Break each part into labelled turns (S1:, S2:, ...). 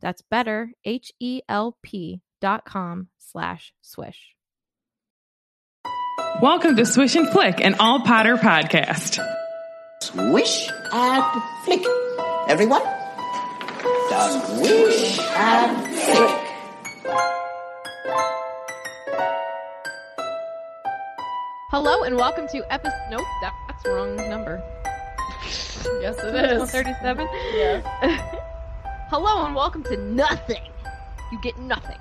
S1: That's better, H-E-L-P dot com slash swish.
S2: Welcome to Swish and Flick, an all Potter podcast.
S3: Swish and flick. Everyone? Swish and flick.
S1: Hello and welcome to episode. Nope, that- that's wrong number. Yes, it is. Thirty-seven.
S4: Hello and welcome to nothing. You get nothing.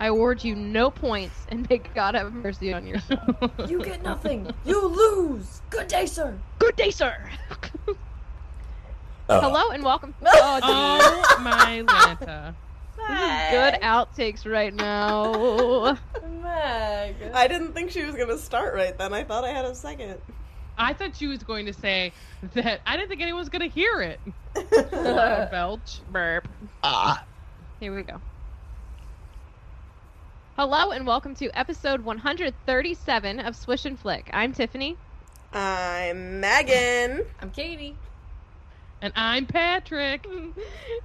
S4: I award you no points, and may God have mercy on your soul.
S5: You get nothing. You lose. Good day, sir.
S4: Good day, sir.
S6: Oh.
S4: Hello and welcome. Oh,
S2: Oh my Lanta.
S4: dude, good outtakes right now.
S5: Meg.
S7: I didn't think she was gonna start right then. I thought I had a second.
S2: I thought she was going to say that I didn't think anyone was going to hear it. Loud Belch. Burp.
S4: Here we go. Hello and welcome to episode 137 of Swish and Flick. I'm Tiffany.
S7: I'm Megan.
S5: I'm Katie.
S2: And I'm Patrick.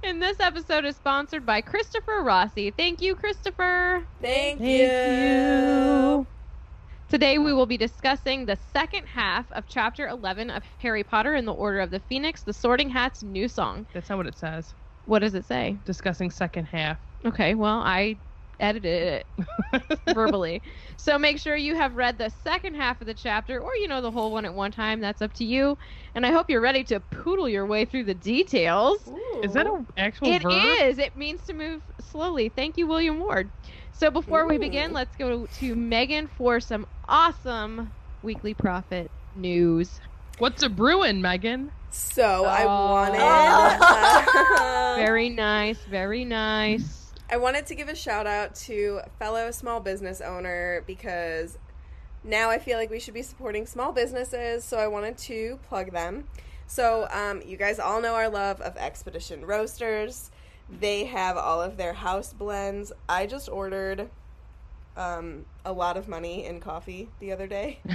S4: And this episode is sponsored by Christopher Rossi. Thank you, Christopher.
S7: Thank, you.
S4: Today we will be discussing the second half of chapter 11 of Harry Potter and the Order of the Phoenix, the Sorting Hat's new song.
S2: That's not what it says.
S4: What does it say?
S2: Discussing second half.
S4: Okay, well, I edited it verbally. So make sure you have read the second half of the chapter or you know the whole one at one time. That's up to you. And I hope you're ready to poodle your way through the details.
S2: Is that an actual
S4: It is.
S2: verb?
S4: It means to move slowly. Thank you, William Ward. So before we begin, let's go to Megan for some awesome weekly profit news.
S2: What's a brewing, Megan?
S7: So I
S4: Oh.
S7: wanted um,
S4: Very nice. Very nice.
S7: I wanted to give a shout out to fellow small business owner because now I feel like we should be supporting small businesses, so I wanted to plug them. So, um, you guys all know our love of Expedition Roasters. They have all of their house blends. I just ordered um, a lot of money in coffee the other day.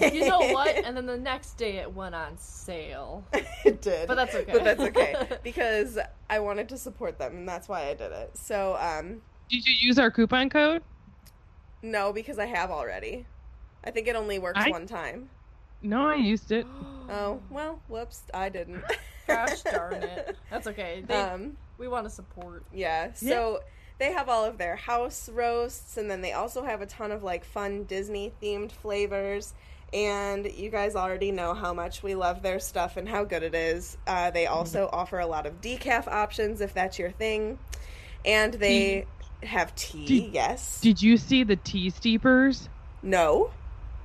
S5: You know what? And then the next day it went on sale.
S7: it did.
S5: But that's okay.
S7: But that's okay because I wanted to support them, and that's why I did it. So, um,
S2: Did you use our coupon code?
S7: no, because I have already. I think it only works
S2: I-
S7: one time.
S2: No, I used it.
S7: Oh well, whoops, I didn't.
S5: Gosh darn it. That's okay. They,
S7: um,
S5: we want to support.
S7: yeah. So they have all of their house roasts, and then they also have a ton of like fun Disney themed flavors. And you guys already know how much we love their stuff and how good it is. Uh,
S2: Mm-hmm.
S7: they also offer a lot of decaf options if that's your thing, and they have tea.
S2: Tea.
S7: yes.
S2: Did you see the tea steepers?
S7: no.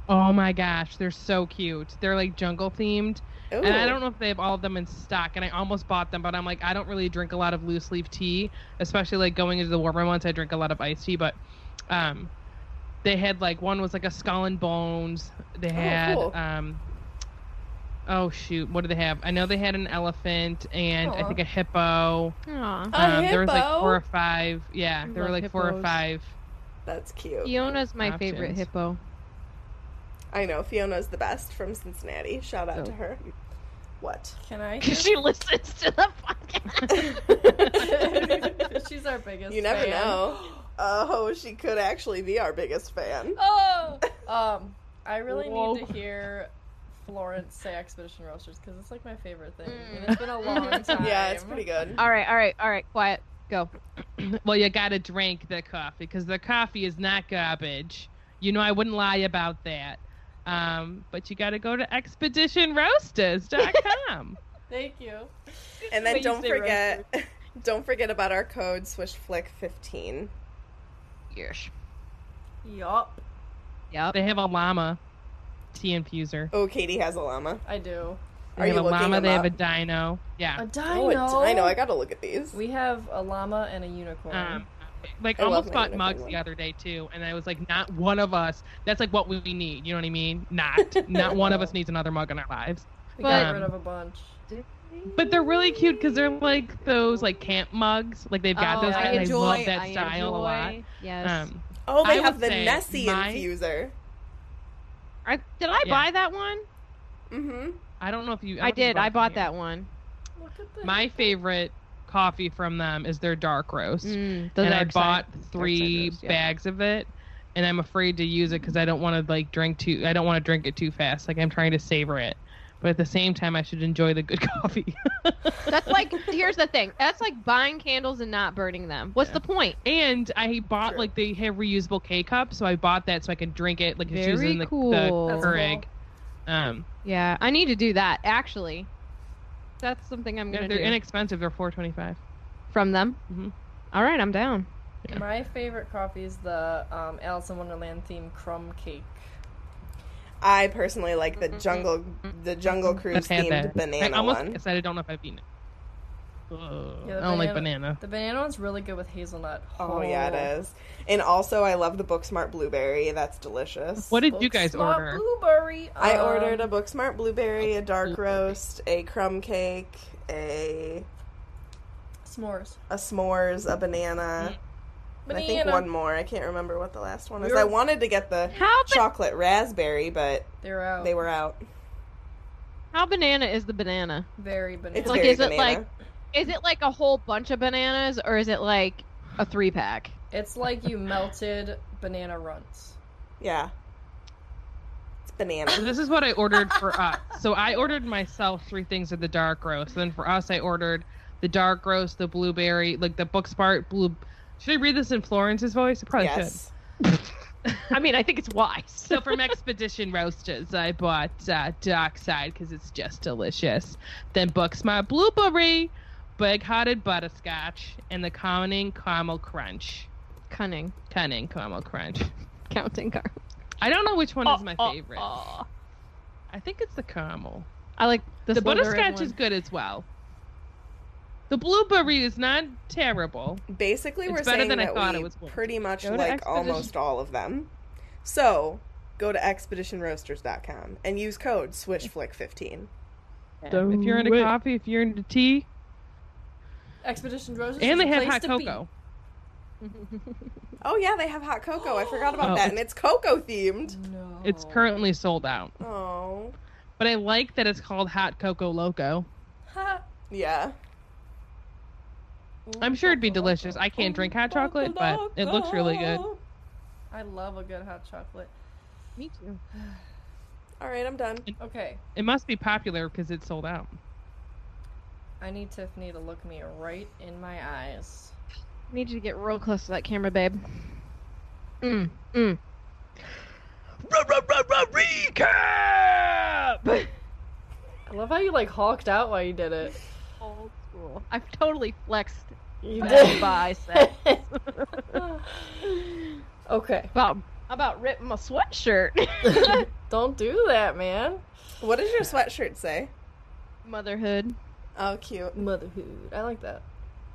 S2: Oh my gosh, they're so cute. They're like jungle themed.
S7: Ooh.
S2: And I don't know if they have all of them in stock, and I almost bought them, but I'm like, I don't really drink a lot of loose leaf tea, especially like going into the warmer months. I drink a lot of iced tea, but um,
S7: Oh,
S2: they had like one was like a skull and bones. They had
S7: cool.
S2: um,
S4: Oh shoot, what do they have? I know they had an elephant and I
S5: Aw.
S4: think a hippo.
S1: Aw.
S5: A
S2: Um,
S4: There was like
S5: hippo?
S4: four or five. Yeah, there were
S1: love
S4: like four or
S1: hippos.
S4: five.
S7: That's cute.
S1: Fiona's my favorite
S4: Options.
S1: hippo.
S7: I know Fiona's the best from Cincinnati. Shout out to her. What?
S5: Can I?
S1: Because she listens to the podcast.
S5: She's our biggest.
S7: You never
S5: fan.
S7: know. Oh, she could actually be our biggest fan.
S5: Oh. Um, I really
S4: Whoa.
S5: need to hear Florence say Expedition Roasters because it's like my favorite thing, and it's been a long time.
S7: Yeah, it's pretty good.
S1: all right, all right, all right. Quiet. Go.
S4: Well, you gotta drink the coffee because the coffee is not garbage. You know, I wouldn't lie about that. Um, but you gotta go to expeditionroasters.com.
S5: Thank you.
S7: And then
S5: Please
S7: don't
S5: say
S7: forget don't forget about our code swishflick15.
S1: Yes.
S5: Yup,
S1: Yep.
S4: they have a llama tea infuser.
S7: Oh, Katie has a llama.
S5: I do.
S4: They
S7: Are
S4: have
S7: you
S4: a
S7: looking
S4: llama,
S7: them
S4: they have a
S7: up?
S4: dino. Yeah.
S5: A
S7: Oh,
S5: dino.
S7: a dino. I gotta look at these.
S5: We have a llama and a unicorn.
S4: Um, like
S7: I love
S4: almost
S7: my
S4: bought
S7: unicorn
S4: mugs
S7: one.
S4: the other day too, and I was like, not one of us. That's like what we need. You know what I mean? Not not one of us needs another mug in our lives.
S5: we got
S4: but-
S5: rid of a bunch.
S4: But they're really cute because they're like those like camp mugs. Like they've got
S1: Oh,
S4: those.
S1: I
S4: and
S1: enjoy,
S4: I love that
S1: I
S4: style a lot.
S1: enjoy. Yes.
S4: Um,
S7: oh,
S4: I
S7: they have
S4: would
S7: the
S4: say
S7: Nessie
S4: my-
S7: infuser.
S1: I, did I
S4: Yeah.
S1: buy that one?
S7: Mm-hmm.
S4: I don't know if you.
S1: I, did. I bought that one.
S5: Look at the
S4: My favorite coffee from them is their dark roast,
S1: Mm, the
S4: and I
S1: dark side-
S4: bought
S1: dark side
S4: three
S1: roast, yeah.
S4: bags of it. And I'm afraid to use it because I don't want to like drink too. I don't want to drink it too fast. Like I'm trying to savor it, but at the same time, I should enjoy the good coffee.
S1: That's like here's the thing. That's like buying candles and not burning them. What's the point?
S4: And I bought
S7: True.
S4: like they have reusable K cups, so I bought that so I can drink it like it's
S1: Very
S4: using the,
S1: cool.
S4: the
S1: That's
S4: Keurig. Um,
S1: Yeah, I need to do that actually. That's something I'm
S4: they're
S1: gonna do
S4: inexpensive. They're four twenty five.
S1: from them.
S4: Mhm.
S1: All right, I'm down.
S5: My favorite coffee is the um, Alice in Wonderland themed crumb cake.
S7: I personally like the jungle the jungle cruise
S4: I've had
S7: themed
S4: that. I
S7: banana
S4: almost
S7: one.
S4: guess I don't know if I've eaten it. Ugh,
S5: Yeah,
S4: I
S5: the
S4: don't like banana.
S5: The banana one's really good with hazelnut.
S7: Oh yeah, it is. And also, I love the Booksmart blueberry. That's delicious.
S4: What did you guys
S5: Small
S4: order?
S5: Blueberry.
S7: I
S5: um,
S7: ordered a Booksmart blueberry, a dark
S4: Blueberry.
S7: roast, a crumb cake, a
S5: s'mores.
S7: a s'mores, a banana.
S4: Mm-hmm.
S7: and I think
S5: Banana.
S7: one more. I can't remember what the last one is.
S5: We were-
S7: I wanted to get the
S1: How ba-
S7: chocolate raspberry, but
S5: They're
S4: Oh.
S5: out.
S7: they were out.
S1: how banana is the banana?
S5: very banana.
S7: It's
S1: Like,
S7: very
S1: is it
S7: banana.
S1: like- Is it like a whole bunch of bananas or is it like a three pack?
S5: It's like you melted banana runts.
S7: yeah, it's banana.
S4: So this is what I ordered for us. So I ordered myself three things of the dark roast. Then for us, I ordered the dark roast, the blueberry, like the Booksmart blue. Should I read this in Florence's voice? I probably should.
S7: yes.
S1: I mean, I think it's wise.
S4: so from Expedition Roasters, I bought uh, Dockside because it's just delicious. Then books my blueberry, big hearted butterscotch, and the cunning caramel crunch.
S1: Cunning,
S4: Cunning caramel crunch.
S1: counting Oh, card.
S4: I don't know which one is my favorite. I think it's the caramel.
S1: I like the,
S4: The,
S1: sliver
S4: butterscotch
S1: one.
S4: is good as well. The blueberry is not terrible.
S7: Basically,
S4: It's
S7: we're
S4: better
S7: saying
S4: than I
S7: that
S4: thought
S7: we
S4: it was going to.
S7: pretty much
S4: Go to
S7: like
S4: Expedition-
S7: almost all of them. So go to expeditionroasters.com and use code swishflick15.
S4: if you're into coffee, if you're into tea,
S5: Expedition Roses.
S4: and
S5: is
S4: they
S5: the
S4: have
S5: place
S4: hot
S5: to be.
S4: cocoa.
S7: Oh yeah, they have hot cocoa. I forgot about
S4: Oh,
S7: that, and it's cocoa themed.
S5: No.
S4: It's currently sold out.
S7: Oh
S4: But I like that it's called Hot Cocoa Loco.
S5: Ha.
S7: yeah,
S4: I'm sure it'd be delicious. I can't drink hot chocolate, but it looks really good.
S5: I love a good hot chocolate.
S4: Me too.
S7: all right, I'm done.
S5: Okay,
S4: It must be popular because it's sold out.
S5: I need Tiffany to look me right in my eyes.
S1: I need you to get real close to that camera, babe. Mm, mm. Recap.
S5: I love how you like hawked out while you did it.
S1: Old school. I've totally flexed
S5: You
S1: that bicep.
S5: okay,
S1: About about ripping my sweatshirt.
S5: don't do that, man.
S7: What does your sweatshirt say?
S1: Motherhood.
S7: Oh, cute.
S5: Motherhood. I like that.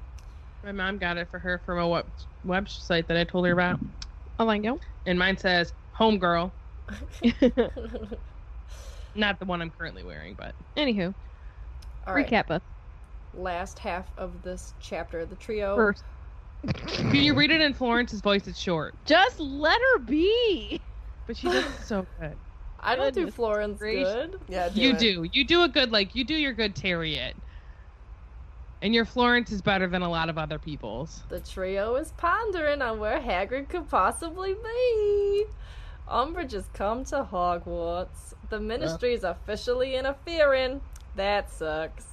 S4: My mom got it for her from a web- website that I told her about.
S1: Oh my god.
S4: And mine says, Homegirl. Not the one I'm currently wearing, but
S1: Anywho,
S2: All right.
S1: recap us
S2: Last half of this chapter, the trio.
S1: first.
S4: can you read it in Florence's voice? It's short,
S1: Just let her be.
S4: but she does it so good.
S2: I don't do
S1: Goodness
S2: Florence
S1: gracious.
S2: good.
S7: Yeah,
S4: you
S7: it.
S4: do. You do a good like you do your good Terriet. And your Florence is better than a lot of other people's.
S2: The trio is pondering on where Hagrid could possibly be. Umbridge has come to Hogwarts.
S4: Uh.
S2: The ministry's officially interfering. That sucks.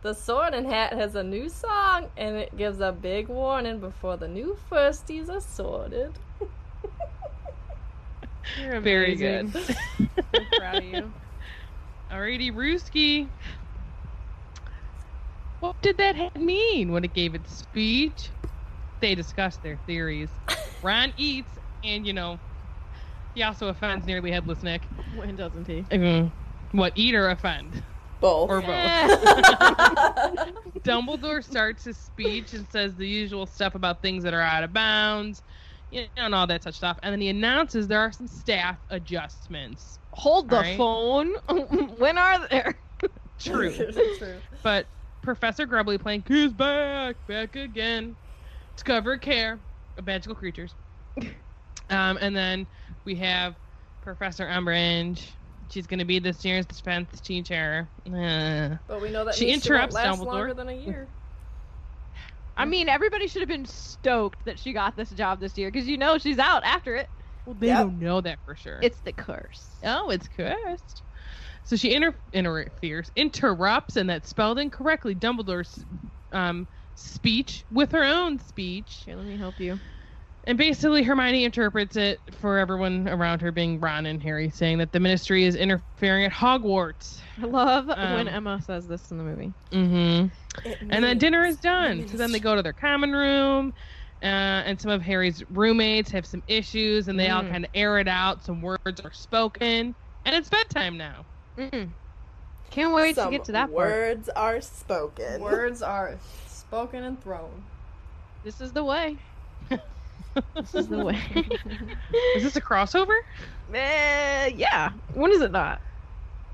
S2: The Sword and Hat has a new song, and it gives a big warning before the new firsties are sorted.
S4: Very good.
S1: Proud of you.
S4: Alrighty, Rooski. What did that hat mean when it gave its speech? They discussed their theories. Ron eats, and you know, he also offends nearly headless Nick.
S1: When doesn't he?
S4: Mm, What eat or offend?
S7: Both.
S4: Or both.
S2: That's
S4: Dumbledore starts his speech and says the usual stuff about things that are out of bounds, you know, and all that such stuff. And then he announces there are some staff adjustments.
S1: Hold the
S4: All right.
S1: phone. when are there?
S4: True.
S2: true.
S4: but Professor Grubbly playing Who's back? Back again. To cover care of magical creatures. um, and then we have Professor Umbridge. She's going to be this year's defense teacher. Uh,
S2: But we know that
S4: She
S2: means she won't
S4: interrupts
S2: last
S4: Dumbledore.
S2: longer than a year.
S1: I mean, everybody should have been stoked that she got this job this year because you know she's out after it.
S4: well, they
S7: Yep.
S4: don't know that for sure.
S1: It's the curse.
S4: Oh, it's cursed. So she inter- interferes, interrupts, and that spelled incorrectly Dumbledore's um, speech with her own speech.
S1: Here, let me help you.
S4: And basically, Hermione interprets it for everyone around her, being Ron and Harry, saying that the ministry is interfering at Hogwarts.
S1: I love
S4: Um,
S1: when Emma says this in the movie.
S4: Mm-hmm.
S7: It
S4: And then
S7: means
S4: dinner is done. So then they
S7: ministry.
S4: go to their common room, uh, and some of Harry's roommates have some issues, and they all
S1: Mm.
S4: kind of air it out. Some words are spoken, and it's bedtime now.
S1: Mm-mm. Can't wait
S7: Some
S1: to get to that part.
S7: Words are spoken.
S2: Words are spoken and thrown.
S1: This is the way. this is the way.
S4: Is this a crossover?
S1: Eh, yeah. When is it not?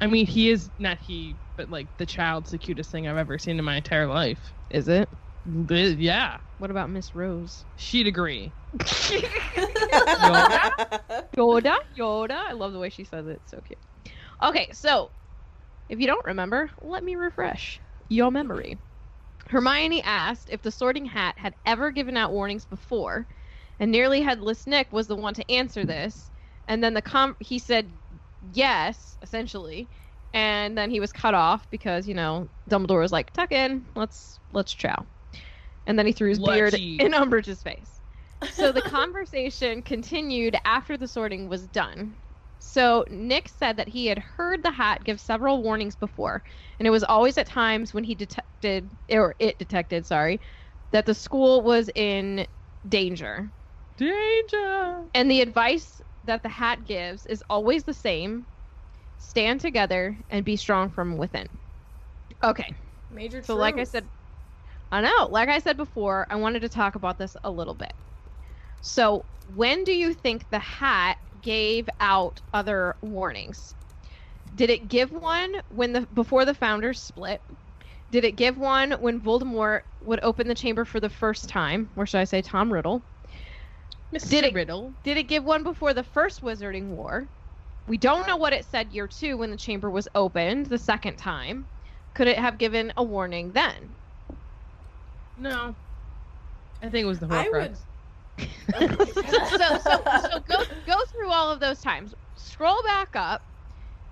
S4: I mean, he is not he, but like the child's the cutest thing I've ever seen in my entire life.
S1: Is it?
S4: Th- Yeah,
S1: What about Miss Rose?
S4: she'd agree.
S1: Yoda, Yoda. I love the way she says it. So cute. Okay, so if you don't remember, let me refresh your memory. Hermione asked if the Sorting Hat had ever given out warnings before, and nearly headless Nick was the one to answer this. And then the com he said yes, essentially, and then he was cut off because you know Dumbledore was like, "Tuck in, let's let's chow," and then he threw his beard
S4: Lucky.
S1: in Umbridge's face. So the conversation continued after the sorting was done. So Nick said that he had heard the hat give several warnings before, and it was always at times when he detected or it detected, sorry, that the school was in danger.
S4: Danger.
S1: And the advice that the hat gives is always the same. Stand together and be strong from within. Okay.
S2: Major
S1: So, like I
S2: truth.
S1: said, I know. Like I said before, I wanted to talk about this a little bit. So, when do you think the hat gave out other warnings? Did it give one when the before the founders split? Did it give one when Voldemort would open the chamber for the first time, or should I say Tom Riddle?
S4: Mr.
S1: Did it-
S4: Riddle.
S1: Did it give one before the first Wizarding War? We don't know what it said year two when the chamber was opened the second time. Could it have given a warning then?
S4: No. I think it was the
S7: I would-
S4: Horcrux.
S1: so, so, so go go through all of those times. Scroll back up.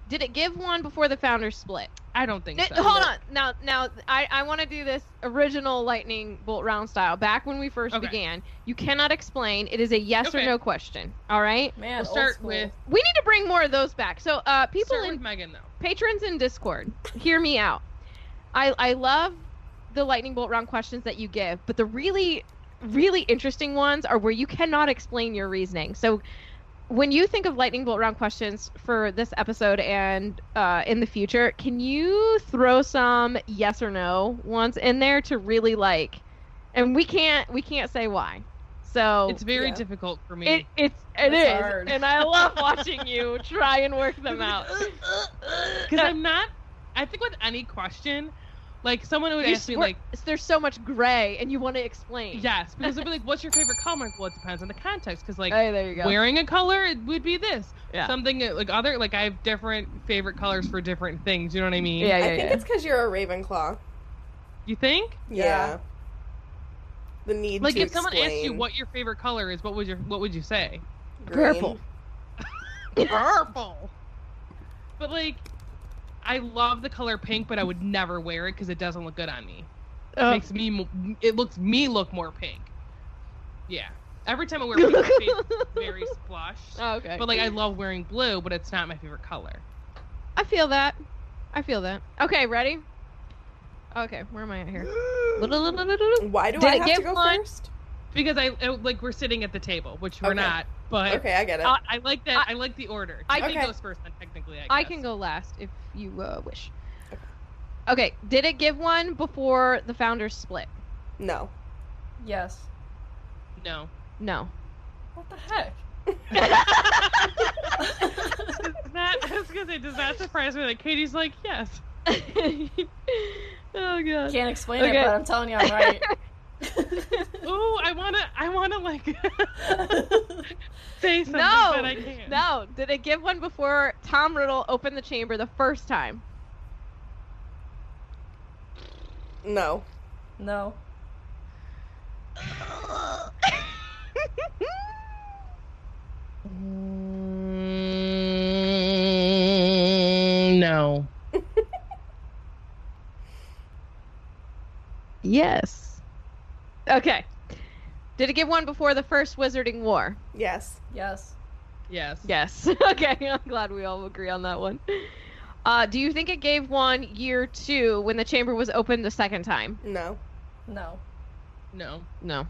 S1: Did it give one before the founders split?
S4: I don't think
S1: Th-
S4: so.
S1: hold on. Now, now I, I want to do this original lightning bolt round style. Back when we first
S4: Okay.
S1: began, you cannot explain. It is a yes or
S4: Okay.
S1: no question. All right.
S2: man, old
S4: We'll start
S2: school.
S4: with
S1: We need to bring more of those back. So, uh, people
S4: start
S1: in
S4: with Megan though.
S1: patrons in Discord, hear me out. I I love the lightning bolt round questions that you give, but the really really interesting ones are where you cannot explain your reasoning. So when you think of lightning bolt round questions for this episode and uh, in the future, can you throw some yes or no ones in there to really like? And we can't we can't say why. So
S4: It's very
S2: Yeah.
S4: difficult for me.
S1: Oh, it, it's it
S2: That's
S1: is,
S2: hard.
S1: and I love watching you try and work them out.
S4: because I'm not. I think with any question, like someone would
S1: You
S4: ask me,
S1: swear-
S4: like,
S1: there's so much gray, and you want to explain.
S4: yes, because it'd be like, "What's your favorite color?" Well, it depends on the context. Because like
S1: Hey, Oh, there you go.
S4: wearing a color, it would be this.
S1: Yeah.
S4: Something that, like other, like I have different favorite colors for different things. You know what I mean?
S1: Yeah,
S7: I
S1: yeah,
S7: think
S1: yeah.
S7: it's because you're a Ravenclaw.
S4: You think?
S2: Yeah.
S7: The need
S4: Like
S7: to
S4: if someone
S7: explain.
S4: asked you what your favorite color is, what would your what would you say?
S7: Green.
S1: Purple.
S4: Purple. But like, I love the color pink, but I would never wear it because it doesn't look good on me. It
S1: Oh.
S4: makes me mo- it looks me look more pink. Yeah. Every time I wear pink, my face is very splashed.
S1: Oh, okay.
S4: But like, I love wearing blue, but it's not my favorite color.
S1: I feel that. I feel that. Okay, ready? Okay, where am I at here?
S7: Why do
S1: Did
S7: I
S1: it
S7: have
S1: get
S7: to go
S1: one?
S7: first?
S4: Because I I- like we're sitting at the table, which we're
S7: Okay.
S4: not. But
S7: Okay, I get it.
S4: I, Uh, I like that. I, like the order.
S1: Uh, I
S4: I
S7: Okay.
S4: can go first, then technically. I,
S1: I
S4: guess.
S1: can go last if you uh, wish. Okay, did it give one before the founders split?
S7: No.
S2: Yes.
S4: No.
S1: No.
S2: What the heck?
S4: Does not. I was gonna say, does that surprise me? Like Katie's like, yes.
S1: oh god.
S2: Can't explain
S1: Okay.
S2: it, but I'm telling you, I'm right.
S4: Ooh, I wanna, I wanna like say something,
S1: No.
S4: but I can't.
S1: No, did it give one before Tom Riddle opened the chamber the first time?
S7: No.
S2: no.
S4: Mm, no.
S1: Yes. Okay. Did it give one before the first Wizarding War?
S7: Yes.
S2: Yes.
S4: Yes.
S1: Yes. okay, I'm glad we all agree on that one. Uh, do you think it gave one year two when the chamber was opened the second time?
S7: No.
S2: No.
S4: No.
S1: No.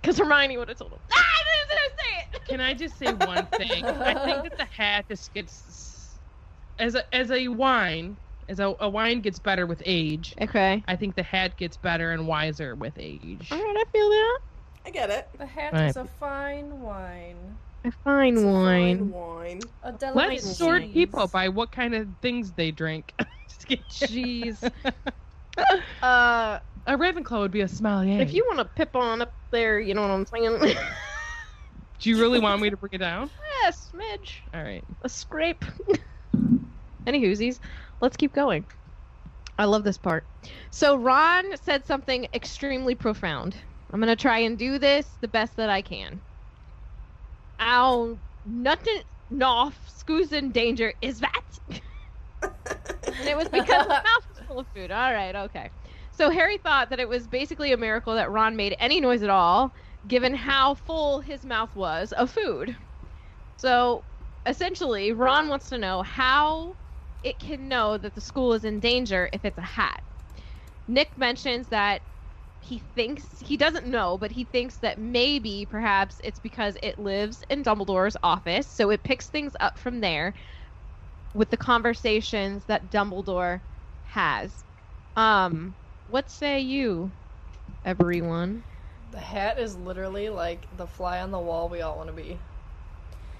S1: Because Hermione would have told him. Ah, I didn't say it!
S4: Can I just say one thing? I think that the hat just gets as a as a wine as a, a wine gets better with age.
S1: Okay.
S4: I think the hat gets better and wiser with age.
S1: All right, I feel that.
S7: I get it.
S2: The hat
S4: Right.
S2: is a fine wine.
S1: A fine
S7: Fine
S1: wine.
S7: wine.
S2: A delicate
S4: Let's sort
S2: cheese.
S4: people by what kind of things they drink. Just kidding.
S1: Jeez. Uh,
S4: A Ravenclaw would be a sommelier.
S1: if you want to pip on up there, you know what I'm saying?
S4: do, you really want me to bring it down?
S1: a smidge.
S4: All right.
S1: A scrape. Any hoosies. Let's keep going. I love this part. So Ron said something extremely profound. I'm gonna try and do this the best that I can. Ow nothing noff scoos in danger is that and it was because his mouth was full of food. All right, okay. So Harry thought that it was basically a miracle that Ron made any noise at all, given how full his mouth was of food. So essentially, Ron wants to know how it can know that the school is in danger if it's a hat. Nick mentions that he thinks he doesn't know, but he thinks that maybe perhaps it's because it lives in Dumbledore's office, so it picks things up from there with the conversations that Dumbledore has. Um, what say you, everyone?
S2: The hat is literally like the fly on the wall we all want to be.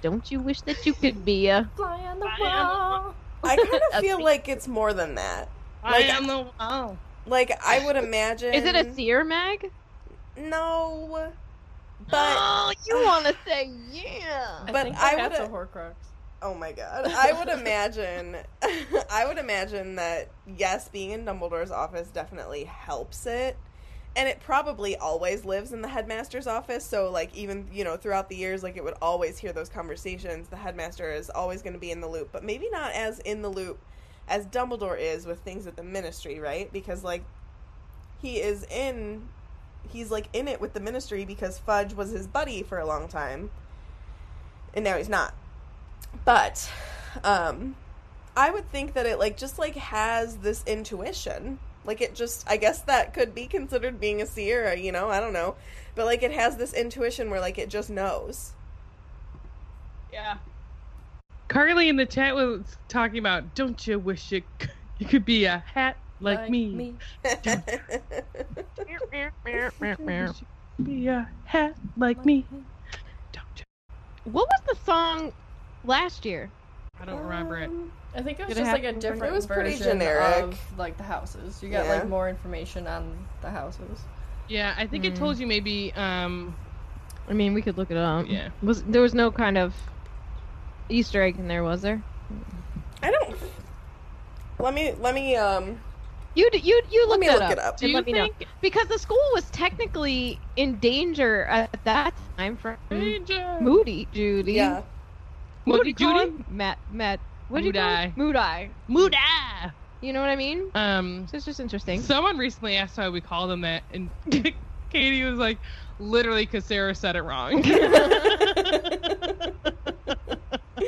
S1: Don't you wish that you could be a
S2: Fly on the
S4: Fly on the
S2: wall.
S7: I kind of
S1: A
S7: feel
S1: seer.
S7: like it's more than that.
S4: I
S7: Like-
S4: am the oh.
S7: Like I would imagine.
S1: Is it a seer mag?
S7: No. But
S1: oh, you want to say yeah.
S7: But
S2: think the
S7: I
S2: hat's a
S7: would've-
S2: Horcrux.
S7: oh my god, I would imagine. I would imagine that yes, being in Dumbledore's office definitely helps it. And it probably always lives in the headmaster's office, so like even you know throughout the years, like it would always hear those conversations. The headmaster is always going to be in the loop, but maybe not as in the loop as Dumbledore is with things at the Ministry, right? Because like he is in he's like in it with the ministry because Fudge was his buddy for a long time. And now he's not. But um I would think that it like just like has this intuition. Like it just I guess that could be considered being a seer, uh, you know, I don't know. But like it has this intuition where like it just knows.
S1: Yeah.
S4: Carly in the chat was talking about. Don't you wish you c- you could be a hat like, me?
S7: I
S4: Don't you wish you be a hat like me. Don't you?
S1: What was the song last year?
S4: I don't remember it.
S2: Um, I think it was
S1: Did it
S2: just like a
S1: happen?
S2: different
S7: It was pretty
S2: version
S7: generic.
S2: of like the houses. You got
S7: Yeah.
S2: like more information on the houses.
S4: Yeah, I think it told you maybe. Um,
S1: I mean, we could look it up.
S4: Yeah.
S1: Was there was no kind of Easter egg in there, was there?
S7: I don't. Let me let me um
S1: You d- you you
S7: let
S1: look
S7: me
S1: that
S7: look
S1: up.
S7: it up.
S4: do you
S1: let me know.
S4: think
S1: because the school was technically in danger at that time from
S4: Mm. Danger?
S1: Moody Judy.
S4: Um,
S7: Yeah,
S1: What
S4: Moody
S1: do you call
S4: Judy?
S1: him? Matt Matt. What do you call
S4: Moody.
S1: him? Moody.
S4: Moody.
S1: You know what I mean?
S4: Um,
S1: So it's just interesting.
S4: someone recently asked why we called him that, and Katie was like, literally, because Sarah said it wrong.
S7: Yep.
S4: Um,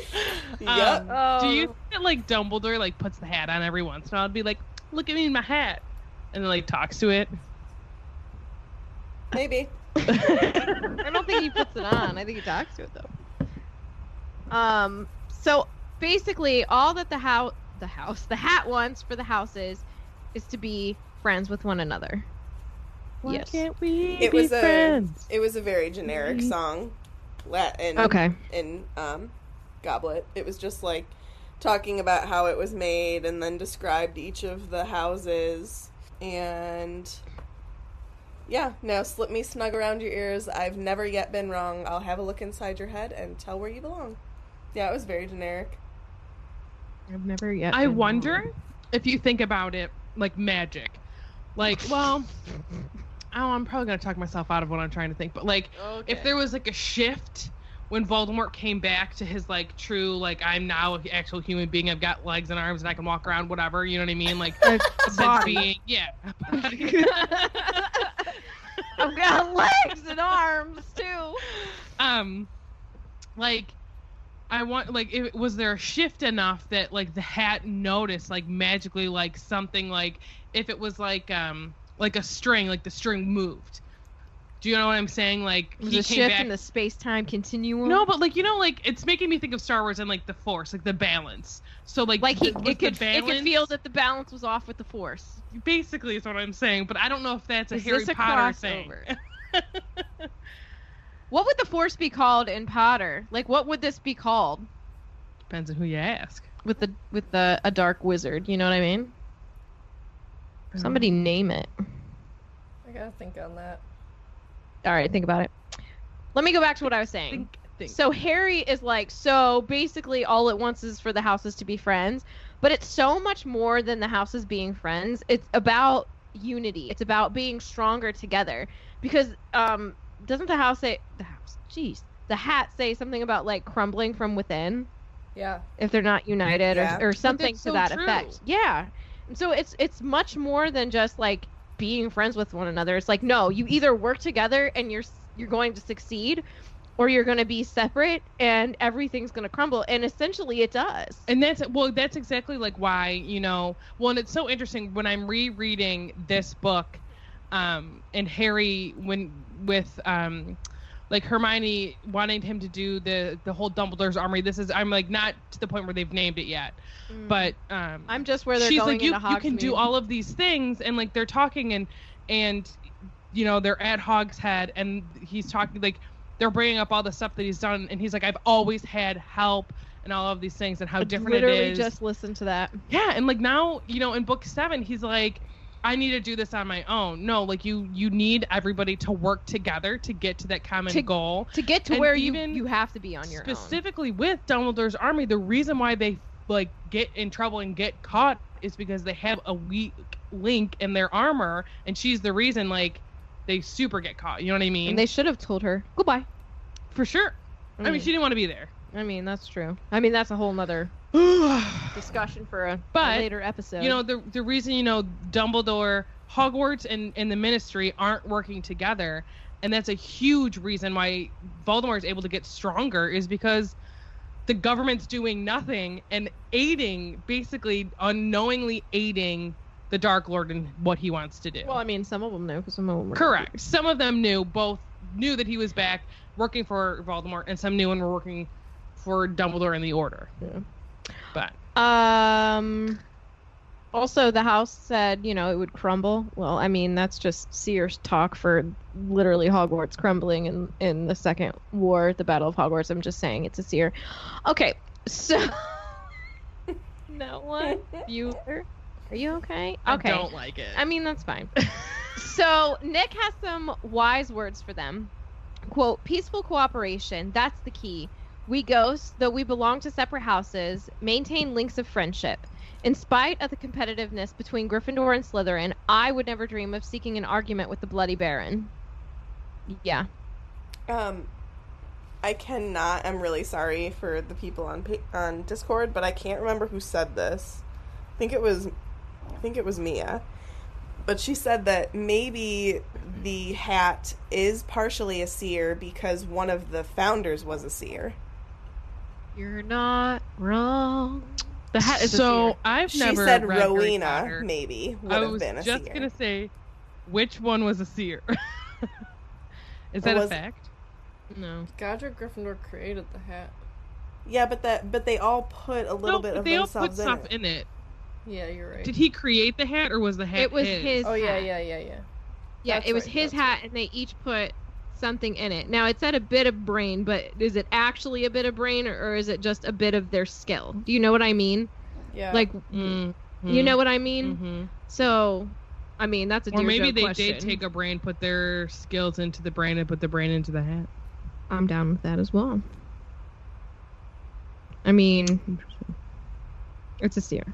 S4: Do
S1: Oh.
S7: Oh.
S4: you think that like Dumbledore like puts the hat on every once in a while and be like, look at me in my hat, and then like talks to it?
S7: maybe.
S1: I don't think he puts it on. I think he talks to it though. Um. So basically, all that the house, the house, the hat wants for the houses, is to be friends with one another.
S4: Why
S1: yes.
S4: can't we
S7: It
S4: be
S7: was a-
S4: friends? Mm-hmm.
S7: It was a very generic song. Let in
S1: Okay.
S7: in um Goblet. It was just like talking about how it was made and then described each of the houses and yeah, now slip me snug around your ears. I've never yet been wrong. I'll have a look inside your head and tell where you belong. Yeah, it was very generic.
S1: I've never yet.
S4: I wonder if you think about it like magic. Like, well, oh, I'm probably going to talk myself out of what I'm trying to think, but like, if there was like a shift when Voldemort came back to his like true, like, I'm now an actual human being, I've got legs and arms and I can walk around, whatever, you know what I mean? Like, a sense being, yeah.
S1: I've got legs and arms too.
S4: um like i want like it, was there a shift enough that like the hat noticed like magically like something like if it was like um like a string like the string moved do you know what i'm saying like
S1: There's a shift in the space-time continuum.
S4: no but like you know like it's making me think of star wars and like the force like the balance so like
S1: like he,
S4: the,
S1: it
S4: with the
S1: could, it could
S4: balance-
S1: feel that the balance was off with the force.
S4: basically is what i'm saying but i don't know if that's a
S1: Is
S4: harry
S1: this a
S4: potter
S1: crossover?
S4: thing
S1: What would the force be called in Potter? Like, what would this be called
S4: depends on who you ask
S1: with the with the a dark wizard? You know what I mean? Somebody
S4: Hmm.
S1: name it.
S2: I gotta think on that.
S1: All right, think about it. Let me go back to what I was saying.
S4: think think
S1: So Harry is like, so basically, all it wants is for the houses to be friends, but it's so much more than the houses being friends. It's about unity. It's about being stronger together. Because um, doesn't the house say the house? Jeez, the hat say something about like crumbling from within
S2: Yeah.
S1: if they're not united
S7: Yeah.
S1: or, or something
S4: that's
S1: to
S4: so
S1: that
S4: true.
S1: effect. Yeah. And so it's it's much more than just like being friends with one another. It's like no, you either work together and you're s- you're going to succeed or you're going to be separate and everything's going to crumble and essentially it does.
S4: And that's well, that's exactly like why you know. Well, and it's so interesting when I'm rereading this book, um, and Harry when with um, like Hermione wanting him to do the the whole Dumbledore's armory. This is I'm like not to the point where they've named it yet, but um,
S1: Mm. Mm-hmm. I'm just where they're
S4: she's
S1: going
S4: like you,
S1: into
S4: you can do
S1: Hogsmeade.
S4: all of these things and like they're talking and and you know they're at hogshead and he's talking like they're bringing up all the stuff that he's done and he's like i've always had help and all of these things and how different it
S1: literally
S4: is
S1: just listen to that.
S4: yeah and like now you know in book seven he's like i need to do this on my own no like you you need everybody to work together to get to that common
S1: To-
S4: goal
S1: To get to
S4: And
S1: where
S4: even
S1: you you have to be on your own.
S4: specifically with dumbledore's army the reason why they like get in trouble and get caught is because they have a weak link in their armor and she's the reason like they super get caught you know what i mean
S1: And they Mm. should have told her. Goodbye.
S4: for sure i mean she didn't want to be there
S1: I mean, that's true. I mean, that's a whole nother discussion for a,
S4: But,
S1: a later episode.
S4: you know the the reason you know Dumbledore, Hogwarts, and and the Ministry aren't working together, and that's a huge reason why Voldemort is able to get stronger is because the government's doing nothing and aiding, basically unknowingly aiding the Dark Lord in what he wants to do.
S1: Well, I mean, some of them know because some of them were
S4: Correct. Some of them knew, both knew that he was back working for Voldemort, and some knew and were working for Dumbledore in the Order.
S1: Yeah.
S4: But
S1: Um, Also, the house said, you know, it would crumble. Well, I mean, that's just Sears talk for literally Hogwarts crumbling in, in the Second War, the Battle of Hogwarts. I'm just saying it's a Seer. Okay, so. no one. Viewer. Are you okay? Okay.
S4: I don't like it.
S1: I mean, that's fine. so Nick has some wise words for them. Quote, peaceful cooperation, that's the key. We ghosts, though we belong to separate houses, maintain links of friendship. In spite of the competitiveness between Gryffindor and Slytherin, I would never dream of seeking an argument with the Bloody Baron. Yeah.
S7: Um, I cannot. I'm really sorry for the people on pa- on Discord, but I can't remember who said this. I think it was, I think it was Mia, but she said that maybe the hat is partially a seer because one of the founders was a seer.
S1: You're not wrong.
S4: The hat is so I've
S7: she
S4: never
S7: said
S4: read Harry
S7: Rowena
S4: Potter.
S7: maybe would
S4: I
S7: have
S4: was
S7: been a
S4: just
S7: seer.
S4: gonna say, which one was a seer? is that a
S7: was-
S4: fact?
S1: No.
S2: Godric Gryffindor created the hat.
S7: Yeah, but that but they all put a little
S4: no,
S7: bit
S4: but
S7: of
S4: they all put
S7: themselves in,
S4: stuff
S7: it.
S4: in it.
S2: Yeah, you're right.
S4: Did he create the hat or was the hat?
S1: It was his-
S2: Oh yeah,
S1: hat?
S2: yeah, yeah, yeah.
S1: Yeah,
S2: That's
S1: it was
S2: right,
S1: his
S2: that's
S1: hat, and they each put something in it. Now it said a bit of brain, but is it actually a bit of brain, or, or is it just a bit of their skill? Do you know what I mean?
S2: Yeah. Hmm.
S1: Like,
S4: Mhm.
S1: you know what I mean?
S4: Mhm.
S1: So, I mean that's a
S4: Or
S1: Dear
S4: maybe
S1: Joe
S4: they
S1: Mm-hmm. question.
S4: did take a brain, put their skills into the brain, and put the brain into the hat.
S1: I'm down with that as well. I mean, it's a seer.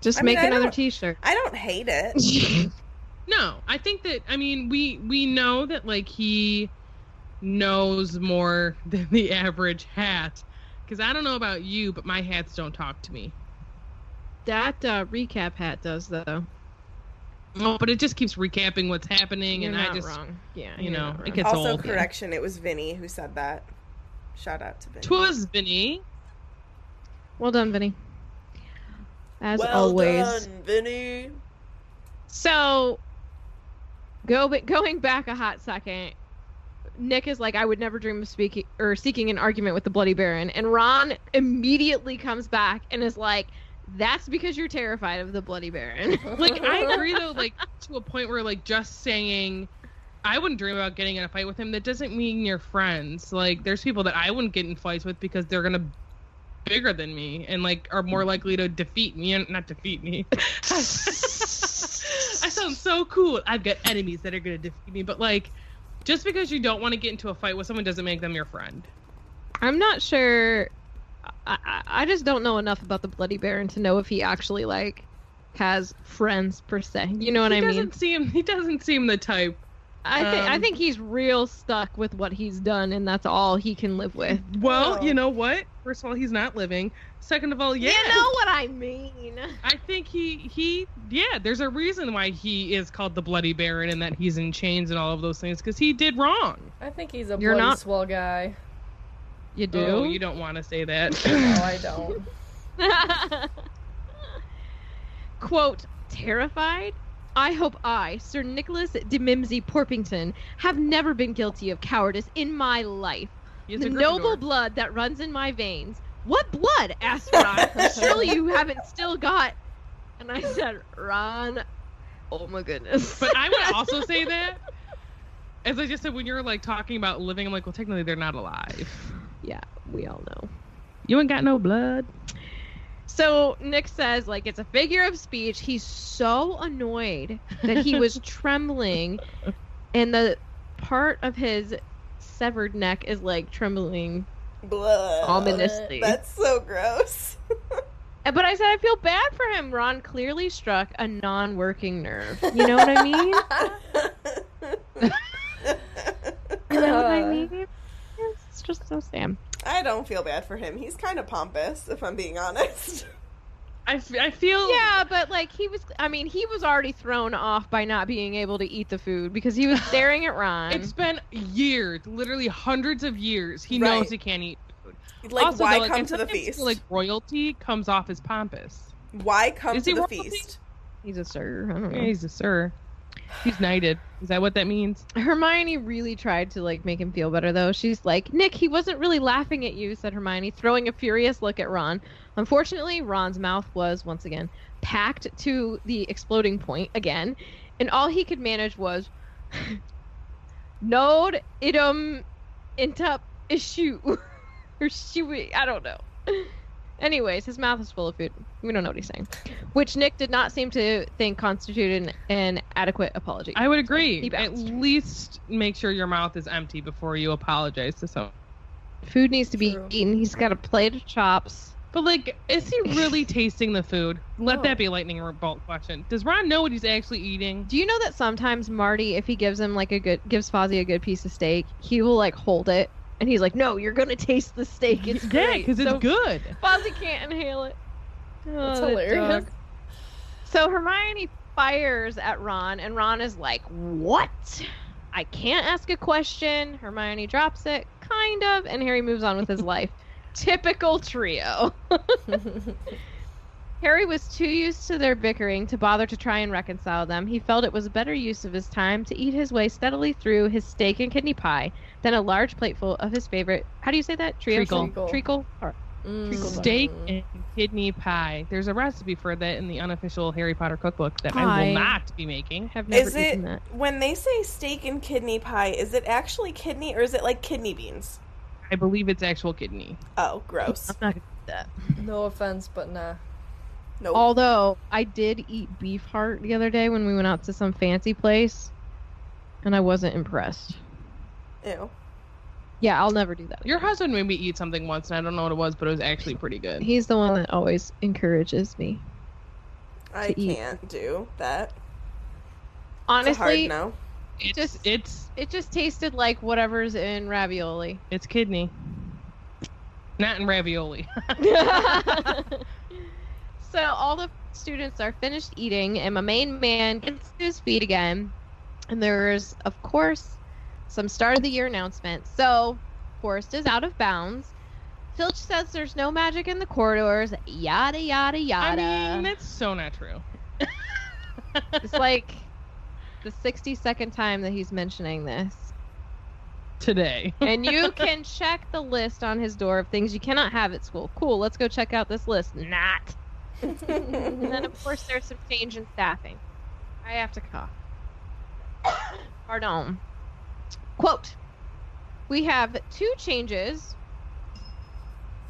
S1: Just
S7: I mean,
S1: make
S7: I
S1: another
S7: don't-
S1: T-shirt.
S7: I don't hate it.
S4: No, I think that I mean we we know that like he knows more than the average hat because I don't know about you, but my hats don't talk to me.
S1: that uh, recap hat does though.
S4: Oh, but it just keeps recapping what's happening,
S1: You're
S4: and
S1: not
S4: I just
S1: wrong. Yeah,
S4: you
S1: you're
S4: know,
S1: not
S4: it
S1: wrong.
S4: gets- It's
S7: also,
S4: old.
S7: correction, it was Vinny who said that. Shout out to Vinny.
S4: twas Vinny.
S1: well done, Vinny. As always.
S7: done, Vinny.
S1: So, go but going back a hot second, Nick is like, "I would never dream of speaking or seeking an argument with the Bloody Baron," and Ron immediately comes back and is like, "That's because you're terrified of the Bloody Baron."
S4: Like I agree though, like to a point where like just saying. I wouldn't dream about getting in a fight with him. That doesn't mean you're friends. Like, there's people that I wouldn't get in fights with because they're gonna bigger than me and like are more likely to defeat me and not defeat me. I sound so cool. I've got enemies that are gonna defeat me, but like, just because you don't want to get into a fight with someone doesn't make them your friend.
S1: I'm not sure. I, I I just don't know enough about the Bloody Baron to know if he actually like has friends per se. You know what
S4: he
S1: I
S4: doesn't
S1: mean?
S4: seem he doesn't seem the type.
S1: I think I
S4: um,
S1: think he's real stuck with what he's done, and that's all he can live with.
S4: Well,
S7: Oh.
S4: you know what? First of all, he's not living. Second of all, yeah,
S1: You know what I mean.
S4: I think he he yeah. There's a reason why he is called the Bloody Baron and that he's in chains and all of those things because he did wrong.
S2: I think he's a
S1: You're
S2: bloody
S1: not-
S2: swell guy.
S1: You do?
S4: Oh, you don't want to say that.
S2: No, I don't.
S1: Quote, terrified? I hope I, Sir Nicholas de Mimsey Porpington, have never been guilty of cowardice in my life.
S4: He's a
S1: the
S4: Gryffindor.
S1: noble blood that runs in my veins. What blood? asked Ron. Surely you haven't still got. And I said, Ron, oh my goodness.
S4: But I would also say that, as I just said, when you're like talking about living, I'm like, well, technically they're not alive.
S1: yeah, we all know.
S4: You ain't got no blood.
S1: So Nick says, like, it's a figure of speech. He's so annoyed that he was trembling, and the part of his severed neck is like trembling.
S7: Blah.
S1: Ominously.
S7: That's so gross.
S1: Uh, But I said, I feel bad for him. Ron clearly struck a non working nerve. You know what I mean? you know what I mean? It's just so sad.
S7: I don't feel bad for him. He's kind of pompous, if I'm being honest.
S4: I, f- I feel.
S1: Yeah, but like he was, I mean, he was already thrown off by not being able to eat the food because he was staring at Ron.
S4: It's been years, literally hundreds of years. He
S7: Right.
S4: knows he can't eat.
S7: Like,
S4: also,
S7: why
S4: though, like,
S7: come
S4: I
S7: to the
S4: sometimes feel
S7: feast?
S4: Like royalty comes off as pompous.
S7: why come
S4: Is
S7: to
S4: he
S7: the
S4: royalty?
S7: feast?
S1: He's a sir. I don't know.
S4: he's a sir. He's knighted. Is that what that means?
S1: Hermione really tried to like make him feel better though. She's like, "Nick, he wasn't really laughing at you," said Hermione, throwing a furious look at Ron. Unfortunately, Ron's mouth was once again packed to the exploding point again, and all he could manage was "Node idum intup issue." or shoe I don't know. Anyways, his mouth is full of food. We don't know what he's saying. Which Nick did not seem to think constituted an, an adequate apology.
S4: I would agree.
S1: He
S4: At
S1: bounced.
S4: least make sure your mouth is empty before you apologize to someone.
S1: Food needs to be
S7: True.
S1: eaten. He's got a plate of chops.
S4: But like, is he really tasting the food? Let
S2: No.
S4: that be a lightning bolt question. Does Ron know what he's actually eating?
S1: Do you know that sometimes Marty, if he gives him like a good, gives Fozzie a good piece of steak, he will like hold it, and he's like, "No, you're gonna taste the steak. It's
S4: yeah,
S1: great."
S4: because it's
S1: So
S4: good.
S1: Fozzie can't inhale it. Oh,
S2: That's
S1: that
S2: hilarious.
S1: dog. So Hermione fires at Ron, and Ron is like, What? I can't ask a question. Hermione drops it, kind of, and Harry moves on with his life. Typical trio. Harry was too used to their bickering to bother to try and reconcile them. He felt it was a better use of his time to eat his way steadily through his steak and kidney pie than a large plateful of his favorite. How do you say that? Trio
S4: Treacle.
S1: Treacle. Treacle? Or-
S2: Mm.
S4: Steak and kidney pie. There's a recipe for that in the unofficial Harry Potter cookbook that I
S1: Pie.
S4: will not be making.
S1: Have never
S7: Is it
S1: eaten that.
S7: when they say steak and kidney pie? Is it actually kidney or is it like kidney beans?
S4: I believe it's actual kidney.
S7: Oh, gross.
S2: No offense, but nah.
S7: No.
S1: Although I did eat beef heart the other day when we went out to some fancy place, and I wasn't impressed.
S7: Ew.
S1: Yeah, I'll never do that.
S4: Your husband made me eat something once, and I don't know what it was, but it was actually pretty good.
S1: He's the one that always encourages me.
S7: I
S1: to eat.
S7: can't do that. It's a hard
S1: Honestly,
S7: no.
S4: It's
S1: just-
S4: it's
S1: it just tasted like whatever's in ravioli.
S4: it's kidney, not in ravioli.
S1: so all the students are finished eating, and my main man gets to his feet again. And there's, of course, some start of the year announcement. So Forrest is out of bounds. Filch says there's no magic in the corridors. Yada yada
S4: I
S1: yada.
S4: mean, that's so not true.
S1: it's like the 62nd time that he's mentioning this.
S4: Today,
S1: And you can check the list on his door of things you cannot have at school. Cool. Let's go check out this list. Not. And then, of course, there's some change in staffing. I have to cough. Pardon. Quote We have two changes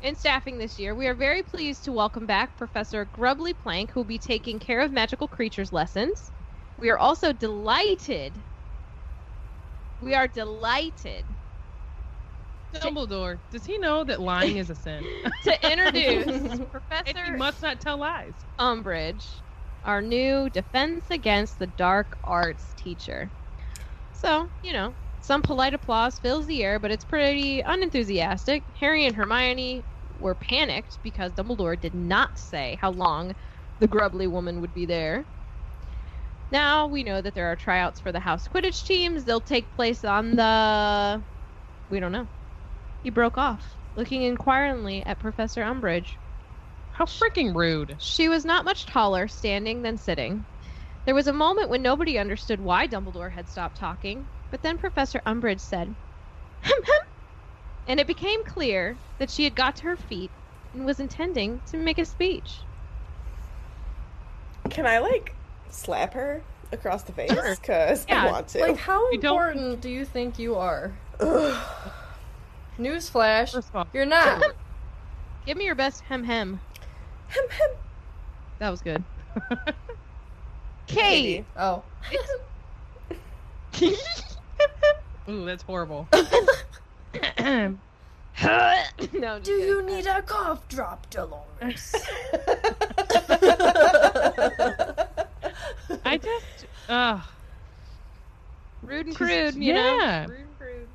S1: in staffing this year. We are very pleased to welcome back Professor Grubbly Plank, who will be taking care of magical creatures lessons. We are also delighted. We are delighted
S4: Dumbledore, does he know that lying is a sin?
S1: to introduce
S4: And he
S1: Professor
S4: must not tell lies.
S1: Umbridge, our new Defense Against the Dark Arts teacher. So, you know, some polite applause fills the air, but it's pretty unenthusiastic. Harry and Hermione were panicked because Dumbledore did not say how long the grubbly woman would be there. Now we know that there are tryouts for the house Quidditch teams. They'll take place on the. We don't know. He broke off, looking inquiringly at Professor Umbridge.
S4: How freaking rude!
S1: She was not much taller standing than sitting. There was a moment when nobody understood why Dumbledore had stopped talking, but then Professor Umbridge said, "Hem hem," and it became clear that she had got to her feet and was intending to make a speech.
S7: Can I like slap her across the face? Because I
S1: Yeah,
S7: want to.
S2: Like, how
S4: Oh, You don't-
S2: important do you think you are?
S7: Ugh.
S2: Newsflash,
S4: First of all,
S2: you're not.
S1: Give me your best hem hem.
S7: Hem, hem.
S1: That was good. Katie,
S2: Oh.
S4: ooh, that's horrible.
S1: no, I'm just
S2: Do
S1: kidding.
S2: you need a cough drop, Dolores?
S4: I just, uh,
S1: rude and crude? You
S4: yeah.
S1: know, rude and crude.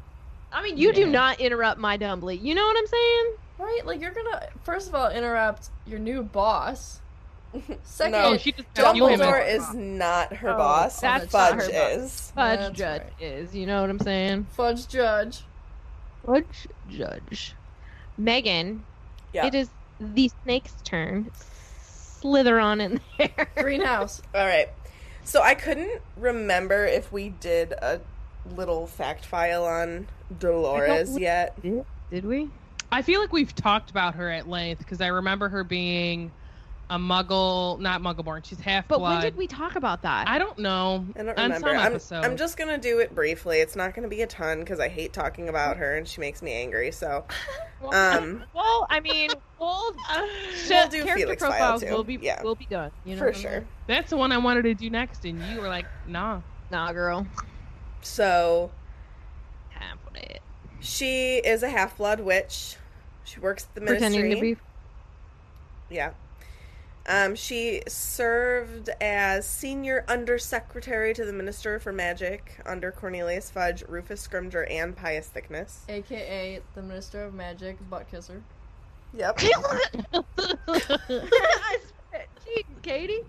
S1: I mean, you do not interrupt my dumbly. You know what I'm saying?
S2: right? Like, you're gonna, first of all, interrupt your new boss. Second,
S7: No.
S4: oh, she just got you him as-
S7: Dumbledore is not her
S2: Oh,
S7: boss.
S1: that's not
S7: Fudge
S1: her boss.
S7: is.
S1: Fudge
S2: That's
S1: judge
S2: right.
S1: is. You know what I'm saying?
S2: Fudge Judge.
S1: Fudge judge. Megan,
S7: Yeah.
S1: it is the snake's turn. Slither on in there.
S2: Greenhouse.
S7: All right. So I couldn't remember if we did a little fact file on Dolores yet.
S1: Did we?
S4: I feel like we've talked about her at length because I remember her being a muggle, not muggleborn. She's half
S1: But
S4: blood.
S1: when did we talk about that?
S4: I don't know.
S7: I don't
S4: On
S7: remember.
S4: some
S7: I'm,
S4: episode.
S7: I'm just gonna do it briefly. It's not gonna be a ton because I hate talking about her and she makes me angry. So, um,
S1: well, I mean, we'll
S7: we'll do
S1: character
S7: Felix file
S1: profiles
S7: too.
S1: will be
S7: yeah,
S1: will be done. You know
S7: for
S1: what I mean?
S7: sure.
S4: That's the one I wanted to do next, and you were like, nah.
S1: Nah, girl.
S7: So
S1: Time for that.
S7: she is a half blood witch. She works at the ministry.
S1: Pretending to be
S7: Yeah. Um, she served as senior undersecretary to the Minister for Magic under Cornelius Fudge, Rufus Scrimger, and Pius Thickness.
S2: AKA the Minister of Magic, butt kisser.
S7: Yep.
S1: Jeez, Katie.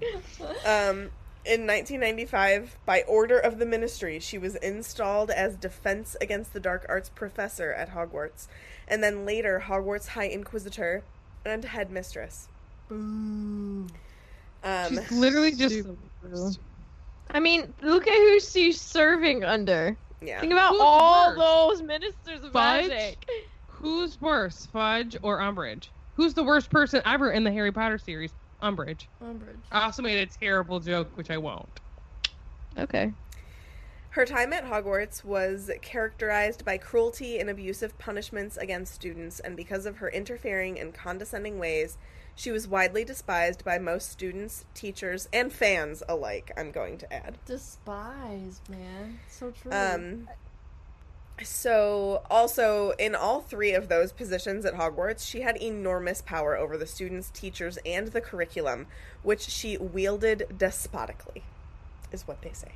S7: um, in 1995, by order of the ministry, she was installed as Defense Against the Dark Arts professor at Hogwarts, and then later Hogwarts High Inquisitor and headmistress. Boo. Um,
S4: She's literally just.
S1: I mean, look at who she's serving under.
S7: yeah.
S1: Think about
S4: Who's
S1: all
S4: worse?
S1: those ministers of
S4: Fudge?
S1: magic.
S4: Who's worse, Fudge or Umbridge? Who's the worst person ever in the Harry Potter series? Umbridge.
S2: Umbridge.
S4: I also made a terrible joke, which I won't.
S1: Okay.
S7: Her time at Hogwarts was characterized by cruelty and abusive punishments against students, and because of her interfering and condescending ways, she was widely despised by most students, teachers, and fans alike, I'm going to add.
S2: Despise, man. So true.
S5: Mm.
S7: Um, so, also, in all three of those positions at Hogwarts, she had enormous power over the students, teachers, and the curriculum, which she wielded despotically, is what they say.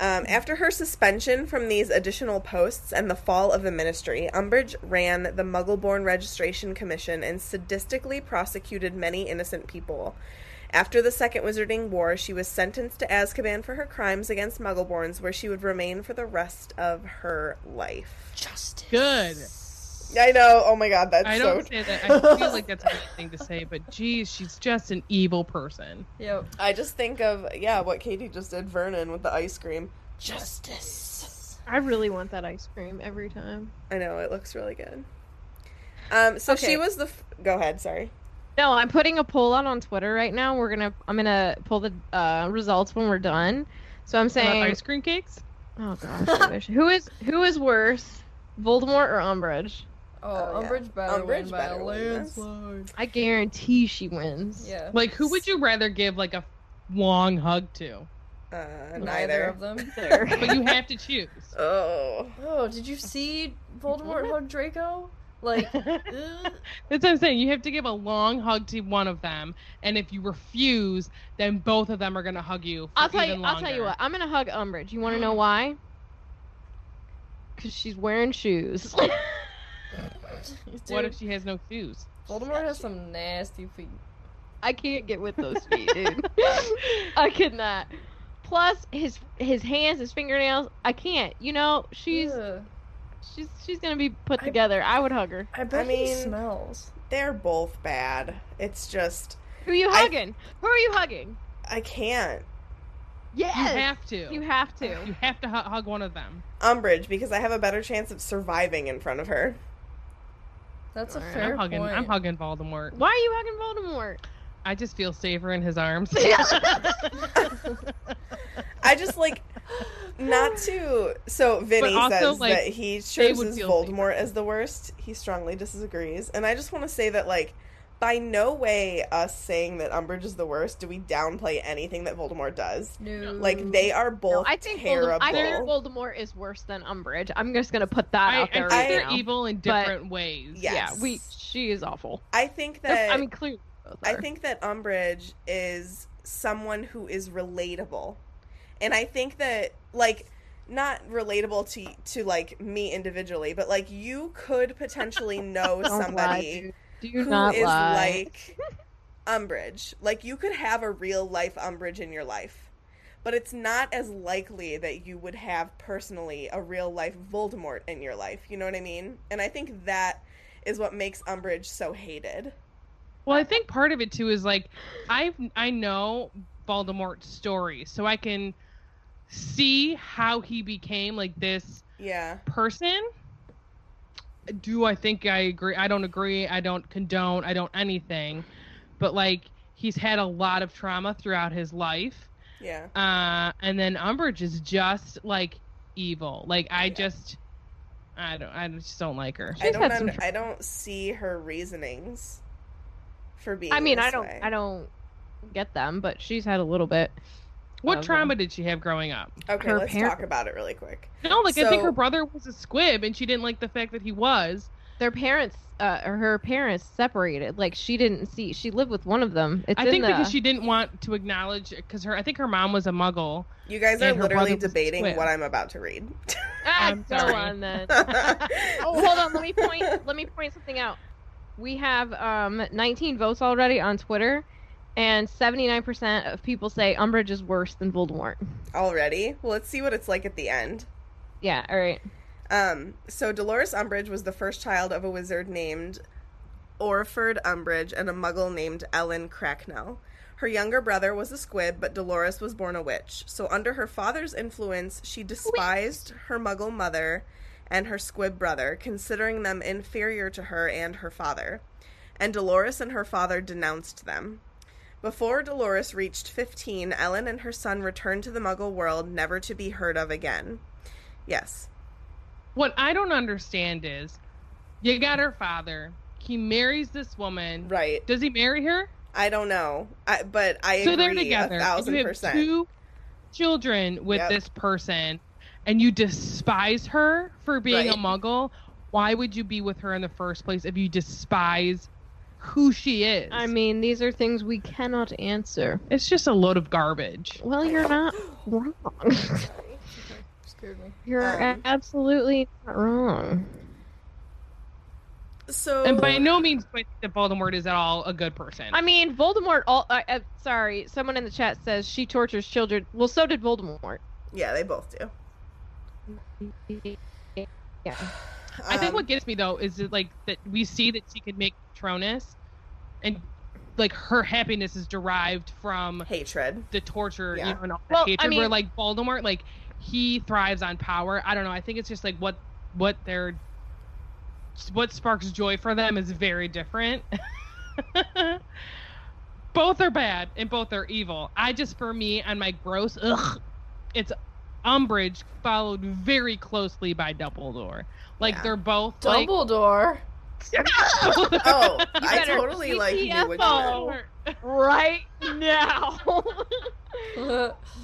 S7: Um, after her suspension from these additional posts and the fall of the ministry, Umbridge ran the Muggleborn Registration Commission and sadistically prosecuted many innocent people. After the Second Wizarding War, she was sentenced to Azkaban for her crimes against Muggleborns, where she would remain for the rest of her life.
S4: Good.
S7: I know. Oh my God, that's
S4: I
S7: so.
S4: don't say that. I feel like that's a weird thing to say, but geez, she's just an evil person.
S2: yep.
S7: I just think of yeah, what Katie just did, Vernon with the ice cream.
S1: I really want that ice cream every time.
S7: I know it looks really good. Um, so
S1: Okay.
S7: she was the. F- Go ahead. Sorry.
S1: No, I'm putting a poll out on Twitter right now. We're gonna I'm gonna pull the uh, results when we're done. So I'm
S4: About
S1: saying
S4: ice cream cakes?
S1: Oh gosh, I wish. Who is who is worse? Voldemort or Umbridge?
S2: Oh,
S7: Oh, yeah.
S2: Umbridge better
S7: Umbridge
S2: win by
S7: better
S2: a
S7: win this.
S2: landslide.
S1: I guarantee she wins.
S2: Yeah.
S4: Like, who would you rather give like a long hug to?
S7: Uh, neither.
S2: Neither of them.
S1: There.
S4: But you have to choose.
S7: Oh.
S2: Oh, did you see Voldemort hug Draco? Like, ugh.
S4: That's what I'm saying. You have to give a long hug to one of them, and if you refuse, then both of them are gonna hug you. For
S1: I'll tell you.
S4: even
S1: I'll tell you
S4: longer. Mm-hmm.
S1: what. I'm gonna hug Umbridge. You want to know why? Because she's wearing shoes.
S4: What
S2: Dude,
S4: if she has no shoes?
S2: Voldemort has some nasty feet.
S1: I can't get with those feet, dude. I could not. Plus his his hands, his fingernails. I can't. You know, she's
S2: Ugh.
S1: she's she's gonna be put
S2: I-
S1: together. I would hug her.
S2: I bet he
S7: mean-
S2: smells.
S7: They're both bad. It's just
S1: Who are you
S7: I-
S1: hugging? Who are you hugging?
S7: I can't.
S1: Yes.
S4: You have to.
S1: You have to.
S4: You have to hu- hug one of them.
S7: Umbridge because I have a better chance of surviving in front of her.
S2: That's a
S1: Alright, I'm
S2: fair
S4: I'm hugging.
S2: point.
S4: I'm hugging Voldemort.
S1: Why are you hugging Voldemort?
S4: I just feel safer in his arms.
S7: I just like not to. So Vinny
S4: But also,
S7: says
S4: like,
S7: that he
S4: they would
S7: chooses
S4: feel
S7: Voldemort as the worst. He strongly disagrees, and I just want to say that like. By no way, us saying that Umbridge is the worst, do we downplay anything that Voldemort does?
S2: No.
S5: Mm,
S7: Like they are both
S1: I think
S7: terrible.
S1: Voldemort, I think Voldemort is worse than Umbridge. I'm just gonna put that
S4: I, I
S1: out there
S4: think
S1: right
S4: they're
S1: now.
S4: evil in
S1: but-
S4: different ways.
S7: Yeah.
S1: Yeah, we. She is awful.
S7: I think
S1: They're-
S7: that
S1: I mean, clearly. both
S7: I
S1: are.
S7: think that Umbridge is someone who is relatable. And I think that like not relatable to to like me individually, but like you could potentially know
S1: Don't lie,
S7: somebody
S1: dude.
S7: who
S1: Do
S7: is
S1: not lie.
S7: like Umbridge. Like you could have a real life Umbridge in your life. But it's not as likely that you would have personally a real life Voldemort in your life. You know what I mean? And I think that is what makes Umbridge so hated.
S4: Well, I think part of it too is like I I know Voldemort's story, so I can see how he became like this
S7: Yeah.
S4: person. Do I think I agree? I don't agree. I don't condone. I don't anything. But like he's had a lot of trauma throughout his life.
S7: Yeah.
S4: Uh, and then Umbridge is just like evil. Like I just, I don't, I just don't like her.
S7: I don't
S1: had some
S7: under- I don't see her reasonings for being
S1: I mean, I
S7: this
S1: don't,
S7: way.
S1: I don't get them, but she's had a little bit.
S4: What
S1: Okay.
S4: trauma did she have growing up?
S7: Okay,
S1: her
S7: let's
S1: parent-
S7: talk about it really quick.
S4: No, like I think
S7: So-
S4: her brother was a squib, and she didn't like the fact that he was.
S1: Their parents, uh, or her parents separated. Like she didn't see. She lived with one of them. It's
S4: I
S1: in
S4: think
S1: the,
S4: because she didn't want to acknowledge because her. I think her mom was a muggle.
S7: You guys are
S4: And her
S7: literally
S4: brother was a
S7: debating
S4: twin.
S7: what I'm about to read.
S1: Ah,
S4: I'm
S1: go
S4: sorry.
S1: on then.
S7: oh,
S1: oh, hold on. Let me point. Let me point something out. We have um 19 votes already on Twitter, and 79% of people say Umbridge is worse than Voldemort.
S7: Already? Well, let's see what it's like at the end.
S1: Yeah. All right.
S7: Um, so Dolores Umbridge was the first child of a wizard named Orford Umbridge and a muggle named Ellen Cracknell. Her younger brother was a squib, but Dolores was born a witch. So under her father's influence, she despised her muggle mother and her squib brother, considering them inferior to her and her father. And Dolores and her father denounced them. Before Dolores reached 15, Ellen and her son returned to the muggle world, never to be heard of again. Yes.
S4: What I don't understand is, you got her father. He marries this woman.
S7: Right.
S4: Does he marry her?
S7: I don't know, I, but I
S4: so
S7: agree
S4: they're together.
S7: a
S4: and
S7: thousand
S4: you have
S7: percent.
S4: two children with
S7: Yep.
S4: this person, and you despise her for being a
S7: Right.
S4: muggle. Why would you be with her in the first place if you despise who she is?
S1: I mean, these are things we cannot answer.
S4: it's just a load of garbage.
S1: Well, you're not wrong.
S2: Scared me.
S1: you're
S7: Um.
S1: absolutely not wrong.
S7: So
S4: And by no means do I think that Voldemort is at all a good person.
S1: I mean, Voldemort. All uh, uh, sorry, someone in the chat says she tortures children. Well, so did Voldemort.
S7: yeah, they both do.
S1: Yeah.
S4: I think
S7: Um,
S4: what gets me though is that, like that we see that she could make Patronus, and like her happiness is derived from
S7: hatred.
S4: the torture,
S7: Yeah.
S4: you know, and all the
S1: Well, I
S4: hatred. where
S1: mean-
S4: like Voldemort, like he thrives on power. I don't know. I think it's just like what what their what sparks joy for them is very different. both are bad and both are evil. I just for me and my gross ugh, it's Umbridge followed very closely by Dumbledore. Like
S7: Yeah.
S4: they're both like
S2: Dumbledore.
S7: Oh, I
S1: better
S7: totally like knew what you
S1: CTFO.
S7: meant.
S1: Right now,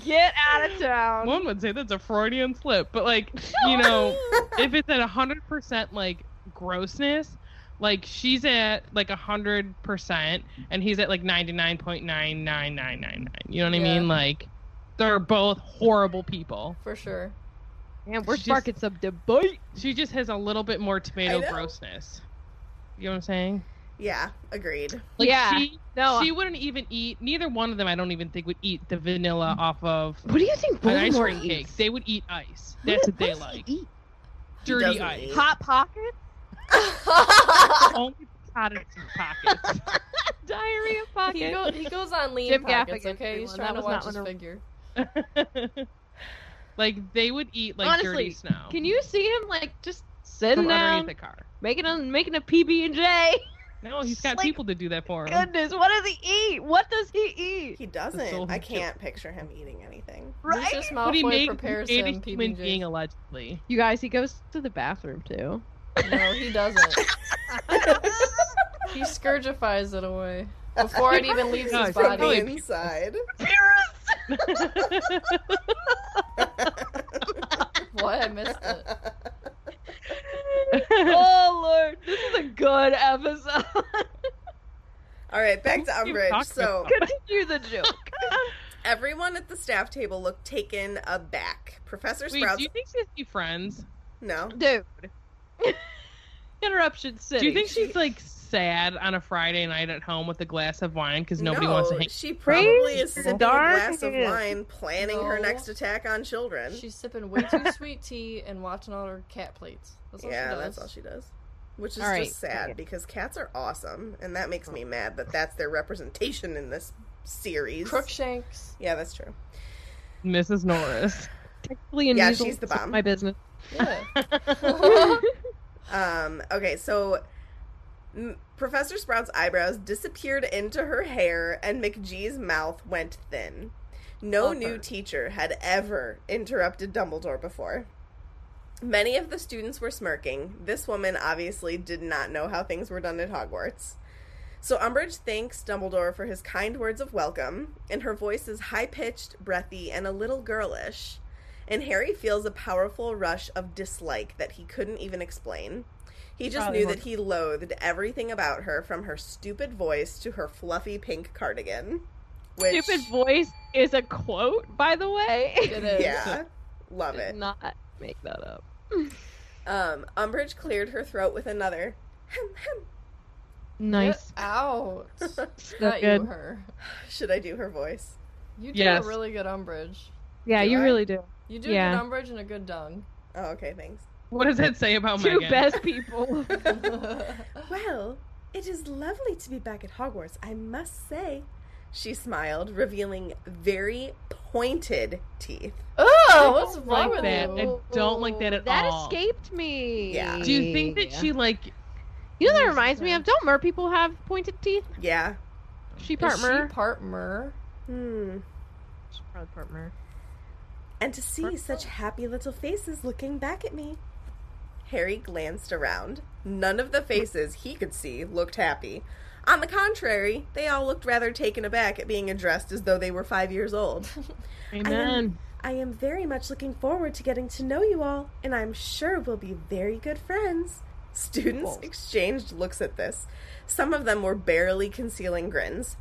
S1: get out of town.
S4: one would say that's a Freudian slip, but like, you know, if it's at hundred percent like grossness, like she's at like hundred percent and he's at like ninety nine point nine nine nine nine nine. You know what I
S2: Yeah.
S4: mean? Like they're both horrible people.
S2: For sure.
S1: Man, we're
S4: She just-
S1: sparking some debate.
S4: She just has a little bit more tomato
S7: I know.
S4: grossness. You know what I'm saying?
S7: Yeah, agreed.
S4: Like
S1: Yeah. Oh,
S4: she
S1: No,
S4: she wouldn't even eat neither one of them I don't even think would eat the vanilla off of
S1: what do you think
S4: an ice
S1: Voldemort
S4: cream cake.
S1: eats?
S4: They would eat ice. That's what, they
S1: does he
S4: like.
S1: eat?
S4: Dirty
S7: doesn't
S4: ice.
S7: eat.
S1: Hot pockets,
S4: only potted in pockets.
S1: diarrhea
S2: he,
S1: pockets.
S2: go, he goes on lean
S1: Jim
S2: pockets,
S1: Gaffigan,
S2: okay? He's
S1: everyone. That
S2: trying to
S1: was
S2: watch
S1: not
S2: his
S1: one of-
S2: figure.
S4: like they would eat like
S1: Honestly,
S4: dirty snow.
S1: Can you see him like just
S4: from
S1: sitting
S4: underneath
S1: down,
S4: the car?
S1: making a making a PB and J?
S4: No, he's got
S1: Like,
S4: people to do that for him.
S1: Goodness, what does he eat? What does he eat?
S7: He
S4: That's all
S7: doesn't.
S4: he
S7: I
S4: do.
S7: can't picture him eating anything.
S1: Right?
S2: Lucius
S4: But he
S2: Malfoy
S4: made, he
S2: prepares
S4: made a
S2: him
S4: human
S2: PB&Js.
S4: being allegedly.
S1: You guys, he goes to the bathroom too.
S2: No, he doesn't. he scourgifies it away before it even leaves
S4: No,
S2: his
S4: it's
S7: From
S2: body.
S7: the
S4: probably-
S7: inside.
S2: What? I missed it.
S1: oh lord, this is a good episode.
S7: All right, back to
S4: What are you
S7: Umbridge.
S4: talking
S7: So
S4: about?
S1: Continue the joke.
S7: everyone at the staff table looked taken aback. Professor
S4: Wait,
S7: Sprouts,
S4: do you think she's new friends?
S7: no,
S1: Dude. Interruption City.
S4: Do you think she's like sad on a Friday night at home with a glass of wine because nobody wants to
S7: No,
S4: hang?
S7: She probably is
S1: Crazy.
S7: sipping a
S1: Darn
S7: glass of
S1: it.
S7: wine, planning her
S2: No.
S7: next attack on children.
S2: She's sipping way too sweet tea and watching all her cat plates. That's all
S7: yeah,
S2: she does.
S7: that's all she does. Which is
S1: All right.
S7: just sad because cats are awesome, and that makes me mad that that's their representation in this series.
S2: Crookshanks.
S7: Yeah, that's true.
S4: Mrs. Norris.
S1: Technically
S7: Yeah,
S1: unusual.
S7: she's the
S1: it's
S7: bomb.
S1: My business.
S2: Yeah.
S7: Um, okay, so M- Professor Sprout's eyebrows disappeared into her hair, and McGee's mouth went thin. No
S2: Love
S7: new
S2: her.
S7: teacher had ever interrupted Dumbledore before. Many of the students were smirking. This woman obviously did not know how things were done at Hogwarts. So Umbridge thanks Dumbledore for his kind words of welcome, and her voice is high pitched, breathy, and a little girlish. And Harry feels a powerful rush of dislike that he couldn't even explain. He just
S4: Probably
S7: knew
S4: more-
S7: that he loathed everything about her, from her stupid voice to her fluffy pink cardigan. Which,
S1: Stupid voice is a quote, by the way.
S2: It is.
S7: Yeah, love
S1: Did
S7: it.
S1: not make that up.
S7: Um, Umbridge cleared her throat with another. Hem, hem.
S1: Nice.
S2: Get out. Not
S1: good.
S2: you, her.
S7: Should I do her voice?
S2: You do
S4: Yes.
S2: a really good umbrage.
S1: Yeah,
S7: Do
S1: you
S7: I?
S1: really do.
S2: You do
S1: Yeah.
S2: a good umbrage and a good dung.
S7: Oh, okay, thanks.
S4: What does that say about
S1: Two
S4: Megan?
S1: best people.
S7: Well, it is lovely to be back at Hogwarts, I must say. She smiled, revealing very pointed teeth.
S2: oh, what's wrong
S4: like
S2: with
S4: that. I
S2: you?
S4: don't like that at
S1: that
S4: all.
S1: escaped me.
S7: Yeah.
S4: Do you think that she like
S1: You know that reminds me of don't mer people have pointed teeth?
S7: Yeah.
S1: She
S2: Is
S1: part
S2: she
S1: mer.
S2: part mer?
S7: Hmm.
S1: She's probably part mer.
S7: And to see such happy little faces looking back at me. Harry glanced around. None of the faces he could see looked happy. On the contrary, they all looked rather taken aback at being addressed as though they were five years old.
S4: Amen.
S7: I am very much looking forward to getting to know you all, and I'm sure we'll be very good friends. Students exchanged looks at this. Some of them were barely concealing grins.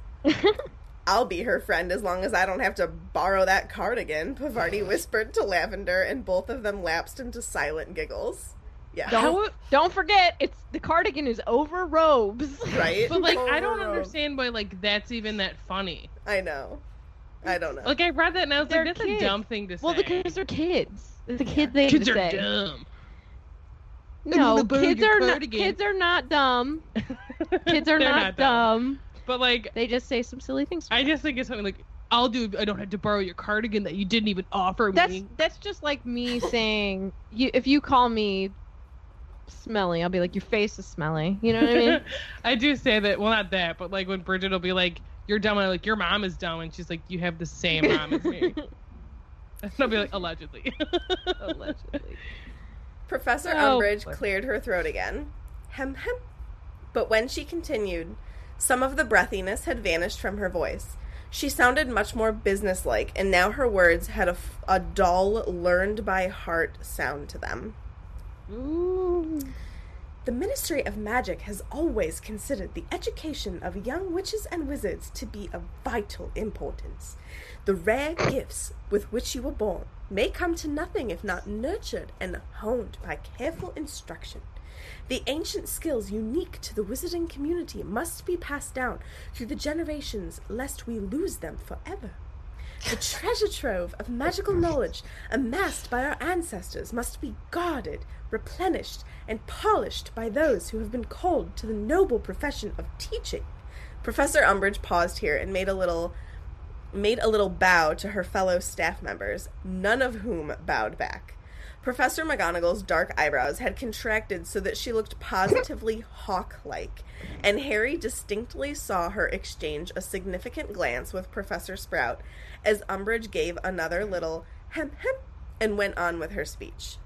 S7: I'll be her friend as long as I don't have to borrow that cardigan, Pavarti whispered to Lavender, and both of them lapsed into silent giggles. Yeah.
S1: Don't, don't forget, it's the cardigan is over robes.
S7: Right?
S4: But like I don't
S2: Overall.
S4: understand why like that's even that funny.
S7: I know. I don't know.
S4: Like I read that and I was
S1: They're
S4: like, that's
S1: kids.
S4: a dumb thing to say.
S1: Well, the kids are kids. The kid they
S4: kids
S1: to
S4: are
S1: say.
S4: dumb.
S1: No,
S4: The burger
S1: kids are not.
S4: cardigan.
S1: Kids are not dumb. Kids are
S4: They're
S1: not,
S4: dumb.
S1: dumb.
S4: But like
S1: They just say some silly things.
S4: I just think it's something like I'll do I don't have to borrow your cardigan that you didn't even offer
S1: That's
S4: me.
S1: that's just like me saying you if you call me smelly, I'll be like your face is smelly. You know what I mean?
S4: I do say that well not that, but like when Bridget will be like, You're dumb and I'm like, Your mom is dumb and she's like, You have the same mom as me. And I'll be like, allegedly.
S1: Allegedly.
S7: Professor
S1: Oh,
S7: Umbridge
S1: boy.
S7: cleared her throat again. Hem hem. But when she continued, some of the breathiness had vanished from her voice. She sounded much more businesslike, and now her words had a, f- a dull, learned by heart sound to them.
S1: Ooh.
S7: The Ministry of Magic has always considered the education of young witches and wizards to be of vital importance. The rare gifts with which you were born may come to nothing if not nurtured and honed by careful instruction. The ancient skills unique to the wizarding community must be passed down through the generations lest we lose them forever. The treasure trove of magical knowledge amassed by our ancestors must be guarded, replenished, and polished by those who have been called to the noble profession of teaching. Professor Umbridge paused here and made a little made a little bow to her fellow staff members, none of whom bowed back. Professor McGonagall's dark eyebrows had contracted so that she looked positively hawk like, and Harry distinctly saw her exchange a significant glance with Professor Sprout as Umbridge gave another little hem hem and went on with her speech.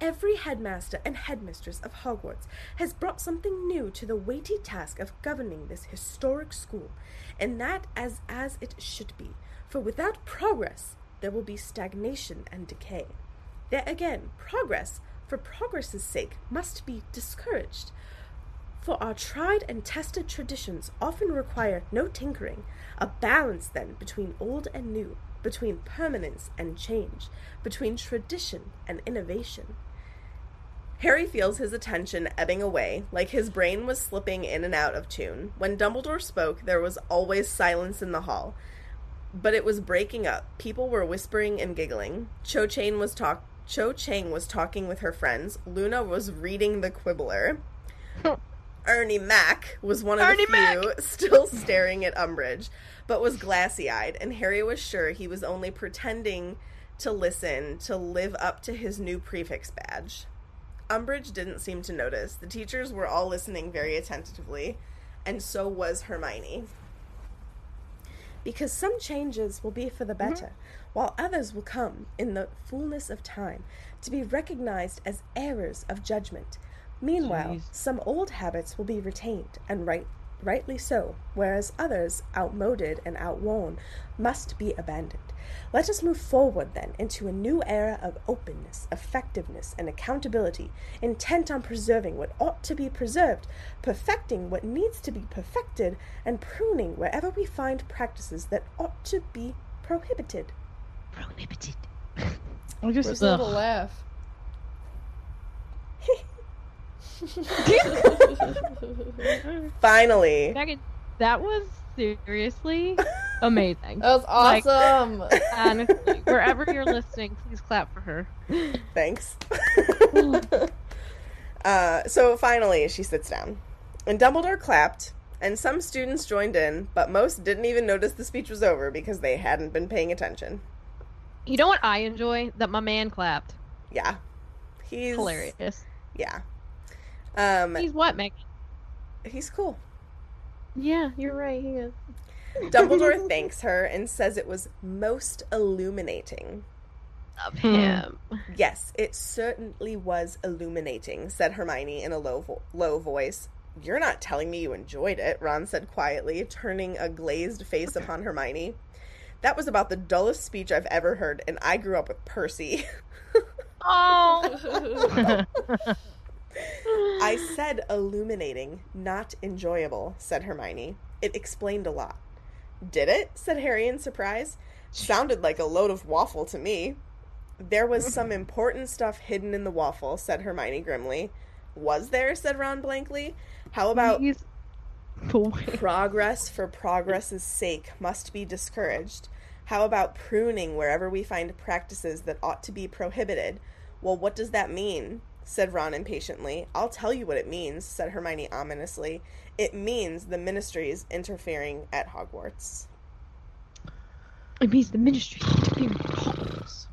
S7: Every headmaster and headmistress of Hogwarts has brought something new to the weighty task of governing this historic school, and that as as it should be, for without progress there will be stagnation and decay. There again, progress for progress's sake must be discouraged. For our tried and tested traditions often require no tinkering, a balance then between old and new, between permanence and change, between tradition and innovation. Harry feels his attention ebbing away, like his brain was slipping in and out of tune. When Dumbledore spoke, there was always silence in the hall, but it was breaking up. People were whispering and giggling. Cho Chang was talk Cho Chang was talking with her friends. Luna was reading the Quibbler. Ernie Mac was one of
S4: Ernie
S7: the few still staring at Umbridge, but was glassy eyed, and Harry was sure he was only pretending to listen to live up to his new prefix badge. Umbridge didn't seem to notice. The teachers were all listening very attentively, and so was Hermione. Because some changes will be for the better, while others will come in the fullness of time to be recognized as errors of judgment. Meanwhile,
S4: Jeez.
S7: some old habits will be retained, and right, rightly so, whereas others, outmoded and outworn, must be abandoned. Let us move forward, then, into a new era of openness, effectiveness, and accountability, intent on preserving what ought to be preserved, perfecting what needs to be perfected, and pruning wherever we find practices that ought to be prohibited.
S1: Prohibited.
S4: I just
S5: Where's the little
S4: ugh.
S5: laugh? that
S7: Finally.
S1: Megan, that was seriously amazing.
S5: was
S1: Like-
S5: awesome.
S1: Honestly, wherever you're listening, please clap for her.
S7: Thanks. uh, so finally, she sits down. And Dumbledore clapped, and some students joined in, but most didn't even notice the speech was over because they hadn't been paying attention.
S1: You know what I enjoy? That my man clapped.
S7: Yeah. He's
S1: Hilarious.
S7: Yeah. Um,
S1: He's what, Megan?
S7: he's cool.
S1: Yeah, you're right. He is.
S7: Dumbledore thanks her and says it was most illuminating.
S1: Love him.
S7: Yes, it certainly was illuminating, said Hermione in a low, vo- low voice. You're not telling me you enjoyed it, Ron said quietly, turning a glazed face upon Hermione. That was about the dullest speech I've ever heard, and I grew up with Percy.
S1: Oh,
S7: I said illuminating, not enjoyable, said Hermione. It explained a lot. Did it? said Harry in surprise. Sounded like a load of waffle to me. There was some important stuff hidden in the waffle, said Hermione grimly. Was there? said Ron blankly. How
S1: Oh,
S7: about
S4: He's
S7: progress for progress's sake must be discouraged. How about pruning wherever we find practices that ought to be prohibited? Well, what does that mean? said Ron impatiently. I'll tell you what it means, said Hermione ominously. It means the ministry's interfering at Hogwarts.
S1: it means the ministry. Hogwarts.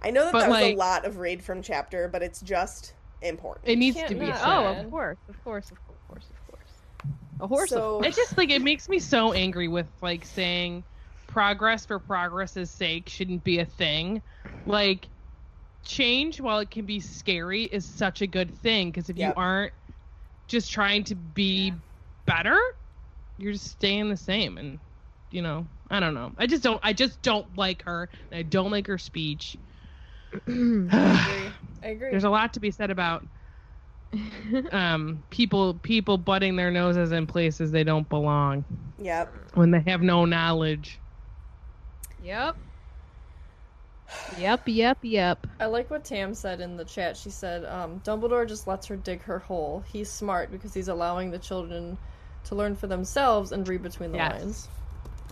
S7: I know that
S4: But,
S7: that was a
S4: like-
S7: lot of read from chapter, but it's just important.
S4: it needs
S5: can't
S4: to be
S5: not.
S4: said.
S1: Oh,
S5: Man.
S1: of course, of course, of course, of course. A horse. of
S7: So-
S1: course.
S4: It's just like it makes me so angry with like saying progress for progress's sake shouldn't be a thing. Like change while it can be scary is such a good thing because if
S7: Yep.
S4: you aren't just trying to be better, you're just staying the same and you know, I don't know. I just don't I just don't like her and I don't like her speech.
S5: I agree.
S4: There's a lot to be said about um people people butting their noses in places they don't belong
S7: Yep.
S4: when they have no knowledge.
S1: Yep. Yep, yep, yep.
S5: I like what Tam said in the chat. She said, um, Dumbledore just lets her dig her hole. He's smart because he's allowing the children to learn for themselves and read between the
S4: Yes.
S5: lines.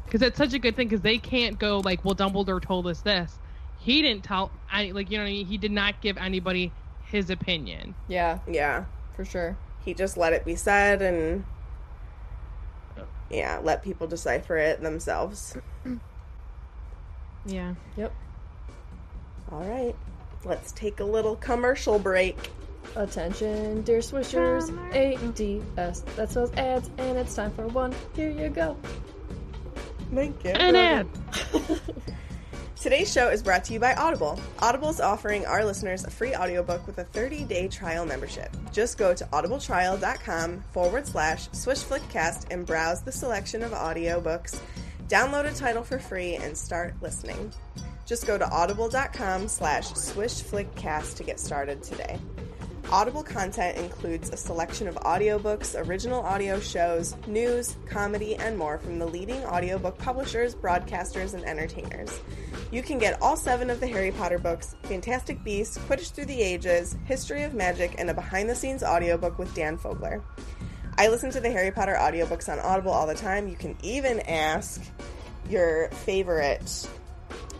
S4: Because that's such a good thing. Because they can't go like, well, Dumbledore told us this. He didn't tell. I like you know what I mean. He did not give anybody his opinion.
S5: Yeah,
S7: Yeah.
S5: for sure.
S7: He just let it be said and yeah, let people decipher it themselves.
S1: Yeah.
S7: All right. Let's take a little commercial break.
S5: Attention, dear swishers, ADS. That spells ads, and it's time for one. Here you go.
S7: Thank you.
S4: And then
S7: Today's show is brought to you by Audible. Audible is offering our listeners a free audiobook with a 30-day trial membership. Just go to audibletrial.com forward slash swishflickcast and browse the selection of audiobooks. Download a title for free and start listening. Just go to audible.com slash swishflickcast to get started today. Audible content includes a selection of audiobooks, original audio shows, news, comedy, and more from the leading audiobook publishers, broadcasters, and entertainers. You can get all seven of the Harry Potter books Fantastic Beasts, Quidditch Through the Ages, History of Magic, and a behind the scenes audiobook with Dan Fogler. I listen to the Harry Potter audiobooks on Audible all the time. You can even ask your favorite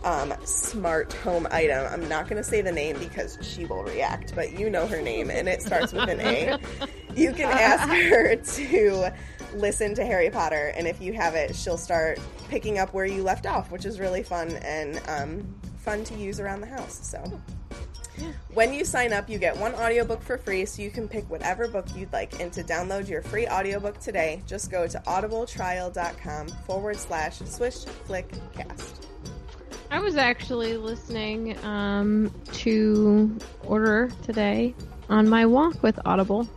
S7: um, smart home item. I'm not going to say the name because she will react, but you know her name and it starts with an A. You can ask her to listen to Harry Potter, and if you have it, she'll start picking up where you left off, which is really fun and um, fun to use around the house. So. When you sign up, you get one audiobook for free, so you can pick whatever book you'd like. And to download your free audiobook today, just go to audibletrial.com forward slash swish flick cast.
S1: I was actually listening um, to Order today on my walk with Audible.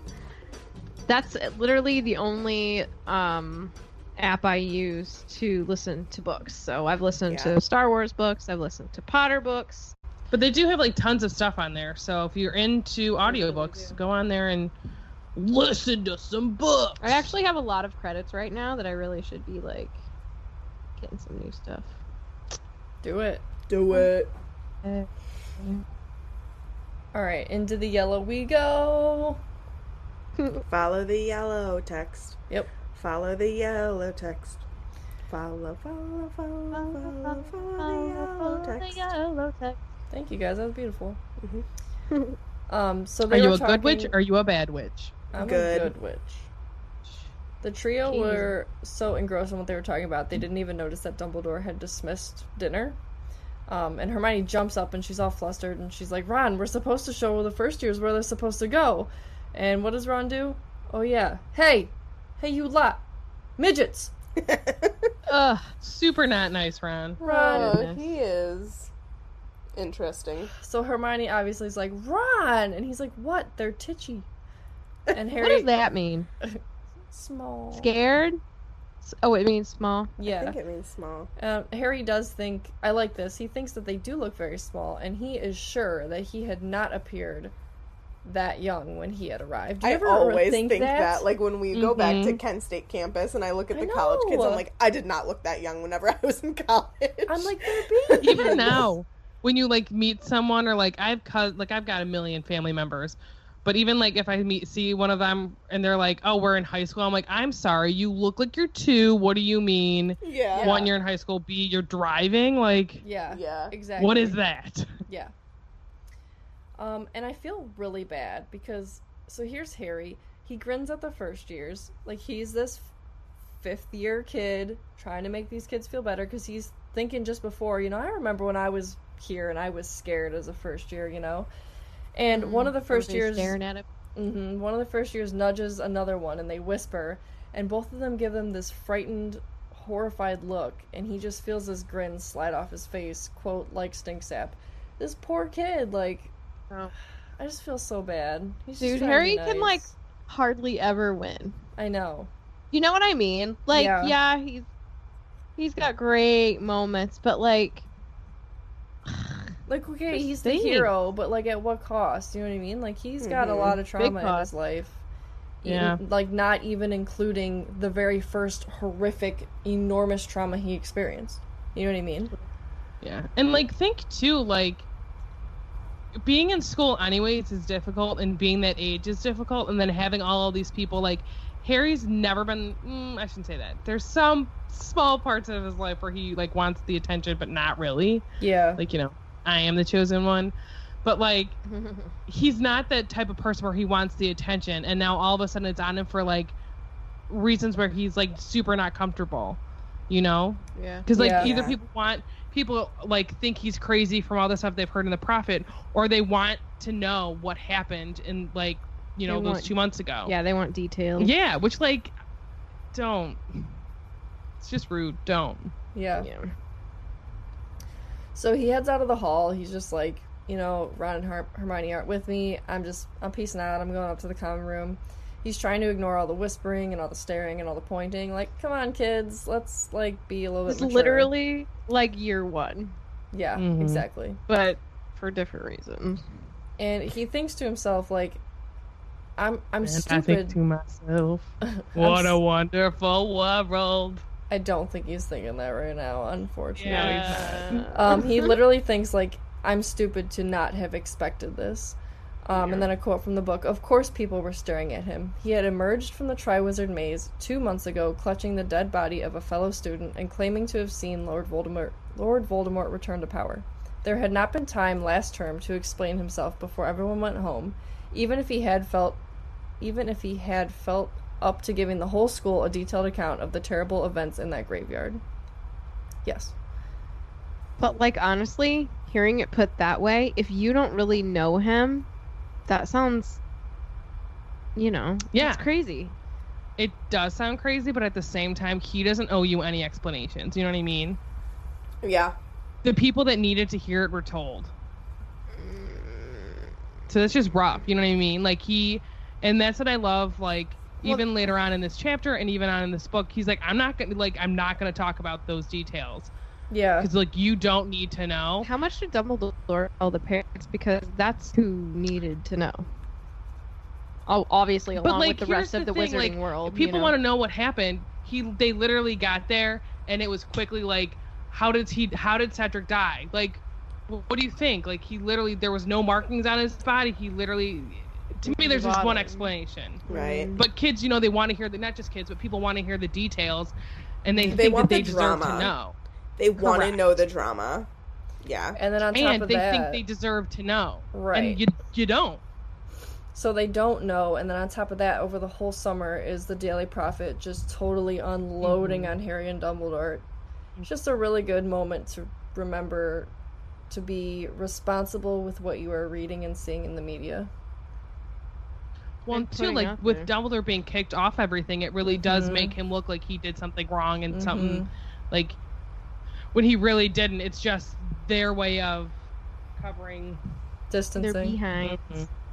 S1: That's literally the only um, app I use to listen to books. So I've listened
S7: Yeah.
S1: to Star Wars books, I've listened to Potter books.
S4: But they do have like tons of stuff on there. So if you're into audiobooks, go on there and listen to some books.
S1: I actually have a lot of credits right now that I really should be like getting some new stuff.
S5: Do it.
S7: Do it.
S5: All right, into the yellow we go.
S7: Follow the yellow text.
S5: Yep.
S7: Follow the yellow text. Follow, follow, follow, follow, follow the yellow text.
S5: Thank you guys. That was beautiful.
S7: Mhm.
S5: um, so
S4: Are
S5: they
S4: you
S5: were
S4: a good witch
S5: talking-
S4: or are you a bad witch?
S5: I'm
S7: Good.
S5: a good witch. The trio
S1: Jeez.
S5: were so engrossed in what they were talking about, they didn't even notice that Dumbledore had dismissed dinner. Um, and Hermione jumps up and she's all flustered and she's like, Ron, we're supposed to show the first years where they're supposed to go. And what does Ron do? Oh, yeah. Hey! Hey, you lot! Midgets!
S4: Ugh, super not nice, Ron.
S7: Oh, he is interesting.
S5: So Hermione obviously is like, Ron! And he's like, What? They're titchy. And Harry.
S1: What does that mean?
S5: Small.
S1: Scared? S- Oh, it means small.
S5: Yeah.
S7: I think it means small.
S5: Um, Harry does think I like this. He thinks that they do look very small, and he is sure that he had not appeared that young when he had arrived. Do you
S7: I
S5: ever
S7: always
S5: think,
S7: think, that? Like when we go back to
S4: Mhm.
S7: Kent State campus and I look at
S5: I
S7: the college kids, I'm
S5: know.
S7: like, I did not look that young whenever I was in college.
S5: I'm like they're babies.
S4: Even now, when you like meet someone or like I've cous like I've got a million family members, but even like if I meet see one of them and they're like, "Oh, we're in high school," I'm like, "I'm sorry, you look like you're two. What do you mean?
S7: yeah,
S4: One, you're in high school. B, you're driving. Like,
S5: Yeah,
S7: yeah.
S5: exactly.
S4: what is that?"
S5: Yeah. Um, and I feel really bad because so here's Harry. He grins at the first years, like he's this f- fifth year kid trying to make these kids feel better because he's thinking just before, you know, I remember when I was here and I was scared as a first year, you know. And one of the first
S1: Everybody's
S5: years,
S1: staring at it.
S5: hmm One of the first years nudges another one and they whisper, and both of them give them this frightened, horrified look, and he just feels this grin slide off his face, quote, like stink sap. This poor kid, like,
S1: Oh.
S5: I just feel so bad. He's just
S1: Dude,
S5: trying to be
S1: Harry can, like-
S5: nice.
S1: Hardly ever win.
S5: I know.
S1: You know what I mean? Like,
S5: Yeah.
S1: yeah, he's he's got great moments, but like,
S5: Like, okay,
S1: Just
S5: he's
S1: think. Mm-hmm.
S5: the hero, but, like, at what cost? You know what I mean? Like, he's got a
S7: Mhm.
S5: lot of trauma in his
S1: cost.
S5: life. Even-
S4: Yeah.
S5: like, not even including the very first horrific, enormous trauma he experienced. You know what I mean?
S4: Yeah. And like think too, like being in school anyways is difficult and being that age is difficult and then having all of these people like Harry's never been mm, I shouldn't say that. There's some small parts of his life where he like wants the attention but not really.
S5: Yeah.
S4: Like, you know, I am the chosen one. But like he's not that type of person where he wants the attention and now all of a sudden it's on him for like reasons where he's like super not comfortable. You know?
S1: yeah,
S4: Because like
S5: Yeah.
S4: either
S7: Yeah.
S4: people want people like think he's crazy from all the stuff they've heard in the prophet, or they want to know what happened in like you know
S1: They
S4: those
S1: want-
S4: two months ago.
S1: yeah, they want details.
S4: yeah. Which like, don't. It's just rude. Don't.
S5: Yeah.
S1: yeah.
S5: So he heads out of the hall. He's just like, you know, Ron and Her- Hermione aren't with me. I'm just, I'm peacing out. I'm going up to the common room. He's trying to ignore all the whispering and all the staring and all the pointing. Like, come on, kids, let's like be a little bit.
S1: It's
S5: mature."
S1: literally like year one,
S5: Yeah,
S4: Mhm.
S5: exactly.
S1: but for different reasons.
S5: And he thinks to himself like, I'm, I'm
S4: And I think
S5: stupid.
S4: to myself,
S5: I'm
S4: what a
S5: s-
S4: wonderful world.
S5: I don't think he's thinking that right now, unfortunately.
S4: Yeah.
S5: Uh, Um, he literally thinks like I'm stupid to not have expected this. Um, and then a quote from the book Of course, people were staring at him. He had emerged from the Triwizard Maze two months ago, clutching the dead body of a fellow student and claiming to have seen Lord Voldemort, Lord Voldemort return to power. There had not been time last term to explain himself before everyone went home, even if he had felt even if he had felt up to giving the whole school a detailed account of the terrible events in that graveyard. Yes.
S1: But like honestly, hearing it put that way, if you don't really know him, that sounds you know,
S4: Yeah.
S1: it's crazy.
S4: It does sound crazy, but at the same time, he doesn't owe you any explanations. You know what I mean?
S7: Yeah.
S4: The people that needed to hear it were told. So that's just rough. You know what I mean? Like he, and that's what I love. Like even later on in this chapter, and even on in this book, he's like, I'm not gonna like, I'm not gonna talk about those details
S5: Yeah.
S4: because like you don't need to know.
S1: How much did Dumbledore tell the parents? Because that's who needed to know. Oh, obviously,
S4: But,
S1: along
S4: like,
S1: with the
S4: here's
S1: rest of
S4: the
S1: the
S4: thing,
S1: wizarding
S4: like,
S1: world.
S4: People want to know what happened. He, they literally got there, and it was quickly like, how did he? How did Cedric die? Like, wh- what do you think? Like he literally, there was no markings on his body. He literally, to me, there's just one
S1: Body.
S4: explanation.
S7: Right.
S4: But kids, you know, they want to hear the not just kids, but people want to hear the details, and they,
S7: They
S4: think
S7: want
S4: that they
S7: the
S4: deserve to
S7: drama.
S4: know,
S7: They want to
S4: Correct.
S7: know the drama. Yeah.
S5: And then on top
S4: and
S5: of
S4: they
S5: that,
S4: think they deserve to know,
S5: Right.
S4: And you, you don't.
S5: So they don't know, and then on top of that, over the whole summer is the Daily Prophet just totally unloading
S4: Mm-hmm.
S5: on Harry and Dumbledore. It's just a really good moment to remember to be responsible with what you are reading and seeing in the media.
S4: Well,
S1: and
S4: and too,
S1: putting
S4: like
S1: out Mm-hmm.
S4: with Dumbledore being kicked off everything, it really does
S5: Mhm.
S4: make him look like he did something wrong and something like when he really didn't. It's just their way of covering.
S5: Distancing.
S1: They're behind.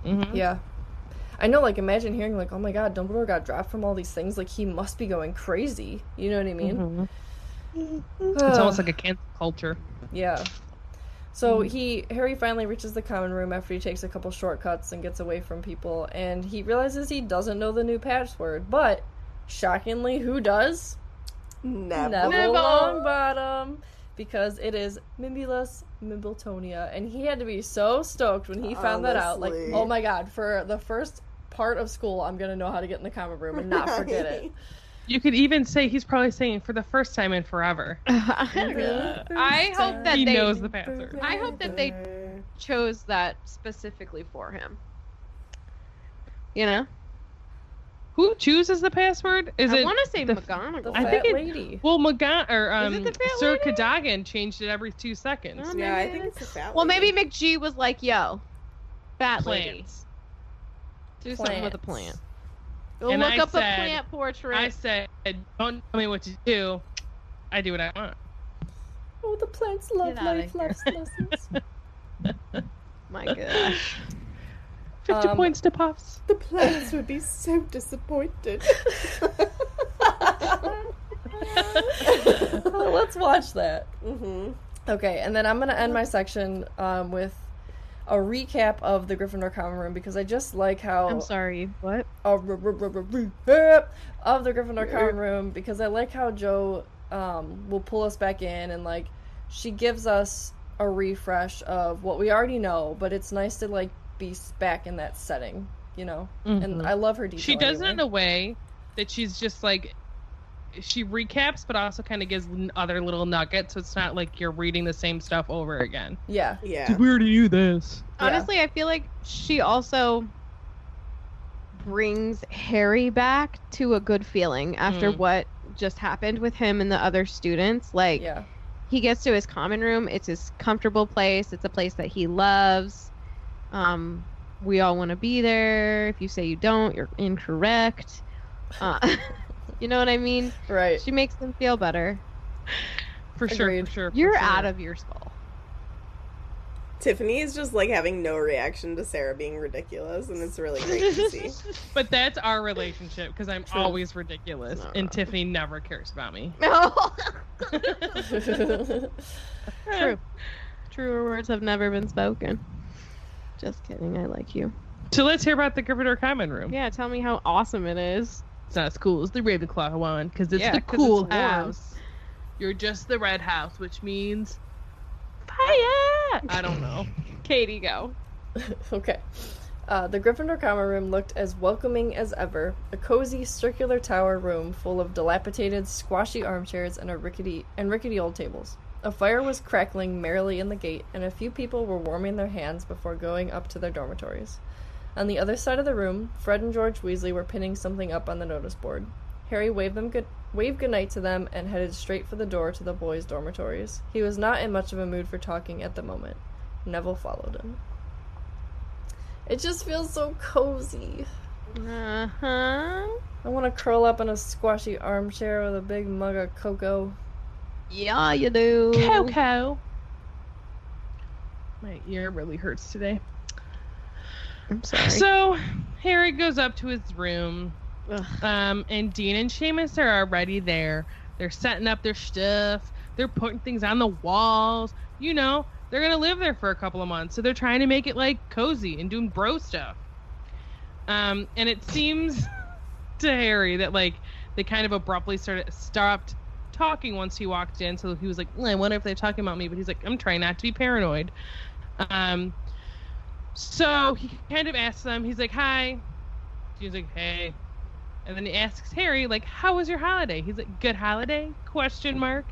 S4: Mhm.
S5: Yeah. I know, like, imagine hearing, like, oh my god, Dumbledore got dropped from all these things. Like, he must be going crazy. You know what I mean?
S4: Mm-hmm. It's almost like a cancel culture.
S5: Yeah. So he Harry finally reaches the common room after he takes a couple shortcuts and gets away from people and he realizes he doesn't know the new password, but shockingly who does?
S7: Neville.
S5: Neville
S1: Neville.
S5: Longbottom because it is Mimbulus Mimbletonia and he had to be so stoked when he found that out like
S7: Honestly.
S5: oh my god for the first part of school I'm going to know how to get in the common room and not forget it.
S4: You could even say he's probably saying for the first time in forever.
S1: I hope that
S4: Mm-hmm. he
S1: they
S4: knows the password.
S1: I hope that they chose that specifically for him. You know,
S4: Who chooses the password? Is
S1: I
S4: it?
S1: want to say
S4: the-
S1: McGonagall.
S5: The
S4: I
S5: fat
S4: think it-
S5: lady.
S4: Well, Magan or
S1: Is it
S4: um,
S1: the fat
S4: Sir
S1: lady?
S4: Cadogan changed it every two seconds.
S1: Oh,
S7: Yeah, I
S1: maybe
S7: think it's a fat
S1: Well,
S7: lady.
S1: maybe McG was like, "Yo, fat lady,
S4: Plants.
S1: do something with a plant."
S5: Plants.
S1: Go
S4: And
S1: look
S4: I
S1: up a
S4: said-
S1: plant portrait.
S4: I said, "Don't tell me what to do. I do what I want."
S5: Oh, the plants love
S1: Get outta
S5: life
S1: here.
S5: loves lessons.
S1: My gosh.
S4: Fifty
S5: Um,
S4: points to Puffs.
S7: The plants would be so disappointed.
S5: Well, let's watch that.
S7: hmm
S5: Okay, and then I'm gonna end my section um, with a recap of the Gryffindor common room because I just like how
S1: I'm sorry. What?
S5: a r- r- r- r- recap of the Gryffindor common room because I like how Joe um, will pull us back in and like she gives us a refresh of what we already know, but it's nice to like be s- back in that setting, you know.
S4: Mm-hmm.
S1: Mm-hmm.
S5: And I love her detail.
S4: she does it
S5: anyway.
S4: in a way that she's just like she recaps but also kind of gives n- other little nuggets so it's not like you're reading the same stuff over again
S5: Yeah,
S7: Yeah.
S4: where do you this
S5: Yeah.
S1: Honestly, I feel like she also brings Harry back to a good feeling after
S4: Mm.
S1: what just happened with him and the other students. Like
S5: yeah.
S1: he gets to his common room. It's his comfortable place. It's a place that he loves. Um, we all want to be there. If you say you don't, you're incorrect. Uh, you know what I mean?
S5: Right.
S1: She makes them feel better.
S4: for sure
S5: Agreed.
S4: for sure for
S1: You're
S4: sure.
S1: out of your skull.
S7: Tiffany is just like having no reaction to Sarah being ridiculous, and it's really great to see.
S4: but that's our relationship because i'm always ridiculous
S1: Aw.
S4: and tiffany never cares about me
S1: No.
S5: True.
S1: True. Truer words have never been spoken. Just kidding. I like you.
S4: so let's hear about the gryffindor common room
S1: Yeah, tell me how awesome it is.
S4: it's not as cool as the ravenclaw one because it's
S1: Yeah,
S4: the
S1: 'cause it's
S4: cool
S1: warm.
S4: house you're just the red house which means
S1: Fire!
S4: i don't know
S1: Katie, go.
S5: Okay. Uh, the Gryffindor common room looked as welcoming as ever a cozy circular tower room full of dilapidated, squashy armchairs and, a rickety, and rickety old tables. A fire was crackling merrily in the gate, and a few people were warming their hands before going up to their dormitories. On the other side of the room, Fred and George Weasley were pinning something up on the notice board. Harry waved them good waved goodnight to them and headed straight for the door to the boys' dormitories. He was not in much of a mood for talking at the moment. Neville followed him. It just feels so cozy.
S1: Uh huh.
S5: I want to curl up in a squashy armchair with a big mug of cocoa.
S1: Yeah, you do.
S4: Coco. My ear really hurts today.
S1: I'm sorry.
S4: So Harry goes up to his room.
S1: Ugh.
S4: Um, and Dean and Seamus are already there. They're setting up their stuff. They're putting things on the walls. You know, they're gonna live there for a couple of months, so they're trying to make it like cozy and doing bro stuff. Um, and it seems to Harry that like they kind of abruptly started stopped talking once he walked in. So he was like, "Mm, "I wonder if they're talking about me," but he's like, "I'm trying not to be paranoid." Um, so he kind of asks them. He's like, "Hi." She's like, "Hey." And then he asks Harry, like, "How was your holiday?" He's like, "Good holiday?" Question mark.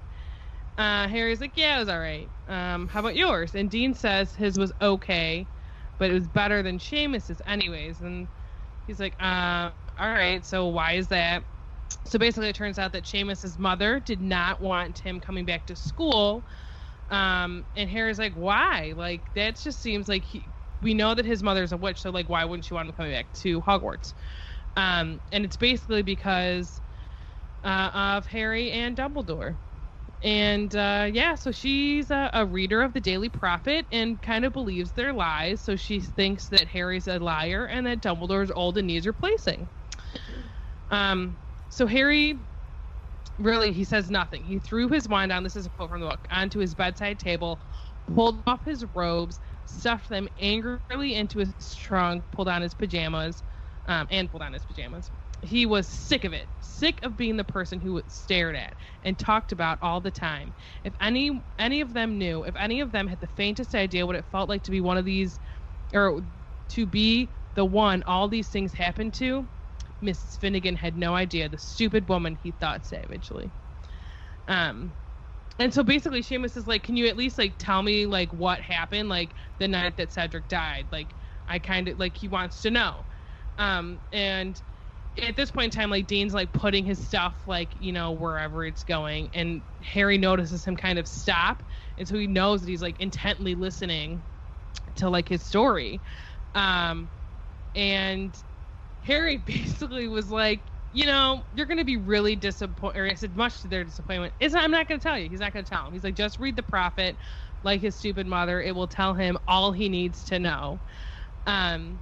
S4: Uh, Harry's like, "Yeah, it was all right. Um, how about yours?" And Dean says his was okay, but it was better than Seamus's, anyways. And he's like, uh, "All right. So why is that?" So basically, it turns out that Seamus's mother did not want him coming back to school. Um, and Harry's like, "Why? Like that just seems like he." We know that his mother's a witch, so like, why wouldn't she want him coming back to Hogwarts? um, and it's basically because uh, of Harry and Dumbledore. And uh, yeah, so she's a, a reader of the Daily Prophet and kind of believes their lies. So she thinks that Harry's a liar and that Dumbledore's old and needs replacing. Um, so Harry, really, he says nothing. He threw his wand down. This is a quote from the book onto his bedside table, pulled off his robes, stuffed them angrily into his trunk, pulled on his pajamas, um, and pulled on his pajamas. He was sick of it, sick of being the person who was stared at and talked about all the time. If any any of them knew, if any of them had the faintest idea what it felt like to be one of these, or to be the one all these things happened to, Mrs. Finnegan had no idea. The stupid woman, he thought savagely. Um, and so basically, Seamus is like, "Can you at least like tell me like what happened like the night that Cedric died? Like I kind of like he wants to know." um and at this point in time like dean's like putting his stuff like you know wherever it's going and harry notices him kind of stop and so he knows that he's like intently listening to like his story um and harry basically was like you know you're gonna be really disappointed i said much to their disappointment is i'm not gonna tell you he's not gonna tell him he's like just read the prophet like his stupid mother it will tell him all he needs to know um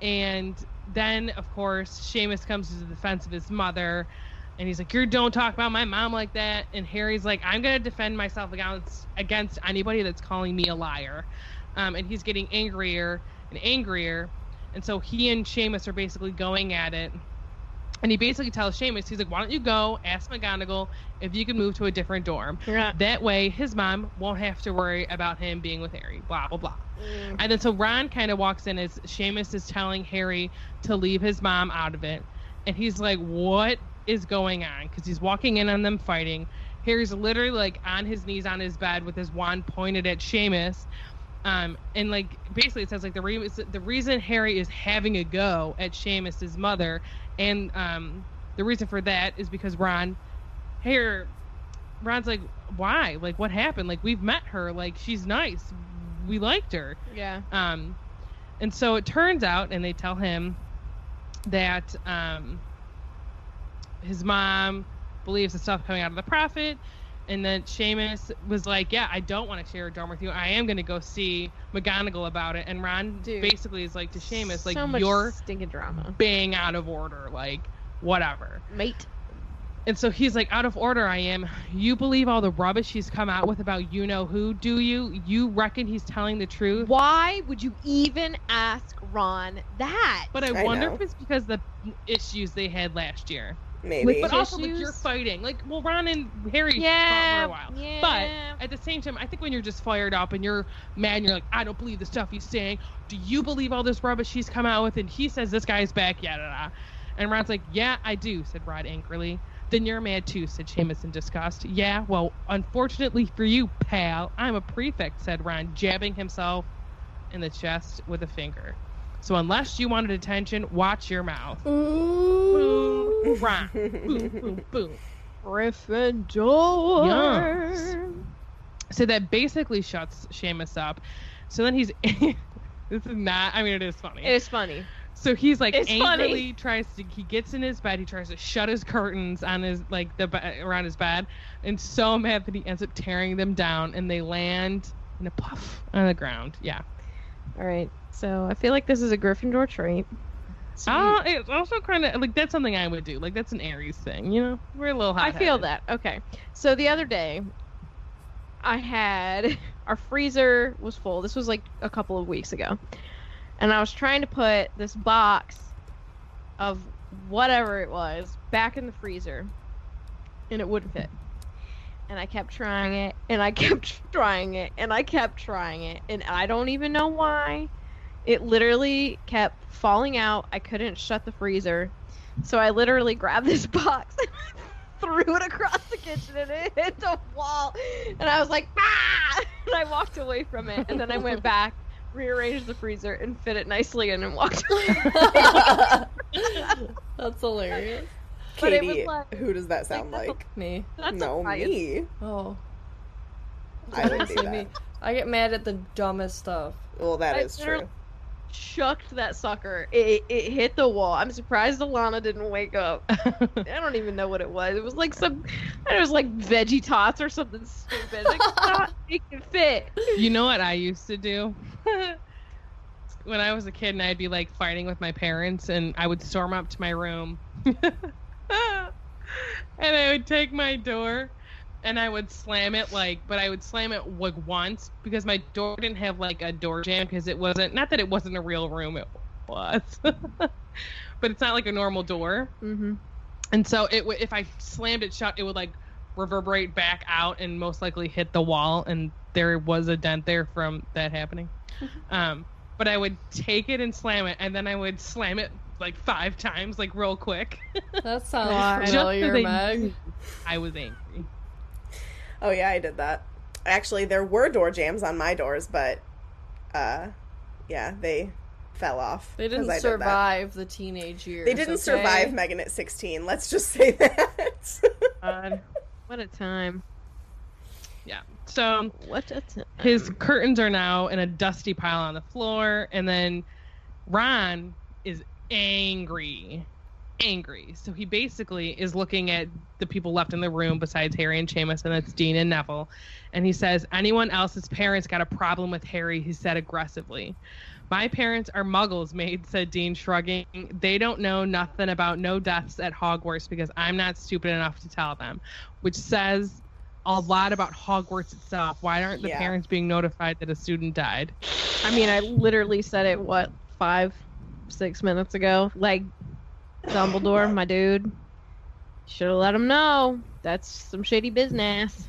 S4: and then, of course, Seamus comes to the defense of his mother, and he's like, "You don't talk about my mom like that." And Harry's like, "I'm gonna defend myself against against anybody that's calling me a liar," um, and he's getting angrier and angrier, and so he and Seamus are basically going at it. And he basically tells Seamus, he's like, "Why don't you go ask McGonagall if you can move to a different dorm?
S1: Yeah.
S4: That way, his mom won't have to worry about him being with Harry." Blah blah blah. And then so Ron kind of walks in as Seamus is telling Harry to leave his mom out of it. And he's like, what is going on? Because he's walking in on them fighting. Harry's literally like on his knees on his bed with his wand pointed at Seamus. Um, and like basically it says like the, re- the reason Harry is having a go at Seamus's mother and um, the reason for that is because Ron, Harry, Ron's like, why? Like what happened? Like we've met her. Like she's nice. We liked her.
S1: Yeah.
S4: Um, and so it turns out, and they tell him that um, his mom believes the stuff coming out of the prophet. And then Seamus was like, "Yeah, I don't want to share a dorm with you. I am going to go see McGonagall about it." And Ron
S1: Dude.
S4: basically is like to Seamus, like,
S1: so much
S4: "You're
S1: stinking drama,
S4: bang out of order, like whatever."
S1: mate.
S4: And so he's like, out of order, I am. You believe all the rubbish he's come out with about you know who, do you? You reckon he's telling the truth?
S1: Why would you even ask Ron that?
S4: But I,
S7: I
S4: wonder
S7: know.
S4: if it's because the issues they had last year.
S7: Maybe.
S4: But also, like, you're
S1: Tissues?
S4: fighting. Like, well, Ron and Harry fought
S1: Yeah,
S4: for a while.
S1: yeah.
S4: But at the same time, I think when you're just fired up and you're mad and you're like, I don't believe the stuff he's saying. Do you believe all this rubbish he's come out with? And he says this guy's back, yada yada. And Ron's like, Yeah, I do, said Rod angrily. Then you're mad too, said Seamus in disgust. Yeah, well, unfortunately for you, pal, I'm a prefect, said Ron, jabbing himself in the chest with a finger. So unless you wanted attention, watch your mouth. Boom, Ron. Boom, boom, boom.
S1: Gryffindor.
S4: So that basically shuts Seamus up. So then he's. this is not. I mean, it is funny.
S1: It is funny.
S4: so he's like
S1: it's funny.
S4: angrily tries to. He gets in his bed. He tries to shut his curtains on his like the be- around his bed, and so mad that he ends up tearing them down, and they land in a puff on the ground. Yeah.
S1: All right. So I feel like this is a Gryffindor trait.
S4: Oh, it's also kind of like that's something I would do. Like that's an Aries thing, you know. We're a little hot.
S1: I feel that. Okay. So the other day, I had our freezer was full. This was like a couple of weeks ago. And I was trying to put this box of whatever it was back in the freezer. And it wouldn't fit. And I kept trying it, and I kept trying it, and I kept trying it. And I don't even know why. It literally kept falling out. I couldn't shut the freezer. So I literally grabbed this box and threw it across the kitchen and it hit the wall. And I was like, ah! And I walked away from it. And then I went back, rearranged the freezer, and fit it nicely in and walked away.
S5: That's hilarious.
S1: But it
S7: Katie,
S1: was like-
S7: who does that sound
S1: that's a-
S7: like?
S5: Me.
S1: That's
S7: no,
S1: a fight.
S7: me.
S5: Oh,
S7: I would do
S5: honestly, me.
S7: that.
S5: I get mad at the dumbest stuff.
S7: Well, that
S1: I
S7: is
S1: literally-
S7: true.
S1: Chucked that sucker. It, it hit the wall. I'm surprised Alana didn't wake up.
S4: that.
S1: I don't even know what it was. It was like some, it was like veggie tots or something stupid. I could not make it fit.
S4: you know what I used to do? when I was a kid and I'd be like fighting with my parents and I would storm up to my room. and I would take my door and I would slam it like but I would slam it like once because my door didn't have like a door jam because it wasn't not that it wasn't a real room it was. but it's not like a normal door.
S1: Mm-hmm.
S4: And so it would if I slammed it shut, it would like reverberate back out and most likely hit the wall and there was a dent there from that happening. um but I would take it and slam it and then I would slam it like five times like real quick.
S5: That
S1: Why?
S5: sounds
S4: Just so
S5: familiar,
S4: they
S5: Meg.
S4: I was angry.
S7: Oh yeah, I did that. Actually, there were door jams on my doors, but uh yeah, they fell off.
S5: They
S7: 'cause I did
S5: didn't
S7: that.
S5: survive the teenage years.
S7: They didn't
S5: okay?
S7: survive Megan at 16. Let's just say that.
S4: God.
S1: What a time.
S4: Yeah. So
S1: What a time.
S4: his curtains are now in a dusty pile on the floor and then ron is angry angry so he basically is looking at the people left in the room besides harry and Seamus, and that's dean and neville and he says anyone else's parents got a problem with harry he said aggressively my parents are muggles made said dean shrugging they don't know nothing about no deaths at hogwarts because i'm not stupid enough to tell them which says a lot about hogwarts itself why aren't the
S7: Yeah.
S4: parents being notified that a student died
S1: I mean, I literally said it what five, six minutes ago. Like Dumbledore, my dude, should have let him know. That's some shady business.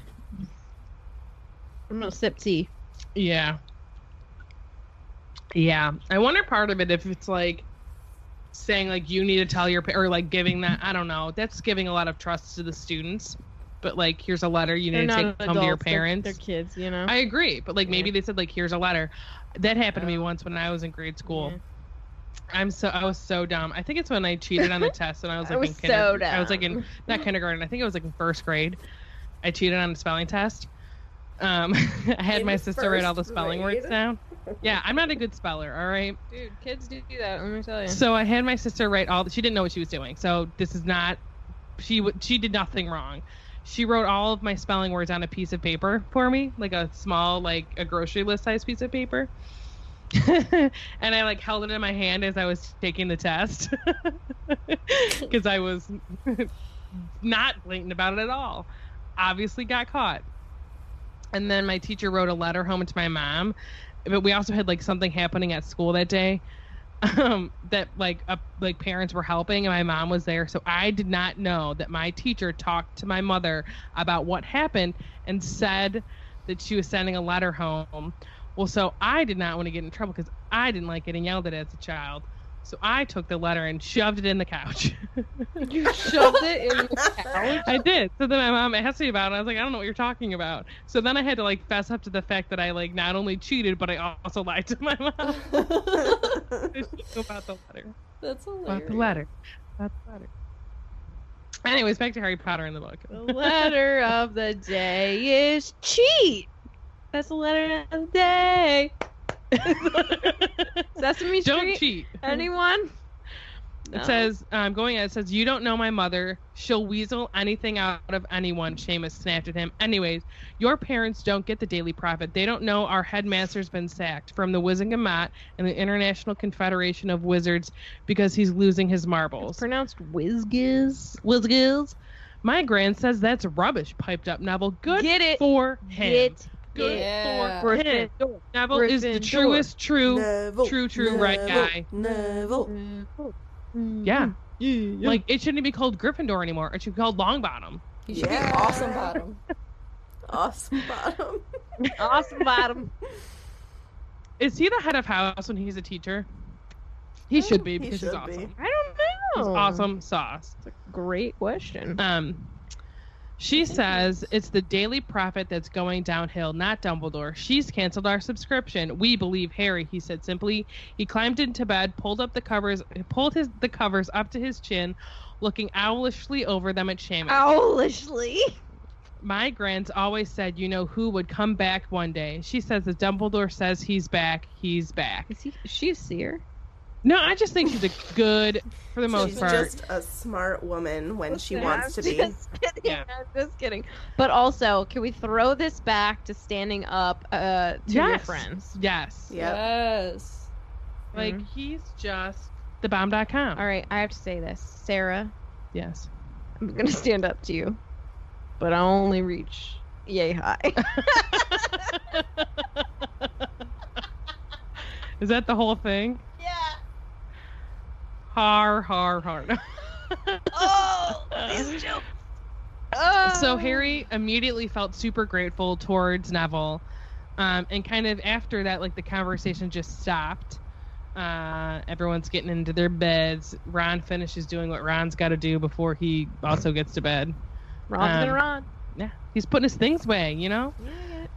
S1: I'm gonna sip tea.
S4: Yeah. Yeah. I wonder part of it if it's like saying like you need to tell your pa- or like giving that I don't know. That's giving a lot of trust to the students. But like here's a letter you need to take home to your
S1: adults, they're-
S4: parents.
S1: They're, kids, you know.
S4: I agree, but like maybe they said like here's a letter. That happened to me once when I was in grade school.
S1: Oh. Yeah.
S4: I'm so I was so dumb. I think it's when I cheated on a test and I was
S1: I
S4: like
S1: was
S4: in
S1: so
S4: kinder- I was like
S1: dumb.
S4: in not kindergarten. I think I was like in first grade. I cheated on a spelling test. Um, I had
S7: In
S4: my sister write all the
S7: first
S4: spelling words
S7: grade?
S4: down. Yeah, I'm not a good speller. All right.
S1: Dude, kids do do that. Let me tell you.
S4: So I had my sister write all. She didn't know what she was doing. So this is not. She w- she did nothing wrong. She wrote all of my spelling words on a piece of paper for me, like a small, like a grocery list size piece of paper. and I like held it in my hand as I was taking the test because I was not blatant about it at all. Obviously, got caught. And then my teacher wrote a letter home to my mom, but we also had like something happening at school that day um, that like uh, like parents were helping and my mom was there so i did not know that my teacher talked to my mother about what happened and said that she was sending a letter home well so i did not want to get in trouble because i didn't like getting yelled at as a child so i took the letter and shoved it in the couch
S1: You shoved it in the couch.
S4: I did. So then my mom asked me about it. and I was like, I don't know what you're talking about. So then I had to like fess up to the fact that I like not only cheated but I also lied to my mom about the letter.
S2: That's hilarious.
S4: About the letter. About the letter. Anyways, back to Harry Potter in the book.
S1: The letter of the day is cheat. That's the letter of the day. Sesame
S4: don't
S1: Street.
S4: cheat.
S1: Anyone? No.
S4: It says, um, going on, it says, You don't know my mother. She'll weasel anything out of anyone. Seamus snapped at him. Anyways, your parents don't get the daily profit. They don't know our headmaster's been sacked from the Wizzing Mott and the International Confederation of Wizards because he's losing his marbles.
S1: pronounced
S4: Whizgiz. Whizgiz. My grand says that's rubbish, piped up Neville. Good
S1: Get it.
S4: for him.
S1: Get
S4: Good
S1: it.
S2: Yeah.
S4: for him. Neville is the
S1: Gryffindor.
S4: truest, true, true, true right guy.
S3: Neville.
S1: Mm.
S4: Mm-hmm. Yeah. Like it shouldn't be called Gryffindor anymore. It should be called Longbottom.
S2: You should be awesome bottom.
S7: Awesome bottom.
S1: Awesome bottom.
S4: Is he the head of house when he's a teacher? He should be Oh. because he's
S7: should
S4: awesome.
S7: be.
S1: I don't
S4: He's
S1: know.
S4: awesome sauce.
S1: Great question.
S4: Um, she says it's the daily profit that's going downhill, not Dumbledore. She's canceled our subscription. We believe Harry, he said simply. He climbed into bed, pulled up the covers, pulled his the covers up to his chin, looking owlishly over them at Seamus.
S1: Owlishly.
S4: My grand's always said, you know who would come back one day. She says that Dumbledore says he's back, he's back.
S1: Is he? She's seer.
S4: No, I just think she's a good, for the most
S7: She's
S4: part.
S7: just a smart woman when she wants to
S1: I'm
S7: be.
S1: Just kidding.
S4: Yeah.
S1: I'm just kidding. But also, can we throw this back to standing up uh, to your
S4: Yes.
S1: friends?
S4: Yes.
S7: Yep.
S2: Yes.
S4: Like, he's just the bomb.com.
S1: Mm-hmm. All right, I have to say this, Sarah.
S4: Yes.
S1: I'm gonna stand up to you, but I only reach yay high.
S4: Is that the whole thing?
S1: yeah.
S4: Har, har, har.
S1: Oh,
S4: these
S1: jokes. Oh.
S4: so Harry immediately felt super grateful towards Neville. Um, and kind of after that, like the conversation just stopped. Uh, everyone's getting into their beds. Ron finishes doing what Ron's got to do before he also gets to bed.
S1: Ron's
S4: um,
S1: gonna run.
S4: yeah, he's putting his things away, you know.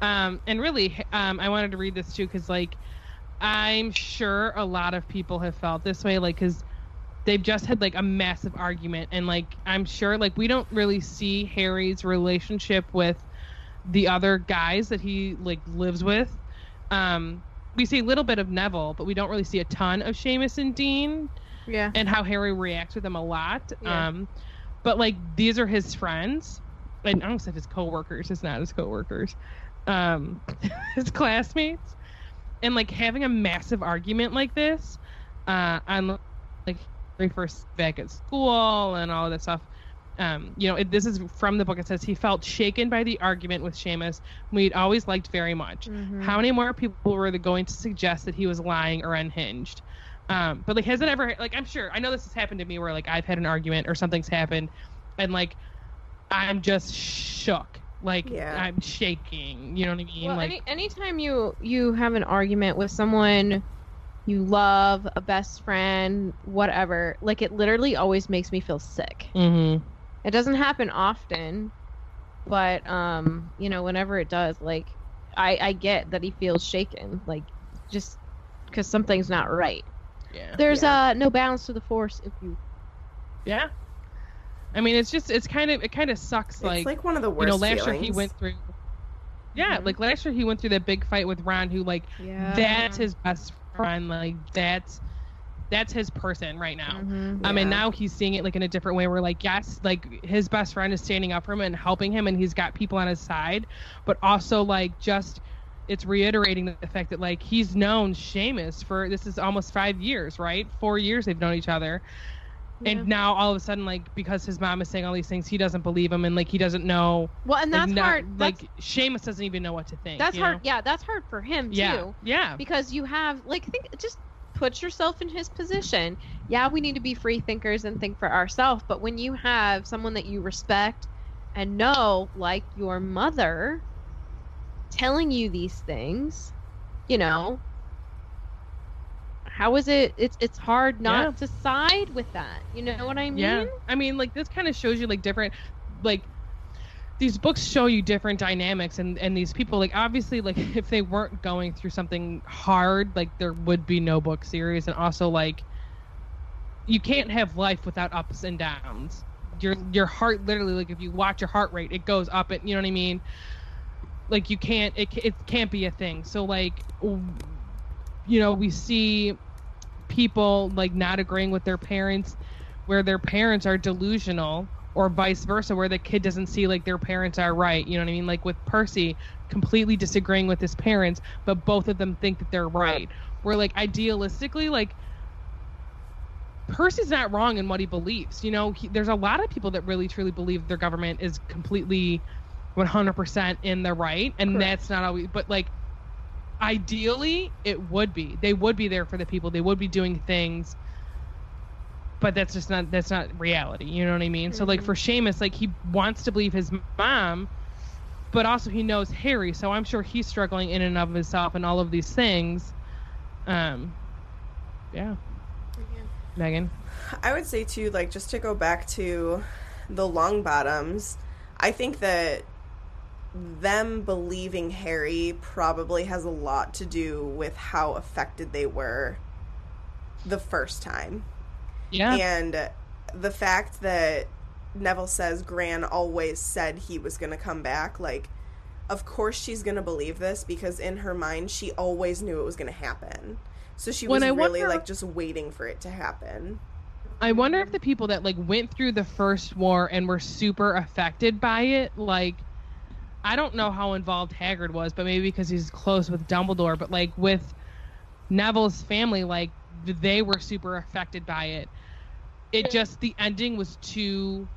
S4: Um, and really, um, I wanted to read this too because, like, I'm sure a lot of people have felt this way, like, because they've just had like a massive argument, and like, I'm sure, like, we don't really see Harry's relationship with the other guys that he like lives with. Um, we see a little bit of Neville, but we don't really see a ton of Seamus and Dean
S1: Yeah.
S4: and how Harry reacts with them a lot.
S1: Yeah.
S4: Um, but like these are his friends, and I almost said his coworkers. It's not his coworkers, um, his classmates, and like having a massive argument like this uh, on like Harry first back at school and all of that stuff. Um, you know, it, this is from the book. It says he felt shaken by the argument with Seamus, whom he'd always liked very much.
S7: Mm-hmm.
S4: How many more people were going to suggest that he was lying or unhinged? Um, but like, has it ever like I'm sure I know this has happened to me where like I've had an argument or something's happened, and like I'm just shook, like
S7: Yeah.
S4: I'm shaking. You know what I mean?
S1: Well,
S4: like
S1: any, anytime you you have an argument with someone you love, a best friend, whatever, like it literally always makes me feel sick.
S4: mhm.
S1: It doesn't happen often, but um, you know, whenever it does, like I I get that he feels shaken, like just because something's not right.
S4: yeah,
S1: There's uh no balance to the force if you
S4: yeah. I mean, it's just it's kind of it kind of sucks.
S7: it's like one of the worst
S4: you know, last year
S7: feelings. Mm-hmm.
S4: he went through. Yeah, like last year he went through that big fight with Ron, who like
S1: yeah.
S4: that's his best friend, like that's that's his person right now.
S1: Mhm.
S4: Um, and
S7: Yeah.
S4: now he's seeing it like in a different way. Where like, yes, like his best friend is standing up for him and helping him, and he's got people on his side, but also like just it's reiterating the fact that like he's known Seamus for this is almost five years, right? Four years they've known each other,
S1: Yeah.
S4: and now all of a sudden like because his mom is saying all these things, he doesn't believe him, and like he doesn't know,
S1: Well, and
S4: like,
S1: that's
S4: not-
S1: hard.
S4: like
S1: Like
S4: Seamus doesn't even know what to think.
S1: that's,
S4: you
S1: hard.
S4: know?
S1: Yeah, that's hard for him
S4: Yeah,
S1: too.
S4: yeah,
S1: because you have like think just put yourself in his position. Yeah, we need to be free thinkers and think for ourselves, but when you have someone that you respect and know, like your mother, telling you these things, you know, how is it? It's it's hard not to side with that. You know what I mean?
S4: Yeah. I mean, like this kind of shows you like different, like these books show you different dynamics and and these people like obviously like if they weren't going through something hard like there would be no book series and also like you can't have life without ups and downs your your heart literally like if you watch your heart rate it goes up and you know what i mean like you can't it, ca- it can't be a thing so like w- you know we see people like not agreeing with their parents where their parents are delusional or vice versa where the kid doesn't see like their parents are right you know what i mean like with percy completely disagreeing with his parents but both of them think that they're right where like idealistically like percy's not wrong in what he believes you know he, there's a lot of people that really truly believe their government is completely 100% in the right and that's not always but like ideally it would be they would be there for the people they would be doing things but that's just not that's not reality you know what i mean so like for Seamus, like he wants to believe his mom but also he knows harry so i'm sure he's struggling in and of himself and all of these things um yeah megan
S7: I would say too, like just to go back to the long bottoms, I think that them believing Harry probably has a lot to do with how affected they were the first time.
S4: yeah
S7: And the fact that Neville says Gran always said he was going to come back, like, of course she's going to believe this because in her mind she always knew it was going to happen. So she was
S4: When I
S7: really
S4: wonder-
S7: like just waiting for it to happen.
S4: I wonder if the people that like went through the first war and were super affected by it, like I don't know how involved Haggard was, but maybe because he's close with Dumbledore, but like with Neville's family, like th- they were super affected by it. It just the ending was too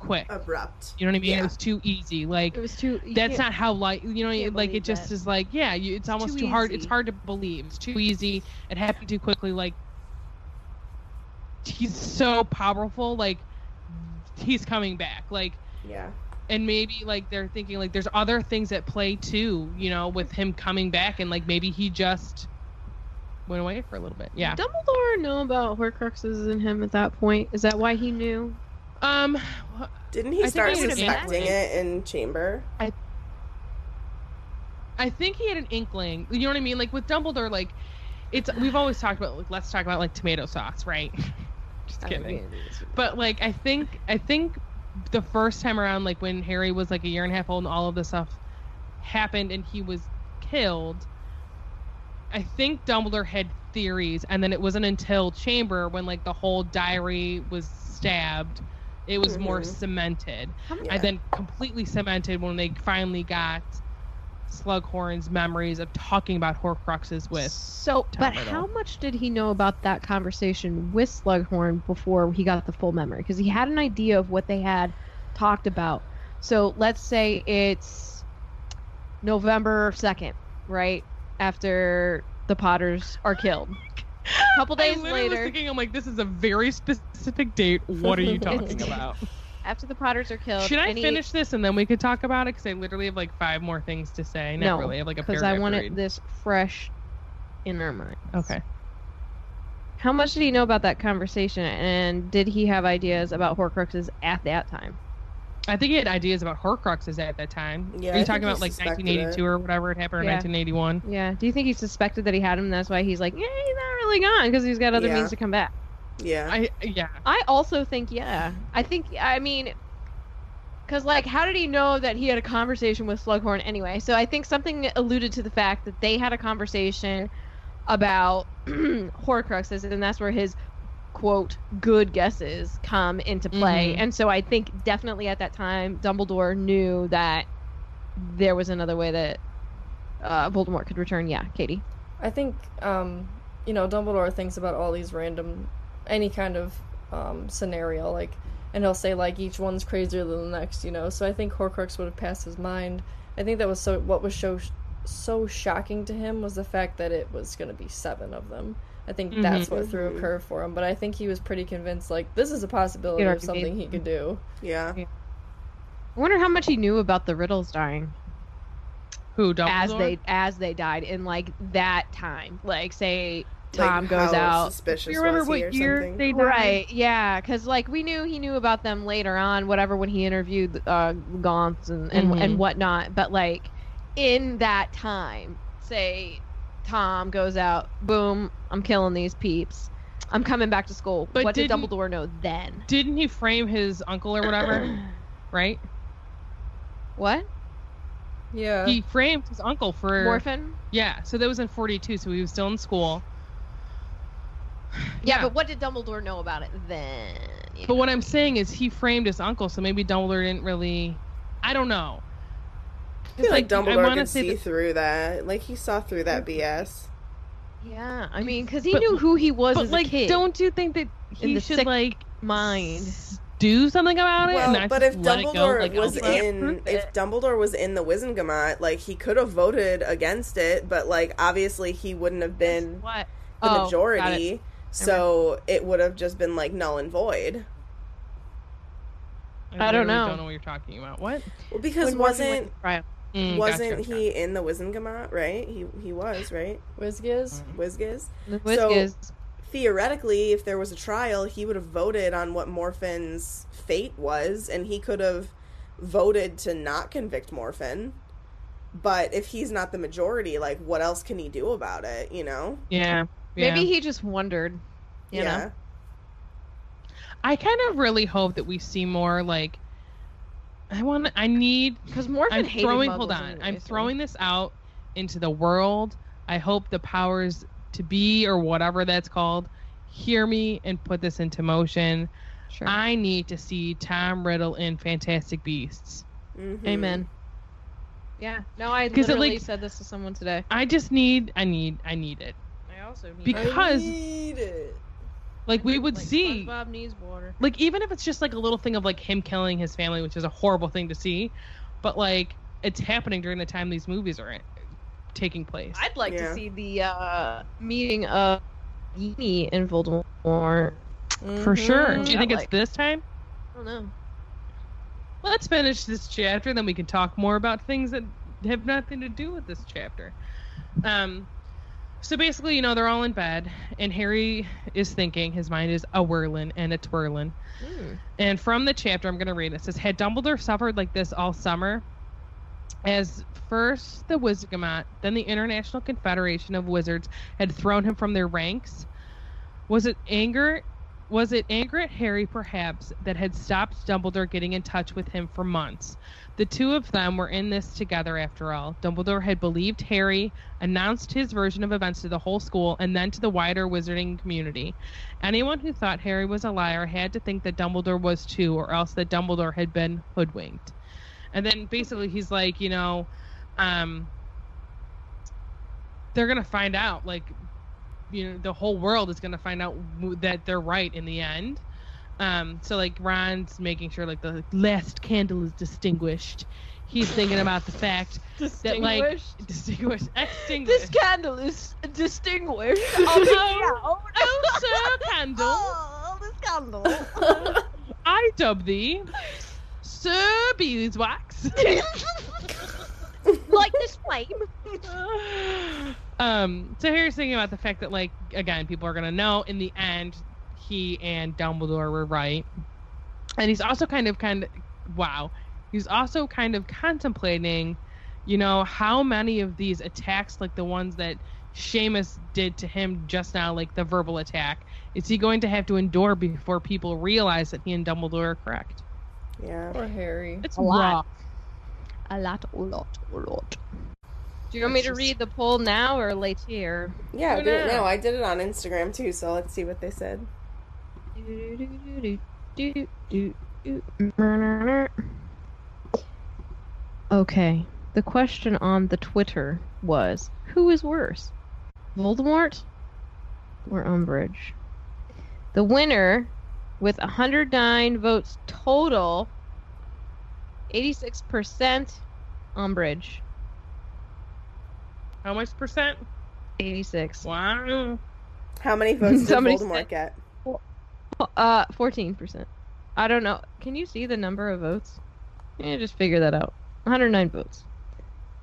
S4: quick.
S7: Abrupt.
S4: You know what I mean?
S7: Yeah.
S4: It was too easy. Like
S1: It was too. you
S4: that's
S1: can't-
S4: not how like you know
S1: can't
S4: like
S1: believe
S4: it just is
S1: that.
S4: like yeah you, it's almost
S1: too
S4: too, hard it's
S1: easy.
S4: hard to believe it's too easy it happened too quickly like he's so powerful like he's coming back like
S7: Yeah.
S4: and maybe like they're thinking like there's other things at play too you know with him coming back and like maybe he just went away for a little bit yeah
S1: Dumbledore know about Horcruxes and him at that point? Is that why he knew?
S4: um
S7: Didn't
S4: I
S7: he
S4: think
S7: start
S4: I would have
S7: suspecting
S4: inkling.
S7: it in chamber?
S4: I think he had an inkling. You know what I mean? Like with Dumbledore, like it's we've always talked about like let's talk about like tomato sauce, right? Just kidding. But like I think I think the first time around, like when Harry was like a year and a half old and all of this stuff happened and he was killed, I think Dumbledore had theories and then it wasn't until Chamber when like the whole diary was stabbed, it was more
S7: Mhm.
S4: cemented.
S7: Yeah.
S4: And then completely cemented when they finally got Slughorn's memories of talking about Horcruxes with.
S1: So, but
S4: Dumbledore.
S1: how much did he know about that conversation with Slughorn before he got the full memory? Because he had an idea of what they had talked about. So let's say it's November second, right after the Potters are killed. A couple
S4: I
S1: days
S4: literally was
S1: later,
S4: thinking, I'm like, this is a very specific date. What are you talking about?
S1: after the Potters are killed,
S4: Should I
S1: any-
S4: finish this and then we could talk about it? Because I literally have like five more things to say. Not
S1: No,
S4: really. I have like a
S1: Because
S4: paragraph
S1: I
S4: to
S1: want
S4: read.
S1: it this fresh in our mind.
S4: Okay.
S1: How much did he know about that conversation, and did he have ideas about Horcruxes at that time?
S4: I think he had ideas about Horcruxes at that time.
S7: Yeah,
S4: are you
S7: I think
S4: talking
S7: he
S4: about like
S7: suspected
S4: 1982 or whatever it happened, or
S1: Yeah.
S4: 1981?
S1: Yeah. Do you think he suspected that he had him? That's why he's like, yeah, he's not really gone because he's got other
S7: Yeah.
S1: means to come back.
S7: Yeah.
S4: I yeah.
S1: I also think, yeah. I think, I mean, because, like, how did he know that he had a conversation with Slughorn anyway? So I think something alluded to the fact that they had a conversation about Horcruxes, and that's where his quote good guesses come into play.
S4: Mhm.
S1: And so I think definitely at that time, Dumbledore knew that there was another way that uh, Voldemort could return. Yeah, Katie.
S5: I think, um, you know, Dumbledore thinks about all these random, any kind of um, scenario, like, and he'll say, like, each one's crazier than the next, you know? So I think Horcrux would have passed his mind. I think that was so, what was so, so shocking to him was the fact that it was going to be seven of them. I think
S4: Mm-hmm.
S5: that's what threw
S7: Mm-hmm.
S5: a curve for him. But I think he was pretty convinced, like, this is a possibility
S1: Get
S5: of something he could do.
S7: Yeah.
S1: I wonder how much he knew about the riddles dying
S4: Who don't
S1: as they as they died in like that time. Like say Tom
S7: Like,
S1: goes
S7: how
S1: out.
S7: Suspicious
S4: You remember
S7: was he or
S4: what year
S7: something?
S4: they died?
S1: Right, yeah, because like we knew he knew about them later on, whatever when he interviewed uh, Gauntz and and,
S4: Mhm.
S1: and whatnot. But like in that time, say Tom goes out, boom, I'm killing these peeps, I'm coming back to school.
S4: But
S1: what did
S4: didn't-
S1: Dumbledore know then?
S4: Didn't he frame his uncle or whatever? right?
S1: What
S5: Yeah.
S4: He framed his uncle for
S1: Morphin?
S4: Yeah, so that was in 42, so he was still in school.
S1: Yeah,
S4: Yeah.
S1: but what did Dumbledore know about it then? you
S4: But what
S1: know?
S4: I'm saying is he framed his uncle, so maybe Dumbledore didn't really. I don't know.
S7: I feel like
S4: Like, I
S7: Dumbledore
S4: wanna
S7: could
S4: say
S7: see
S4: that-
S7: through that. Like he saw through that BS.
S1: yeah, I mean, because he
S4: But-
S1: knew who he was
S4: But
S1: as
S4: like,
S1: a kid.
S4: don't you think that
S1: In
S4: he
S1: the
S4: should
S1: sick
S4: like
S1: mind.
S4: s- do something about it? and
S7: Well,
S4: not
S7: but
S4: just
S7: if
S4: let
S7: Dumbledore
S4: it go, like,
S7: was
S4: Elsa?
S7: in, if Dumbledore was in the Wizengamot, like he could have voted against it, but like obviously he wouldn't have been
S4: what?
S7: the
S1: Oh, got it.
S7: majority, so it would have just been like null and void.
S1: I don't
S4: literally
S1: know.
S4: Don't know what you're talking about. What?
S7: Well, because
S1: When Morphin went
S7: wasn't
S1: to trial.
S4: Mm,
S7: wasn't
S4: gotcha,
S7: he in the Wizengamot? Right? He he was right.
S5: Wizgiz?
S7: Wizgiz.
S1: The
S7: So-
S1: Whiskers.
S7: Theoretically, if there was a trial, he would have voted on what Morphin's fate was, and he could have voted to not convict Morphin. But if he's not the majority, like what else can he do about it? You know?
S4: Yeah. yeah.
S1: Maybe he just wondered. You know?
S4: I kind of really hope that we see more like I want I need
S1: Because Morphin
S4: I'm
S1: hated
S4: throwing
S1: Muggles
S4: hold on.
S1: anyway,
S4: I'm
S1: so-
S4: throwing this out into the world. I hope the powers to be or whatever that's called hear me and put this into motion.
S1: Sure.
S4: I need to see Tom Riddle in Fantastic Beasts.
S7: Mhm.
S1: Amen. Yeah. No, I
S4: 'Cause it,
S1: literally
S4: like-
S1: said this to someone today.
S4: I just need I need I need it.
S1: I also need
S4: Because
S5: Need it.
S4: like we would see
S1: Bob needs water.
S4: like even if it's just like a little thing of like him killing his family, which is a horrible thing to see, but like it's happening during the time these movies are taking place.
S1: I'd like
S7: Yeah.
S1: to see the uh, meeting of Yini and Voldemort. I
S5: Mm-hmm.
S4: For sure.
S1: Mhm.
S4: Do you think it's
S1: Like-
S4: this time?
S1: don't know.
S4: Let's finish this chapter, then we can talk more about things that have nothing to do with this chapter. Um, so basically, you know, they're all in bed, and Harry is thinking. His mind is a whirling and a twirling.
S1: Hmm.
S4: And from the chapter, I'm going to read it. It says, Had Dumbledore suffered like this all summer? As first the Wizgamot, then the International Confederation of Wizards had thrown him from their ranks? Was it anger? Was it anger at Harry, perhaps, that had stopped Dumbledore getting in touch with him for months? The two of them were in this together, after all. Dumbledore had believed Harry, announced his version of events to the whole school, and then to the wider wizarding community. Anyone who thought Harry was a liar had to think that Dumbledore was too, or else that Dumbledore had been hoodwinked. And then basically he's like, you know, um, they're gonna find out. Like, you know, the whole world is gonna find out w- that they're right in the end. Um, so like Ron's making sure like the last candle is distinguished. He's thinking about the fact that like
S1: Distinguished?
S4: distinguished, extinguished.
S1: This candle is distinguished.
S4: Although, oh, Sir Candle,
S1: oh, this candle.
S4: I dub thee Sir Beeswax.
S1: like this flame.
S4: um, so Harry's thinking about the fact that, like, again, people are gonna know in the end he and Dumbledore were right, and he's also kind of, kind of, wow, he's also kind of contemplating, you know, how many of these attacks, like the ones that Seamus did to him just now, like the verbal attack, is he going to have to endure before people realize that he and Dumbledore are correct?
S7: Yeah.
S5: Poor Harry.
S4: It's
S1: A lot.
S4: rough.
S1: A lot, a lot, a lot. Do you want me to read the poll now or later?
S7: Yeah,
S4: Who
S7: do it
S4: knows?
S7: now. I did it on Instagram too, so let's see what they said.
S1: Okay. The question on the Twitter was Who is worse? Voldemort or Umbridge? The winner, with 109 votes total, 86% Umbridge.
S4: How much percent?
S1: 86.
S4: Wow.
S7: How many votes did
S1: Somebody said-
S7: Voldemort get?
S1: Uh, fourteen percent. I don't know. Can you see the number of votes? Yeah, just figure that out. 109 votes.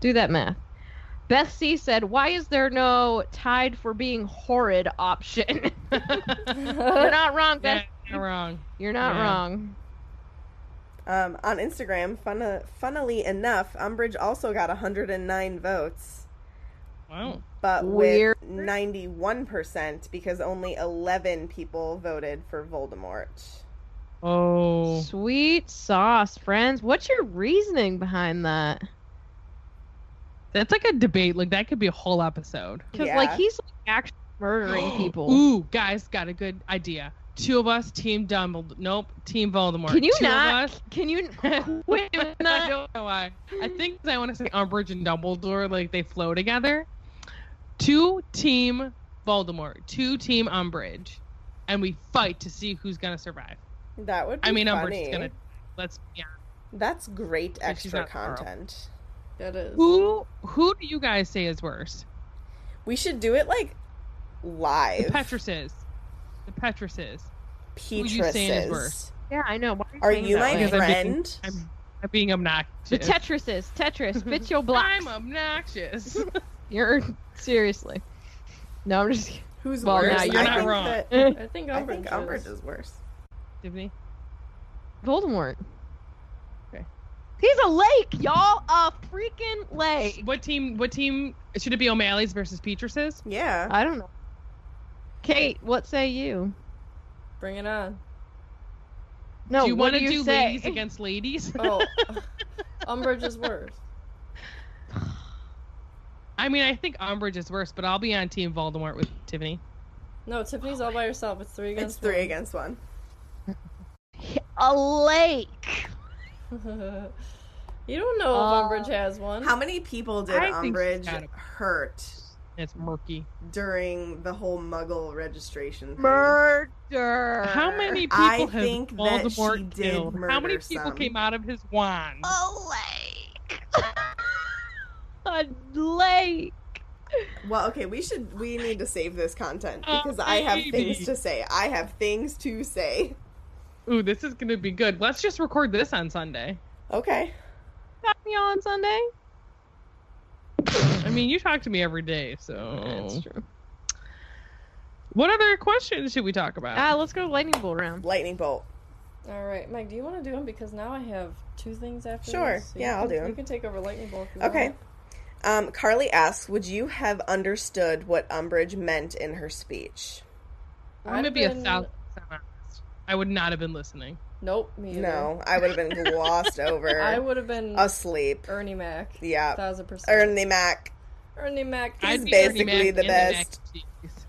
S1: Do that math. Beth C said, "Why is there no tied for being horrid option?" You're not wrong,
S4: Yeah,
S1: Beth.
S4: you're wrong.
S1: You're not
S4: Yeah.
S1: wrong.
S7: Um, on Instagram, fun- funnily enough, Umbridge also got 109 votes,
S4: Wow.
S7: but
S1: Weird.
S7: with 91% because only 11 people voted for Voldemort.
S4: Oh.
S1: Sweet sauce, friends. What's your reasoning behind that?
S4: That's like a debate. Like that could be a whole episode.
S1: Because
S7: Yeah.
S1: like he's like, actually murdering people.
S4: Ooh, guys, got a good idea. Two of us, Team Dumbledore. Nope, Team Voldemort.
S1: Can you
S4: Two
S1: not-
S4: Of us.
S1: Can you quit doing
S4: I
S1: that?
S4: don't know why. I think 'cause I want to say Umbridge and Dumbledore, like they flow together. Two Team Voldemort, two Team Umbridge, and we fight to see who's gonna survive.
S7: That would be
S4: I mean, Umbridge
S7: funny.
S4: is gonna. Let's. Yeah.
S7: That's great
S4: But she's
S7: extra
S4: not the girl.
S7: content.
S5: That is.
S4: Who Who do you guys say is worse?
S7: We should do it like
S4: The
S7: live.
S4: Petruses. The Petruses. you
S7: Petruses.
S4: saying is worse?
S1: Yeah, I know. Why
S7: Are
S1: saying
S7: you
S1: that
S7: my
S1: way?
S4: Because I'm being-
S7: friend?
S4: I'm, I'm being obnoxious.
S1: The Tetrises, Tetris, fit your blocks.
S4: I'm obnoxious.
S1: You're seriously. No, I'm just.
S7: Who's
S1: Well,
S7: worse?
S1: no, you're
S7: I
S4: not
S7: think
S4: wrong.
S7: that-
S1: kidding.
S5: I think
S7: I
S5: Umbridge,
S7: think Umbridge
S5: is.
S7: is worse.
S4: Tiffany.
S1: Voldemort.
S4: Okay.
S1: He's a lake, y'all. A freaking lake.
S4: What team? What team? Should it be O'Malley's versus Petrus's?
S7: Yeah.
S1: I don't know. Kate, what say you?
S5: Bring it on.
S1: No,
S4: do you
S1: what
S4: want to
S1: do
S4: do,
S1: you say?
S4: ladies against ladies?
S5: Oh, Umbridge is worse.
S4: I mean, I think Umbridge is worse, but I'll be on Team Voldemort with Tiffany.
S5: No, Tiffany's all by herself. It's three
S7: It's
S5: against
S7: three against one.
S1: a lake.
S5: again. you don't know
S1: Uh,
S5: if Umbridge has one.
S7: How many people did
S4: I think
S7: Umbridge
S4: she's gotta-
S7: hurt
S4: It's murky.
S7: during the whole Muggle registration? thing?
S1: Murder.
S4: How many people
S7: I
S4: have
S7: think that she
S4: Voldemort
S7: did
S4: killed? How many
S7: murder
S4: people
S7: some.
S4: came out of his wand?
S1: A lake. a lake.
S7: Well, okay, we should we need to save this content
S4: Oh,
S7: because I have
S4: baby.
S7: things to say. I have things to say.
S4: Ooh, this is gonna be good. Let's just record this on Sunday.
S7: Okay.
S1: Got me on Sunday.
S4: I mean, you talk to me every day, so.
S1: That's true.
S4: What other questions should we talk about?
S1: Ah, let's go lightning bolt round.
S7: Lightning bolt.
S5: All right, Mike, do you want to do them? Because now I have two things after
S7: Sure.
S5: this, so you
S7: Yeah,
S5: can-
S7: I'll do
S5: You
S7: 'em.
S5: can take over Lightning Bolt. if you
S7: Okay.
S5: want.
S7: Um, Carly asks, "Would you have understood what Umbridge meant in her speech?"
S4: I'm gonna
S5: I've
S4: be a
S5: been-
S4: thousand percent honest. I would not have been listening.
S5: Nope, me either.
S7: No, I would have been glossed over,
S5: I would have been
S7: asleep.
S5: Ernie Mac.
S7: Yeah.
S5: Thousand percent.
S7: Ernie Mac.
S5: Ernie Mac.
S7: He's
S4: I'd be
S7: basically
S4: Ernie Mac
S7: the
S4: and Mac
S7: best.
S4: and cheese.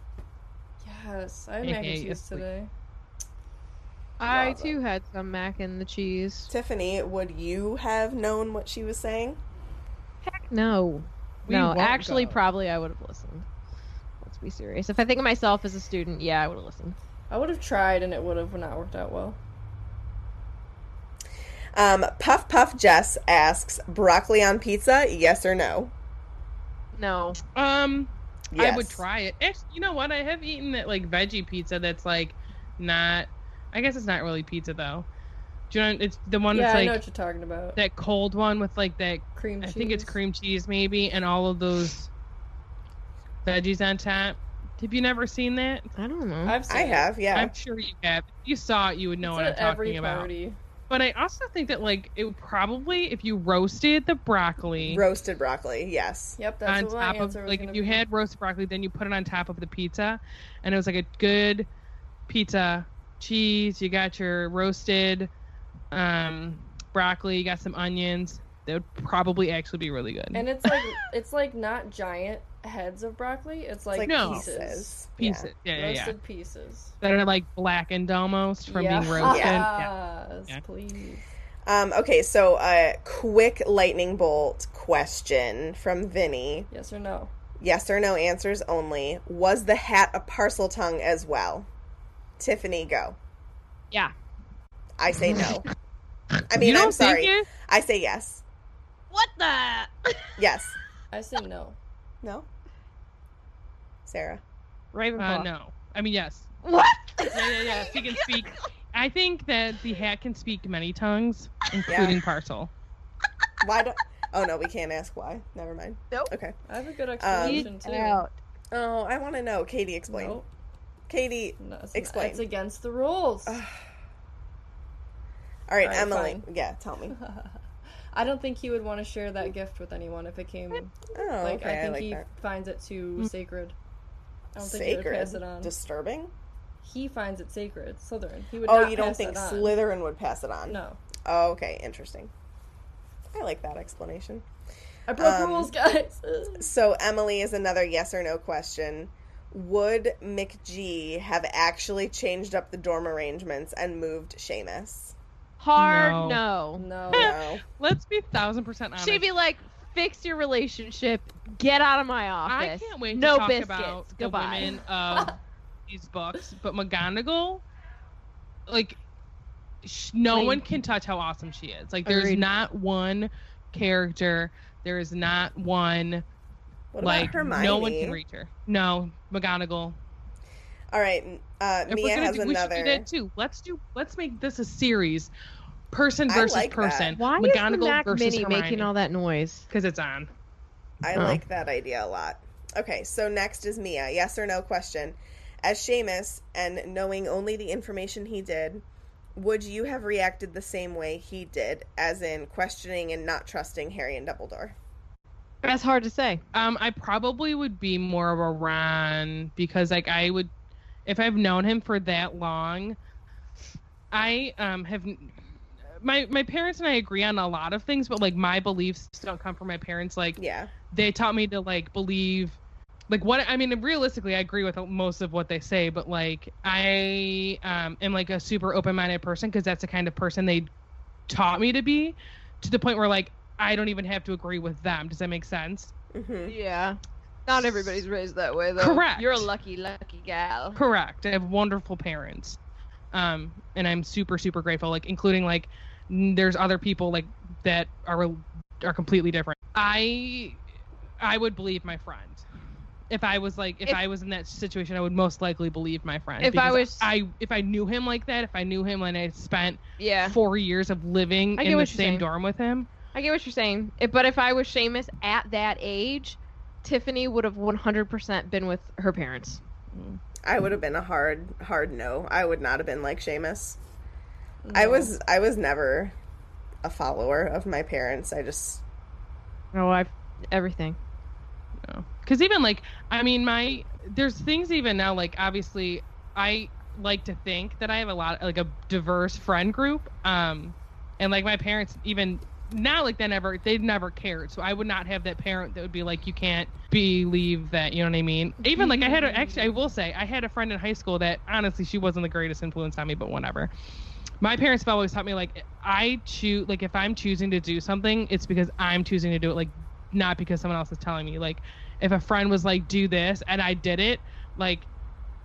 S5: Yes, I had mac and
S4: AKA
S5: cheese
S4: asleep.
S5: today.
S1: I too had some mac and the cheese.
S7: Tiffany, would you have known what she was saying?
S1: No.
S4: We
S1: no,
S4: won't
S1: actually,
S4: go.
S1: probably I would have listened. Let's be serious. If I think of myself as a student, yeah, I would have listened.
S5: I would have tried, and it would have not worked out well.
S7: Um, Puff Puff Jess asks, "Broccoli on pizza? Yes or no?"
S1: No.
S4: Um,
S7: Yes.
S4: I would try it. Actually, you know what? I have eaten that like veggie pizza that's like not. I guess it's not really pizza though. Do you know? It's the one
S5: yeah,
S4: that's
S5: I know
S4: like
S5: what you're talking about.
S4: that cold one with like that.
S5: cream
S4: I
S5: cheese.
S4: think it's cream cheese maybe, and all of those veggies on top. Have you never seen that?
S1: I don't know.
S5: I've seen
S7: I
S5: it.
S7: have, yeah.
S4: I'm sure you have. If you saw it, you would know
S5: It's
S4: what
S5: at
S4: I'm
S5: every
S4: talking about.
S5: party.
S4: But I also think that like it would probably if you roasted the broccoli
S7: Roasted broccoli, yes.
S5: Yep, that's
S4: on
S5: what my
S4: top of
S5: answer was
S4: like
S5: gonna
S4: if you
S5: be.
S4: had roasted broccoli, then you put it on top of the pizza, and it was like a good pizza cheese. You got your roasted um, broccoli, you got some onions. That would probably actually be really good.
S5: And it's like it's like not giant heads of broccoli. It's like,
S7: It's like
S4: No.
S5: pieces,
S7: pieces. Yeah.
S4: pieces, yeah, yeah, yeah.
S5: roasted pieces
S4: That are like blackened almost from
S5: yeah.
S4: being roasted. Yeah.
S5: Yes,
S4: Yeah.
S5: please.
S7: Um, okay, so a quick lightning bolt question from Vinny.
S5: Yes or no?
S7: Yes or no answers only. Was the hat a parcel tongue as well? Tiffany, go.
S1: Yeah.
S7: I say no. I mean,
S4: you don't
S7: I'm sorry.
S4: think it?
S7: I say yes.
S1: what the?
S7: Yes.
S5: I say no.
S7: No? Sarah.
S1: Ravenclaw.
S4: Uh, no. I mean, yes.
S1: What?
S4: Yeah, yeah, yeah. She can speak. I think that the hat can speak many tongues, including parcel.
S7: Why don't? Oh no, we can't ask why. Never mind.
S1: Nope.
S7: Okay.
S2: I have a
S7: Um,
S2: good explanation too.
S1: Out.
S7: Oh, I want to know. Katie, explain.
S2: Nope.
S7: Katie.
S2: No, it's,
S7: Explain.
S2: it's against the rules.
S7: All right,
S2: All right,
S7: Emily.
S2: fine.
S7: Yeah, tell me.
S2: I don't think he would want to share that gift with anyone if it came.
S7: Oh,
S2: like
S7: okay.
S2: I
S7: I,
S2: think
S7: like
S2: he
S7: that.
S2: finds it too
S4: Mm.
S2: sacred. I don't think he would
S7: Sacred.
S2: pass it on.
S7: Disturbing.
S2: He finds it sacred. Slytherin. He would.
S7: Oh,
S2: not
S7: you don't
S2: pass
S7: think
S2: it on.
S7: Slytherin would pass it on?
S2: No.
S7: Oh, okay. Interesting. I like that explanation.
S2: I broke
S7: Um,
S2: rules, guys.
S7: So Emily is another yes or no question. Would McG have actually changed up the dorm arrangements and moved Seamus?
S1: Hard
S4: No.
S1: no.
S2: no.
S7: No.
S4: Let's be thousand percent honest.
S1: She'd be like, fix your relationship. Get out of my
S4: I
S1: office.
S4: can't wait
S1: no
S4: to talk
S1: biscuits.
S4: about the
S1: Goodbye.
S4: women of these books, but McGonagall, like, sh- no
S1: Lame.
S4: one can touch how awesome she is. Like, there's
S1: Agreed.
S4: not one character, there is not one
S7: What
S4: like
S7: about Hermione?
S4: no one can reach her. No, McGonagall.
S7: All right, uh,
S4: If
S7: Mia
S4: we're gonna
S7: has
S4: do, we
S7: another.
S4: should do that too. Let's do. Let's make this a series, person
S7: I
S4: versus
S7: like that.
S4: person.
S1: Why is the
S4: McGonagall
S1: Mac
S4: versus
S1: Mini making all that noise?
S4: because it's on.
S7: I
S1: Oh.
S7: like that idea a lot. Okay, so next is Mia. Yes or no question. As Seamus, and knowing only the information he did, would you have reacted the same way he did, as in questioning and not trusting Harry and Dumbledore?
S1: That's hard to say.
S4: Um, I probably would be more of a Ron because like I would, if I've known him for that long, I um have. My my parents and I agree on a lot of things, but like my beliefs don't come from my parents. Like
S7: Yeah.
S4: they taught me to like believe like what i mean realistically i agree with most of what they say but like i um, am like a super open-minded person because that's the kind of person they taught me to be to the point where like i don't even have to agree with them does that make sense
S7: hmm
S1: Yeah. Not everybody's raised that way, though.
S4: Correct.
S1: You're a lucky, lucky gal.
S4: correct i have wonderful parents um and i'm super super grateful like including like n- there's other people like that are are completely different i i would believe my friend if i was like if,
S1: If-
S4: i was in that situation i would most likely believe my friend
S1: If I
S4: because
S1: was-
S4: i if i knew him like that if i knew him and i spent
S1: Yeah.
S4: four years of living
S1: I get
S4: in
S1: what
S4: the
S1: you're
S4: same
S1: saying.
S4: dorm with him
S1: I get what you're saying. If, but if I was Seamus at that age, Tiffany would have 100% been with her parents.
S7: I would have been a hard, hard no. I would not have been like Seamus. I was, I was never a follower of my parents. I just,
S1: Oh, I've. Everything.
S4: because even like i mean my there's things even now like obviously i like to think that i have a lot like a diverse friend group um and like my parents even now like they never they never cared so i would not have that parent that would be like you can't believe that you know what i mean even like i had a, actually i will say i had a friend in high school that honestly she wasn't the greatest influence on me but whatever my parents have always taught me like i choose like if i'm choosing to do something it's because i'm choosing to do it like not because someone else is telling me like if a friend was like do this and i did it like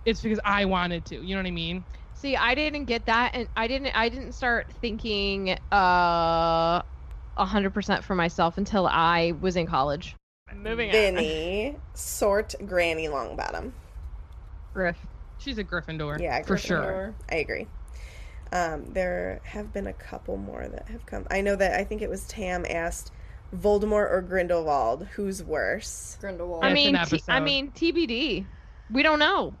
S4: it's because i wanted to you know what i mean
S1: See, I didn't get that, and I didn't. I didn't start thinking uh, hundred percent for myself until I was in college. Moving
S7: Vinny, sort Granny Longbottom.
S1: Griff.
S4: she's a gryffindor
S7: Yeah,
S4: for
S7: Gryffindor.
S4: sure
S7: I agree. Um, there have been a couple more that have come. I know that I think it was Tam asked Voldemort or Grindelwald, who's worse?
S2: Grindelwald.
S1: I
S4: That's
S1: mean,
S4: an
S1: t- I
S4: episode.
S1: mean, TBD. We don't know.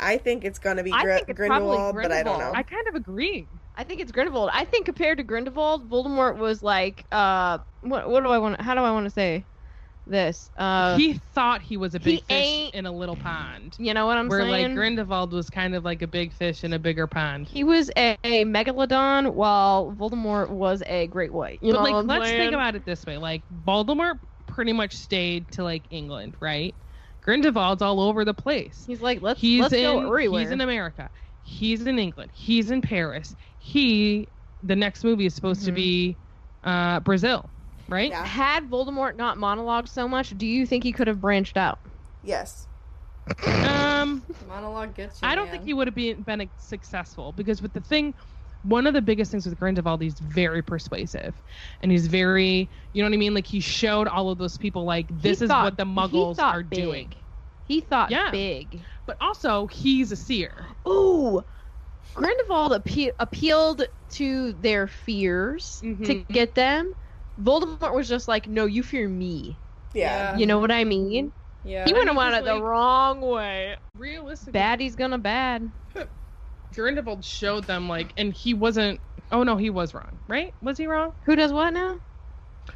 S7: I think it's going to be
S1: I
S7: Gr-
S1: think it's probably
S7: Grindelwald, but I don't know.
S1: Grindelwald.
S4: i kind of agree
S1: I think it's Grindelwald. I think compared to Grindelwald, Voldemort was like, uh, what? What do I want? How do I want to say this? Uh,
S4: he thought he was a
S1: he
S4: big fish
S1: ain't-
S4: in a little pond
S1: you know what I'm
S4: where
S1: saying?
S4: like grindelwald was kind of like a big fish in a bigger pond
S1: he was a, a megalodon, while Voldemort was a great white. You
S4: but
S1: know
S4: like
S1: what I'm
S4: let's
S1: saying?
S4: think about it this way like voldemort pretty much stayed to like england right grindelwald's all over the place
S1: He's like, let's
S4: he's
S1: let's
S4: in
S1: go everywhere.
S4: he's in America. He's in England. He's in Paris. He the next movie is supposed to
S1: Mhm.
S4: be uh, Brazil, right?
S7: Yeah.
S1: had Voldemort not monologued so much, do you think he could have branched out?
S7: Yes.
S4: Um
S2: Monologue gets you.
S4: I don't
S2: man.
S4: think he would have been been successful because with the thing one of the biggest things with Grindelwald, he's very persuasive, and he's very, you know what I mean. Like he showed all of those people, like this
S1: He
S4: is
S1: thought-
S4: what the
S1: he
S4: Muggles
S1: thought
S4: are
S1: big.
S4: doing.
S1: He thought
S4: Yeah.
S1: big.
S4: But also, he's a seer.
S1: Ooh, Grindelwald appe- appealed to their fears to
S4: Mhm.
S1: get them. Voldemort was just like, no, you fear me.
S7: Yeah.
S1: You know what I mean?
S5: Yeah.
S1: He went
S4: he
S1: about
S4: was
S1: it the
S4: like-
S1: wrong way.
S4: Realistically,
S1: Baddie's gonna bad.
S4: Grindelwald showed them like, and he wasn't. Oh no, he was wrong. Right? Was he wrong?
S1: Who does what now?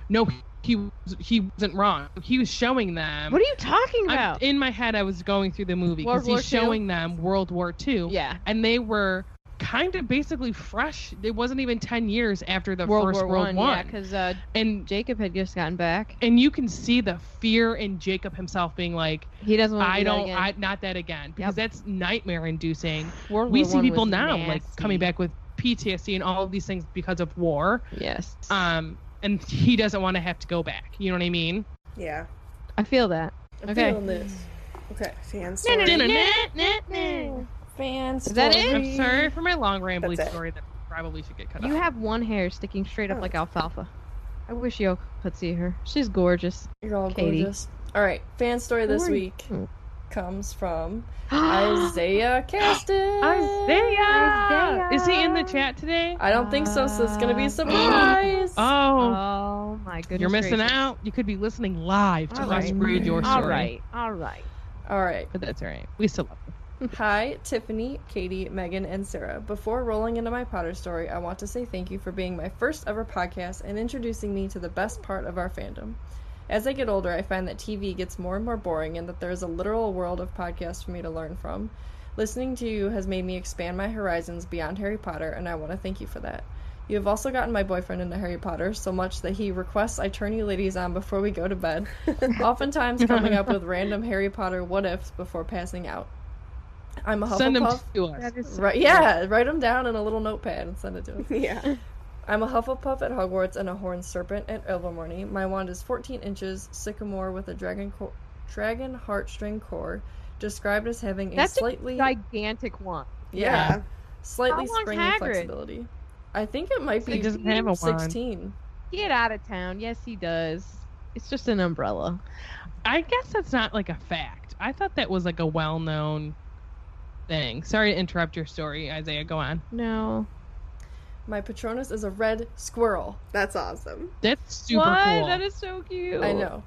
S4: No, he was- he wasn't wrong. He was showing them.
S1: What are you talking
S4: I'm-
S1: about?
S4: in my head, I was going through the movie
S1: World
S4: because
S1: War
S4: he's
S1: II?
S4: showing them World War II.
S1: yeah.
S4: and they were kind of basically fresh. It wasn't even ten years after the
S1: World
S4: first
S1: War
S4: World
S1: One,
S4: War.
S1: yeah, because uh,
S4: and
S1: Jacob had just gotten back.
S4: and you can see the fear in Jacob himself being like,
S1: He doesn't want to.
S4: I
S1: do that
S4: don't,
S1: again.
S4: I not that again because that's nightmare inducing.
S1: World
S4: we
S1: War
S4: see
S1: One
S4: people
S1: was
S4: now like
S1: nasty.
S4: coming back with PTSD and all of these things because of war.
S1: Yes.
S4: Um, and he doesn't want to have to go back. You know what I mean?
S7: Yeah.
S1: I feel that. Okay.
S5: Feeling this. Okay.
S7: Fan story.
S5: Fan story.
S1: Is that it?
S4: I'm sorry for my long rambly
S7: That's it.
S4: story that probably should get cut
S1: Mm-hmm. You
S4: off.
S1: have one hair sticking straight up
S7: Oh.
S1: like alfalfa. I wish you could see her. She's gorgeous.
S5: You're all
S1: Katie.
S5: gorgeous. All right. Fan story this
S1: Sorry.
S5: week comes from
S1: Isaiah.
S5: Isaiah Caston.
S4: Oh, Isaiah! Is he in the chat today?
S5: I don't think so, so it's gonna be a surprise.
S4: Oh,
S1: Oh my goodness.
S4: you're missing
S1: gracious.
S4: out. You could be listening live to
S1: All
S4: us
S1: right.
S4: read your story.
S1: All right. All right.
S5: all right.
S4: But that's all right. We still love you.
S5: Hi, Tiffany, Katie, Megan, and Sarah. Before rolling into my Potter story, I want to say thank you for being my first ever podcast and introducing me to the best part of our fandom. As I get older, I find that TV gets more and more boring and that there is a literal world of podcasts for me to learn from. Listening to you has made me expand my horizons beyond Harry Potter, and I want to thank you for that. You have also gotten my boyfriend into Harry Potter so much that he requests I turn you ladies on before we go to bed, oftentimes coming up with random Harry Potter what ifs before passing out. I'm a Hufflepuff.
S4: Send them to us.
S5: Right, yeah, write them down in a little notepad and send it to us.
S7: Yeah.
S5: I'm a Hufflepuff at Hogwarts and a Horned Serpent at Ilvermorny. My wand is 14 inches, sycamore with a dragon co- dragon heartstring core, described as having a
S1: That's
S5: slightly
S1: a gigantic one.
S5: yeah, slightly
S1: How long's
S5: springy
S1: Hagrid?
S5: flexibility. I think it might
S4: He
S5: be
S4: doesn't have a wand.
S5: 16.
S1: Get out of town. Yes, he does. It's just an umbrella.
S4: I guess that's not like a fact. I thought that was like a well known thing. Sorry to interrupt your story, Isaiah. Go on.
S1: No.
S5: My Patronus is a red squirrel.
S7: That's awesome.
S4: That's super
S1: what?
S4: cool.
S1: That is so cute.
S5: I know.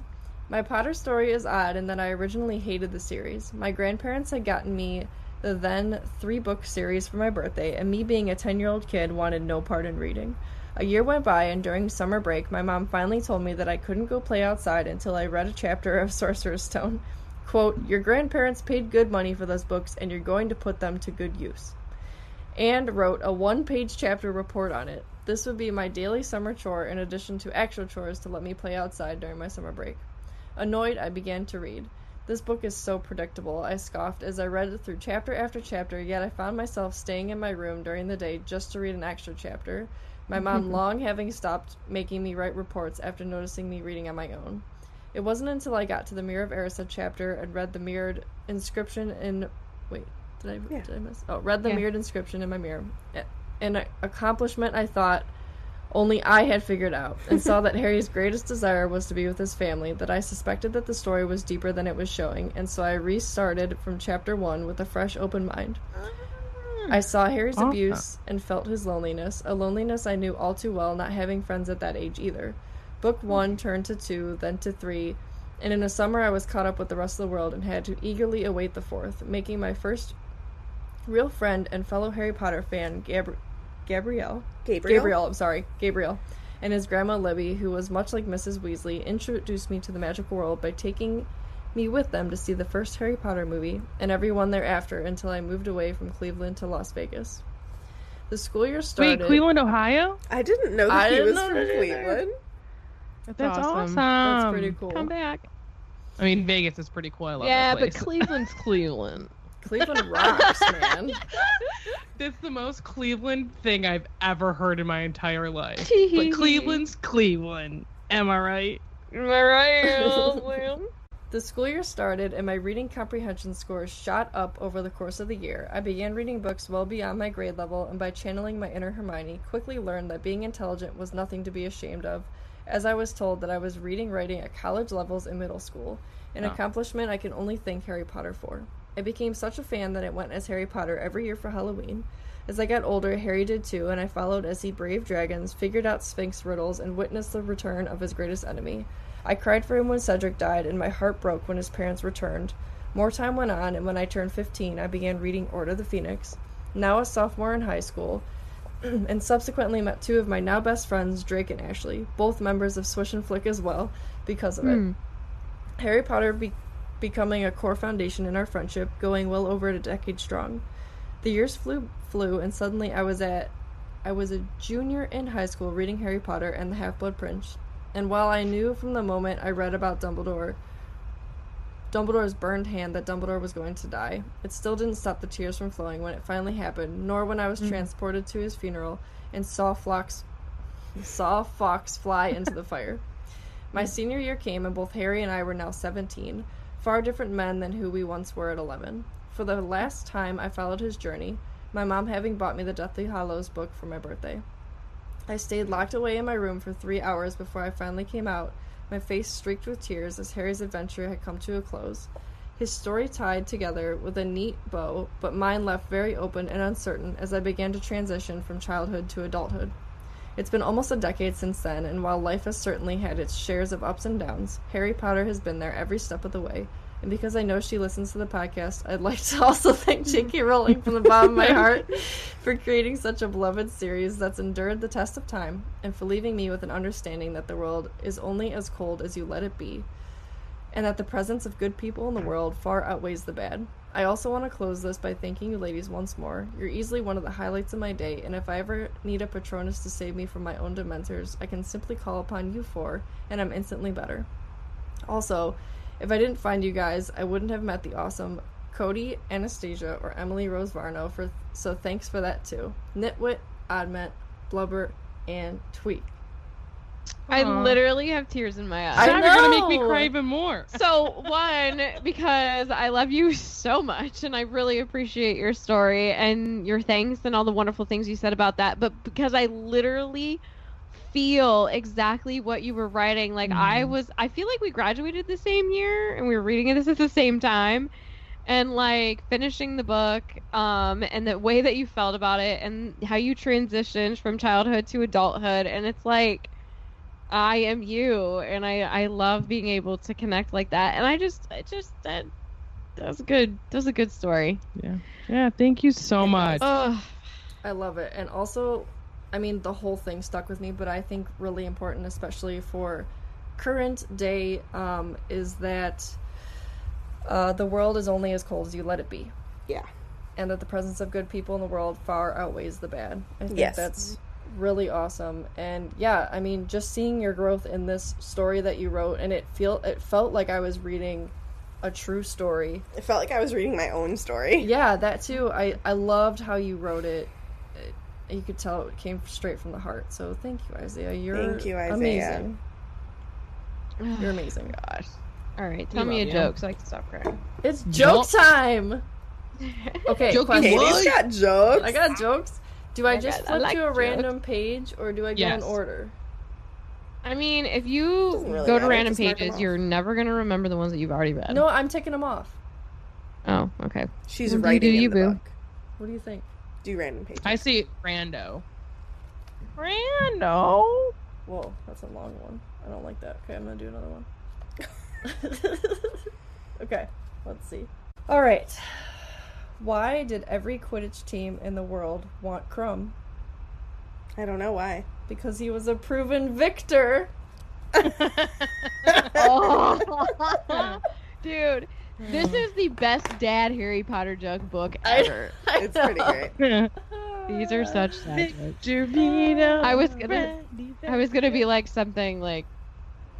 S5: My Potter story is odd in that I originally hated the series. My grandparents had gotten me the then three book series for my birthday, and me being a 10 year old kid wanted no part in reading. A year went by, and during summer break, my mom finally told me that I couldn't go play outside until I read a chapter of Sorcerer's Stone. Quote, Your grandparents paid good money for those books, and you're going to put them to good use and wrote a one page chapter report on it. This would be my daily summer chore in addition to actual chores to let me play outside during my summer break. Annoyed, I began to read. This book is so predictable, I scoffed as I read it through chapter after chapter, yet I found myself staying in my room during the day just to read an extra chapter. My mom long having stopped making me write reports after noticing me reading on my own. It wasn't until I got to the Mirror of Erised chapter and read the mirrored inscription in. Wait, did I,
S7: Yeah.
S5: did I miss? Oh, read the
S1: Yeah.
S5: mirrored inscription in my mirror. A- An accomplishment I thought only I had figured out, and saw that Harry's greatest desire was to be with his family, that I suspected that the story was deeper than it was showing, and so I restarted from chapter one with a fresh open mind. I saw Harry's
S4: Awesome.
S5: abuse and felt his loneliness, a loneliness I knew all too well, not having friends at that age either. Book one turned to two, then to three, and in the summer I was caught up with the rest of the world and had to eagerly await the fourth, making my first real friend and fellow Harry Potter fan, Gabri- Gabrielle.
S7: Gabriel.
S5: I'm sorry, Gabriel, and his grandma Libby, who was much like Mrs. Weasley, introduced me to the magical world by taking me with them to see the first Harry Potter movie and every one thereafter until I moved away from Cleveland to Las Vegas. The school year started.
S4: Wait, Cleveland, Ohio?
S7: I didn't know
S5: I
S7: that Oh, he
S5: didn't
S7: was
S5: know
S7: from
S5: that either.
S7: Cleveland.
S1: That's,
S4: That's awesome.
S1: awesome.
S5: That's pretty cool.
S1: Come back.
S4: I mean, Vegas is pretty cool. I love
S1: yeah,
S4: that
S1: but
S4: place.
S1: Cleveland's Cleveland.
S5: Cleveland rocks, man.
S4: That's the most Cleveland thing I've ever heard in my entire life. but Cleveland's Cleveland. Am I right?
S1: Am I right, William?
S5: The school year started, and my reading comprehension scores shot up over the course of the year. I began reading books well beyond my grade level, and by channeling my inner Hermione, quickly learned that being intelligent was nothing to be ashamed of, as I was told that I was reading writing at college levels in middle school, an
S4: Oh.
S5: accomplishment I can only thank Harry Potter for. I became such a fan that it went as Harry Potter every year for Halloween. As I got older, Harry did too, and I followed as he braved dragons, figured out Sphinx riddles, and witnessed the return of his greatest enemy. I cried for him when Cedric died, and my heart broke when his parents returned. More time went on, and when I turned 15, I began reading Order of the Phoenix. Now a sophomore in high school, and subsequently met two of my now best friends, Drake and Ashley, both members of Swish and Flick as well, because of it. Harry Potter be- becoming a core foundation in our friendship, going well over a decade strong. The years flew flew, and suddenly I was at I was a junior in high school reading Harry Potter and the Half Blood Prince. And while I knew from the moment I read about Dumbledore, Dumbledore's burned hand that Dumbledore was going to die, it still didn't stop the tears from flowing when it finally happened, nor when I was transported to his funeral and saw Fox saw Fox fly into the fire. My senior year came, and both Harry and I were now 17, far different men than who we once were at 11. For the last time, I followed his journey, my mom having bought me the Deathly Hollows book for my birthday. I stayed locked away in my room for three hours before I finally came out, my face streaked with tears as Harry's adventure had come to a close. His story tied together with a neat bow, but mine left very open and uncertain as I began to transition from childhood to adulthood. It's been almost a decade since then, and while life has certainly had its shares of ups and downs, Harry Potter has been there every step of the way. And because I know she listens to the podcast, I'd like to also thank J.K. Rowling from the bottom of my heart for creating such a beloved series that's endured the test of time and for leaving me with an understanding that the world is only as cold as you let it be and that the presence of good people in the world far outweighs the bad. I also want to close this by thanking you ladies once more. You're easily one of the highlights of my day, and if I ever need a Patronus to save me from my own Dementors, I can simply call upon you four, and I'm instantly better. Also, if I didn't find you guys, I wouldn't have met the awesome Cody, Anastasia, or Emily Rose Varno, for, so thanks for that too. Nitwit, Oddment, Blubber, and Tweak.
S1: I
S4: Aw.
S1: literally have tears in my eyes.
S5: I
S4: Now you're gonna make me
S5: know.
S4: cry even more.
S1: so one because i love you so much and i really appreciate your story and your thanks and all the wonderful things you said about that but because i literally feel exactly what you were writing like i was i feel like we graduated the same year and we were reading this at the same time and like finishing the book um and the way that you felt about it and how you transitioned from childhood to adulthood and it's like I am you, and I I love being able to connect like that. And I just I just that that was good. That was a good story.
S4: Yeah, thank you so much.
S1: Oh,
S5: I love it. And also, I mean, the whole thing stuck with me, but I think really important, especially for current day, um, is that uh, the world is only as cold as you let it be.
S7: Yeah.
S5: And that the presence of good people in the world far outweighs the bad. I think
S7: Yes.
S5: that's really awesome. And yeah, I mean, just seeing your growth in this story that you wrote, and it feel it felt like I was reading a true story
S7: It felt like I was reading my own story.
S5: yeah, that too. I I loved how you wrote it. It- You could tell it came straight from the heart. So thank you, Isaiah. You're
S7: Thank you, Isaiah.
S5: amazing. You're amazing.
S1: gosh. All right, tell me a
S4: love you.
S1: joke so I can stop crying.
S5: It's joke time. Okay,
S4: Joking
S5: question.
S7: Katie's got jokes.
S5: I got jokes. Do I, just
S1: got- I
S5: flip
S1: like
S5: to a
S1: jokes.
S5: random page or do I go in
S4: Yes.
S5: order?
S1: I mean, if you
S7: Doesn't really
S1: go to
S7: matter,
S1: random
S7: just knock 'em
S1: pages,
S7: off.
S1: you're never gonna remember the ones that you've already read.
S5: No, I'm taking them off.
S1: Oh, okay.
S7: She's
S1: You do
S7: writing
S1: you,
S7: in the
S1: boo.
S7: book.
S5: What do you think?
S7: Do random pages.
S4: I see Rando. Rando.
S5: Whoa, that's a long one. I don't like that. Okay, I'm gonna do another one. okay, let's see. All right. Why did every Quidditch team in the world want Crumb?
S7: I don't know why.
S5: Because he was a proven victor.
S1: Oh, dude, this is the best dad Harry Potter joke book ever.
S7: It's pretty great.
S1: These are such sad jokes.
S4: Jovino.
S1: I was gonna, I was gonna be like something like,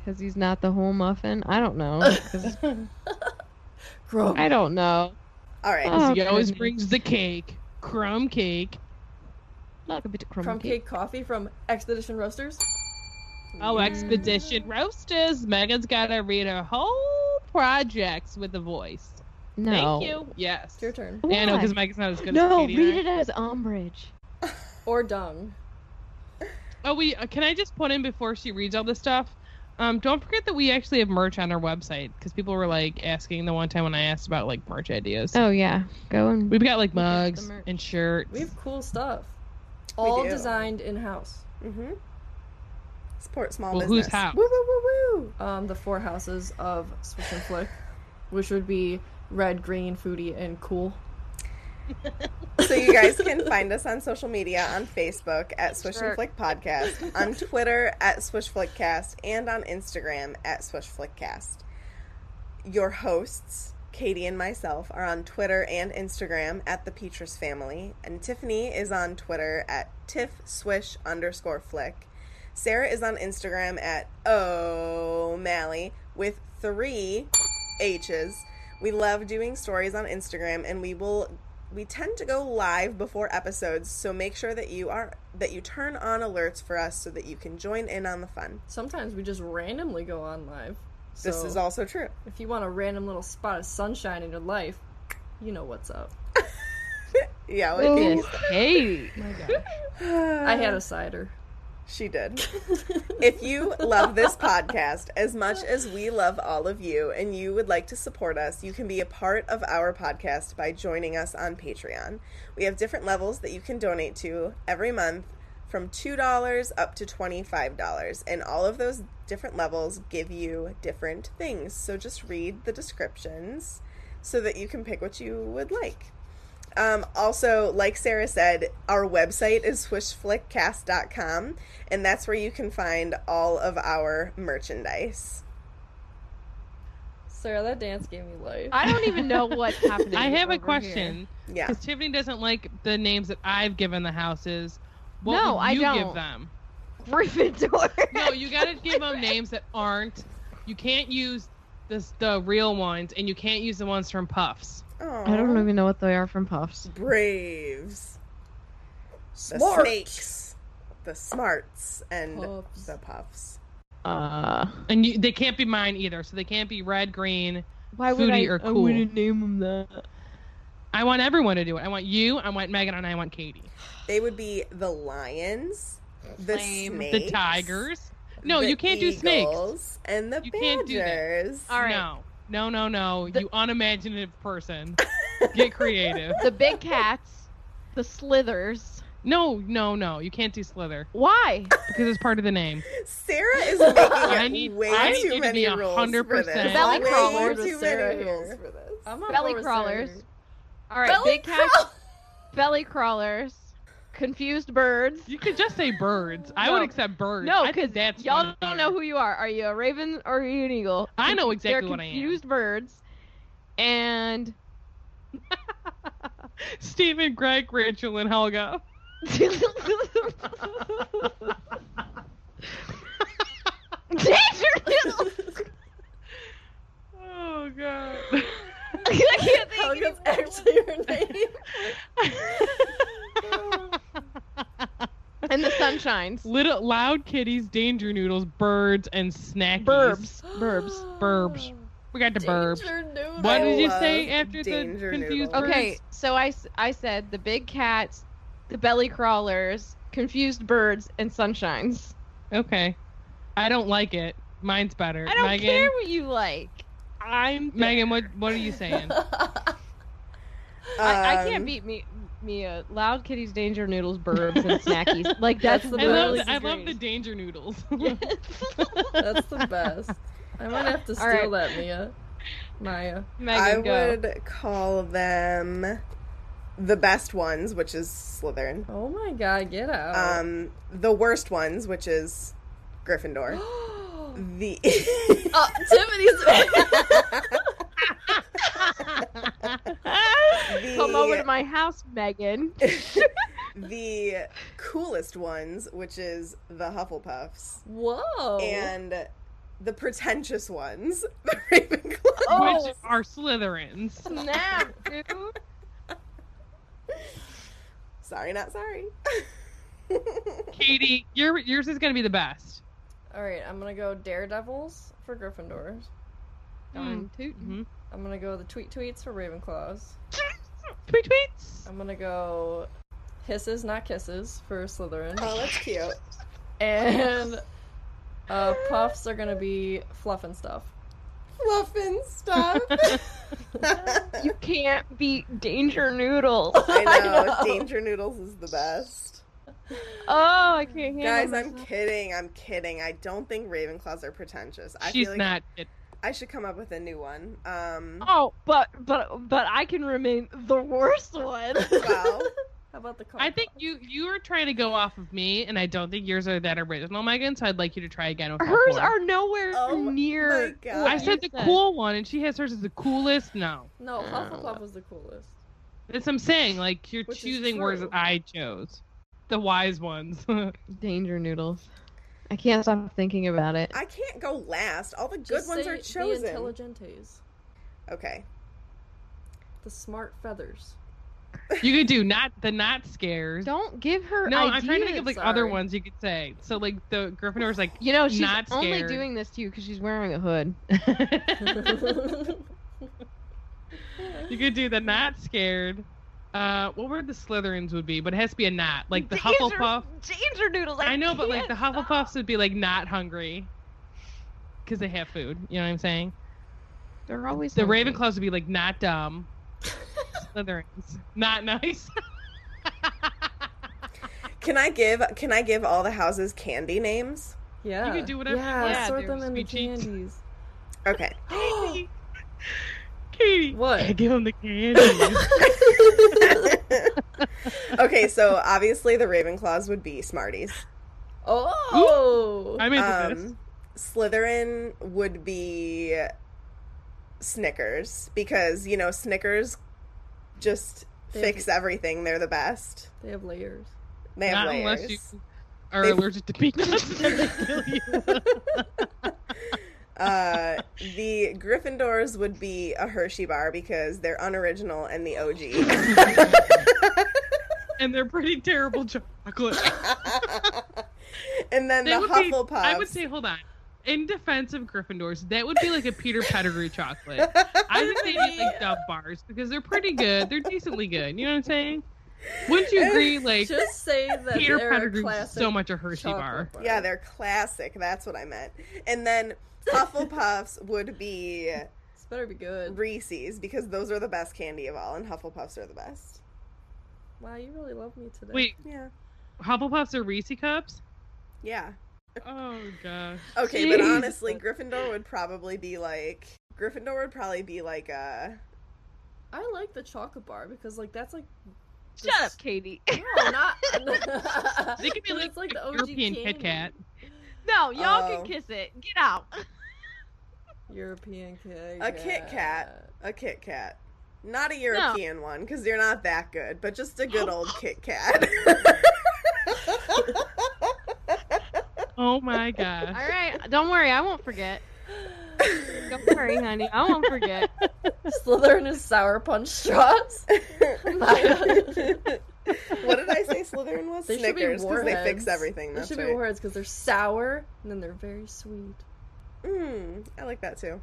S1: because he's not the whole muffin. I don't know. 'cause
S5: Crumb.
S1: I don't know.
S7: All right.
S1: Oh,
S4: he always
S1: goodness.
S4: brings the cake, crumb cake.
S1: Like a bit of crumb,
S5: Crumb
S1: cake.
S5: cake coffee from Expedition Roasters.
S4: Oh,
S1: Mm.
S4: Expedition Roasters. Megan's got to read her whole projects with a voice.
S1: No.
S4: Thank you. Yes.
S5: It's your turn.
S4: Yeah, I know, because
S1: Why?
S4: Megan's not as good
S1: no,
S4: as Katie.
S1: read it
S4: and
S1: as umbrage.
S5: Or dung.
S4: I. Oh, we uh, can I just put in before she reads all this stuff? Um, don't forget that we actually have merch on our website because people were like asking the one time when I asked about like merch ideas.
S1: Oh yeah, go and
S4: We've got like
S1: Look at the
S4: mugs
S1: merch.
S4: and shirts.
S5: We have cool stuff. All
S7: do.
S5: designed in house.
S7: Mm-hmm. Support small
S4: Well,
S7: business.
S4: who's how?
S7: Woo woo woo woo.
S5: Um, the four houses of Switch and Flick, which would be red, green, foodie, and cool.
S7: So you guys can find us on social media on Facebook at Swish and Flick Podcast, on Twitter at Swish Flickcast, and on Instagram at Swish Flickcast. Your hosts, Katie and myself, are on Twitter and Instagram at the Petrus Family, and Tiffany is on Twitter at Tiff Swish underscore Flick. Sarah is on Instagram at O'Malley with three H's. We love doing stories on Instagram, and we will we tend to go live before episodes, so make sure that you are that you turn on alerts for us so that you can join in on the fun.
S5: Sometimes we just randomly go on live. So
S7: This is also true.
S5: if you want a random little spot of sunshine in your life, you know what's up.
S7: Yeah,
S1: Oh,
S7: like
S4: Ooh,
S7: these-
S4: hey,
S5: I had a cider.
S7: She did. if you love this podcast as much as we love all of you and you would like to support us, you can be a part of our podcast by joining us on Patreon. We have different levels that you can donate to every month from $2 up to $25. And all of those different levels give you different things. So just read the descriptions so that you can pick what you would like. Um, also, like Sarah said, our website is swishflickcast.com, and that's where you can find all of our merchandise.
S5: Sarah, that dance gave me life.
S1: I don't even know what's happening.
S4: I have
S1: over
S4: a
S1: here.
S4: question
S7: Yeah.
S4: because Tiffany doesn't like the names that I've given the houses. What
S1: No,
S4: would
S1: I
S4: you give
S1: don't.
S4: them?
S1: Gryffindor.
S4: No, you gotta give them names that aren't. You can't use this the real ones, and you can't use the ones from Puffs.
S1: I don't even know what they are from Puffs.
S7: Braves. The
S5: Smart.
S7: snakes. The smarts and
S5: Puffs.
S7: the puffs.
S1: Uh,
S4: And you, they can't be mine either, so they can't be red, green.
S1: why
S4: would
S1: would
S4: Foodie
S1: I?
S4: I- or I
S1: I
S4: cool.
S1: would
S4: wouldn't
S1: name them that.
S4: I want everyone to do it. I want you. I want Megan, and I want Katie.
S7: They would be the lions, the
S1: Lame.
S7: snakes,
S4: The tigers. No,
S7: the
S4: you can't do snakes.
S7: eagles, and the
S4: You can't do that. Uh,
S7: badgers.
S1: All right.
S4: No, no, no, no. You unimaginative person. Get creative.
S1: The big cats, the slithers.
S4: No, no, no. You can't do Slither
S1: Why?
S4: because it's part of the name.
S7: Sarah is making
S4: I need-
S7: way
S4: I need
S7: too
S4: you to
S7: many
S4: be
S7: rules for
S4: 100%.
S7: this.
S1: Belly
S7: way
S1: crawlers
S7: too
S5: with Sarah
S7: many
S5: here.
S7: rules for this.
S5: I'm on
S1: Belly
S5: board with
S1: crawlers.
S5: Sarah.
S1: All right, big cats, belly crawlers, confused birds.
S4: You could just say birds. I would
S1: No.
S4: accept birds.
S1: No,
S4: I think
S1: because
S4: that's
S1: y'all
S4: funnier.
S1: don't know who you are. Are you a raven or are you an eagle?
S4: I know
S1: They're
S4: exactly what I am.
S1: confused birds, and
S4: Stephen, Greg, Rachel, and Helga.
S1: Danger Little.
S4: Oh god.
S1: I can't think
S5: Helga's
S1: anymore.
S5: Oh, actually her name.
S1: And the sunshines.
S4: Little loud kitties, danger noodles, birds, and snackies.
S1: Burbs. Burbs.
S4: Burbs. We got the burbs.
S5: Danger noodle.
S4: What did you
S7: love
S4: say after
S7: danger
S4: the confused
S7: noodles.
S4: birds?
S1: Okay, so I, s- I said the big cats, the belly crawlers, confused birds, and sunshines.
S4: Okay. I don't like it. Mine's better.
S1: I don't
S4: Megan,
S1: care what you like. I'm
S4: Megan, what what are you saying?
S1: I, I
S7: Um,
S1: can't beat me Mia. Loud kitties, danger noodles, burbs, and snackies. Like that's the
S4: I love,
S1: really
S4: I love the danger noodles.
S5: That's the best. I'm gonna have to
S1: All
S5: steal
S1: right.
S5: that, Mia. Maya.
S1: Megan
S7: I
S1: go.
S7: would call them the best ones, which is Slytherin.
S5: Oh my god, get out.
S7: Um, the worst ones, which is Gryffindor. the
S5: oh, Tiffany's
S7: the,
S1: Come over to my house, Megan.
S7: the coolest ones, which is the Hufflepuffs, Oh.
S5: Whoa.
S7: and the pretentious ones, the Ravenclaw.
S1: Oh,
S4: Which are Slytherins.
S1: snap, dude.
S7: Sorry, not sorry.
S4: Katie, your yours is gonna be the best.
S5: Alright, I'm gonna go Daredevils for Gryffindors.
S1: Darn tootin'.
S4: Mm-hmm.
S5: I'm gonna go the Tweet Tweets for Ravenclaws.
S4: Tweet tweets.
S5: I'm gonna go Hisses Not Kisses for Slytherin.
S7: oh, that's cute.
S2: and uh, puffs are gonna be fluff and stuff.
S7: Fluffing stuff.
S1: You can't beat Danger Noodles.
S7: I know,
S2: know.
S7: Danger Noodles is the best.
S1: Oh, I can't handle
S7: Guys, I'm
S1: myself.
S7: kidding. I'm kidding. I don't think Ravenclaws are pretentious. I
S4: She's
S7: feel like
S4: not. It,
S7: I should come up with a new one. Um,
S1: Oh, but but but I can remain the worst one.
S7: well,
S2: How about the?
S4: I think you you were trying to go off of me, and I don't think yours are that original, Megan. So I'd like you to try again. With that
S1: Hers
S4: one.
S1: are nowhere
S7: Oh my
S1: near.
S7: God.
S1: what
S4: I
S1: you
S4: said the cool one, and she has hers as the coolest. No,
S2: No,
S7: Mm.
S2: Hufflepuff was the coolest.
S4: that's what I'm saying. Like you're
S2: Which is
S4: choosing words
S2: true.
S4: that I chose, the wise ones.
S1: Danger Noodles. I can't stop thinking about it.
S7: I can't go last. All the good
S2: Just
S7: ones
S2: say
S7: are
S2: The
S7: chosen.
S2: intelligentes,
S7: Okay.
S2: the smart feathers.
S4: you could do not the not scares.
S1: Don't give her
S4: no,
S1: ideas.
S4: I'm trying to think of like other
S1: Ari.
S4: ones you could say. So like the Gryffindor's like
S1: You know, she's
S4: Not
S1: only
S4: scared.
S1: doing this to you because she's wearing a hood.
S4: you could do the not scared. Uh, what word the Slytherins would be, but it has to be a not. Like the
S1: Danger-
S4: Hufflepuff.
S1: Danger Noodles. I,
S4: I know, but like
S1: can't
S4: the
S1: stop.
S4: Hufflepuffs would be like not hungry because they have food. You know what I'm saying?
S1: They're always
S4: The
S1: hungry.
S4: Ravenclaws would be like not dumb. Slytherins, not nice.
S7: Can I give Can I give all the houses candy names?
S2: yeah.
S4: You could do whatever you
S2: Yeah,
S4: want.
S2: sort
S4: They're
S2: them into
S4: speechy.
S2: candies.
S7: Okay.
S4: Katie, Katie,
S2: What?
S4: I give them the candy.
S7: okay, so obviously the Ravenclaws would be Smarties.
S2: Oh.
S4: I'm into this.
S7: Um, Slytherin would be Snickers because you know Snickers just
S2: They have-
S7: fix everything. They're the best.
S2: They have layers.
S7: They have
S4: Not
S7: layers.
S4: unless you are
S7: They-
S4: allergic to peanuts. then they kill you.
S7: Uh, the Gryffindors would be a Hershey bar because they're unoriginal and the OG.
S4: and they're pretty terrible chocolate.
S7: and then
S4: They
S7: the
S4: would be-
S7: Hufflepuffs.
S4: I would say, hold on. In defense of Gryffindors, that would be like a Peter Pettigrew chocolate. I think they need like dub bars because they're pretty good. They're decently good. You know what I'm saying? Wouldn't you agree? Like
S2: Just say that
S4: Peter
S2: they're a
S4: Pettigrew is
S2: classic
S4: so much a Hershey
S2: chocolate
S4: bar.
S7: Yeah, they're classic. That's what I meant. And then Hufflepuffs would be
S2: This better be good.
S7: Reese's because those are the best candy of all, and Hufflepuffs are the best.
S2: Wow, you really love me today.
S4: Wait,
S7: Yeah.
S4: Hufflepuffs are Reese cups?
S7: Yeah.
S4: Oh gosh.
S7: Okay, but
S4: Jeez.
S7: honestly, Gryffindor would probably be like Gryffindor would probably be like a
S2: I like the chocolate bar because like that's like
S1: Shut up, Katie.
S2: no, not.
S4: They could be
S2: But
S4: like,
S2: it's like the OG
S4: European
S2: candy.
S4: Kit Kat.
S1: No, y'all
S7: Oh.
S1: can kiss it. Get out.
S2: European Kit
S7: A Kit Kat. a Kit Kat. Not a European one, one because they're not that good, but just a good old Kit Kat.
S4: Oh my gosh.
S1: All right, don't worry, I won't forget. Don't worry, honey, I won't forget.
S2: Slytherin is sour punch straws.
S7: what did I say? Slytherin was
S2: They should be
S7: Snickers because they
S2: warheads.
S7: fix everything.
S2: They
S7: That's
S2: should be
S7: right.
S2: warheads because they're sour and then they're very sweet.
S7: Mm, I like that too.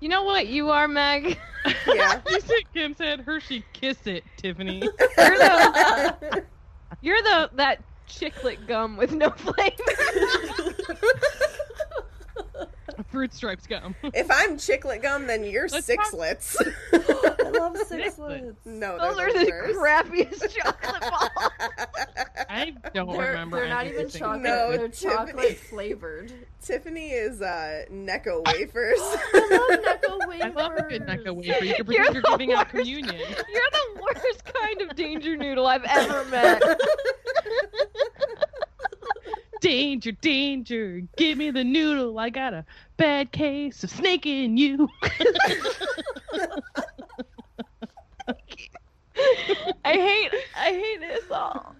S1: You know what you are, Meg?
S7: Yeah.
S4: You said Kim said Hershey kiss it, Tiffany.
S1: You're the you're the that chiclet gum with no flavor.
S4: Fruit stripes gum.
S7: if I'm chiclet gum, then you're
S4: Let's talk-
S7: sixlets.
S2: I love
S4: Sixlets.
S2: sixlets.
S7: no,
S1: Those
S7: they're
S1: are the
S7: worst.
S1: crappiest chocolate balls.
S4: I don't
S2: They're,
S4: remember.
S2: they're not
S4: any of
S2: even
S4: these things.
S2: chocolate.
S7: No,
S2: they're
S7: Tiffany.
S2: chocolate flavored.
S7: Tiffany is uh, Necco wafers.
S2: I love Necco
S4: I
S2: wafers.
S4: love a good Necco wafer. You can
S1: You're
S4: pretend
S1: the
S4: you're giving out
S1: worst.
S4: communion.
S1: You're the worst kind of danger noodle I've ever met.
S4: Danger, danger. Give me the noodle. I got a bad case of snaking you.
S1: I hate I hate this all.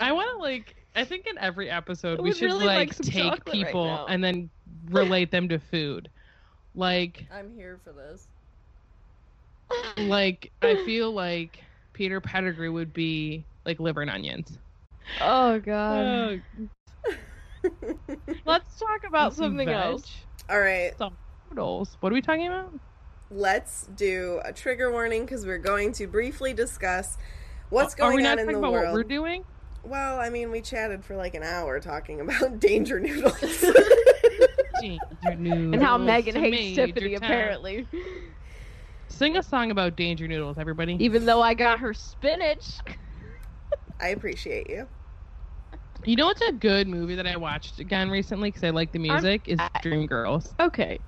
S4: I want to, like, I think in every episode
S1: I
S4: we
S1: would
S4: should,
S1: really like
S4: like,
S1: some
S4: take
S1: chocolate right
S4: people
S1: now.
S4: and then relate them to food. Like,
S2: I'm here for this.
S4: like I feel like Peter Pettigrew would be like liver and onions.
S1: Oh
S4: Uh,
S1: god.
S4: Ugh,
S1: Let's talk about
S4: some
S1: something
S4: veg,
S1: else.
S7: All right,
S4: Noodles. What are we talking about?
S7: let's do a trigger warning because we're going to briefly discuss what's
S4: are we
S7: going
S4: not
S7: on in
S4: talking
S7: the
S4: about what we're
S7: world.
S4: doing?
S7: Well, I mean, we chatted for like an hour talking about danger noodles.
S4: Danger noodles.
S1: And how Megan
S4: to
S1: hates
S4: Major
S1: Tiffany,
S4: Town.
S1: apparently.
S4: Sing a song about danger noodles, everybody.
S1: Even though I got her spinach.
S7: I appreciate you.
S4: You know what's a good movie that I watched again recently because I like the music is Dreamgirls.
S1: Okay.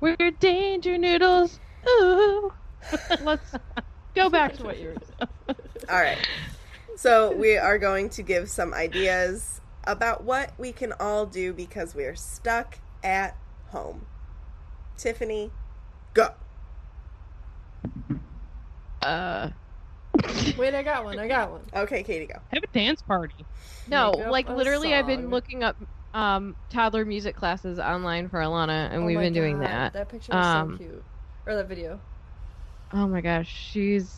S4: We're danger noodles. Ooh.
S1: Let's go back to what you were
S7: All right. So we are going to give some ideas about what we can all do because we are stuck at home. Tiffany, go.
S1: Uh
S5: Wait, I got one. I got one.
S7: Okay, Katie, go.
S4: Have a dance party.
S1: No,
S5: Make up
S1: like
S5: a
S1: literally I've been
S5: song.
S1: looking up um toddler music classes online for Alana and
S5: Oh
S1: we've
S5: my
S1: been doing
S5: God,
S1: that.
S5: That picture was
S1: Um,
S5: so cute. Or that video.
S1: Oh my gosh, she's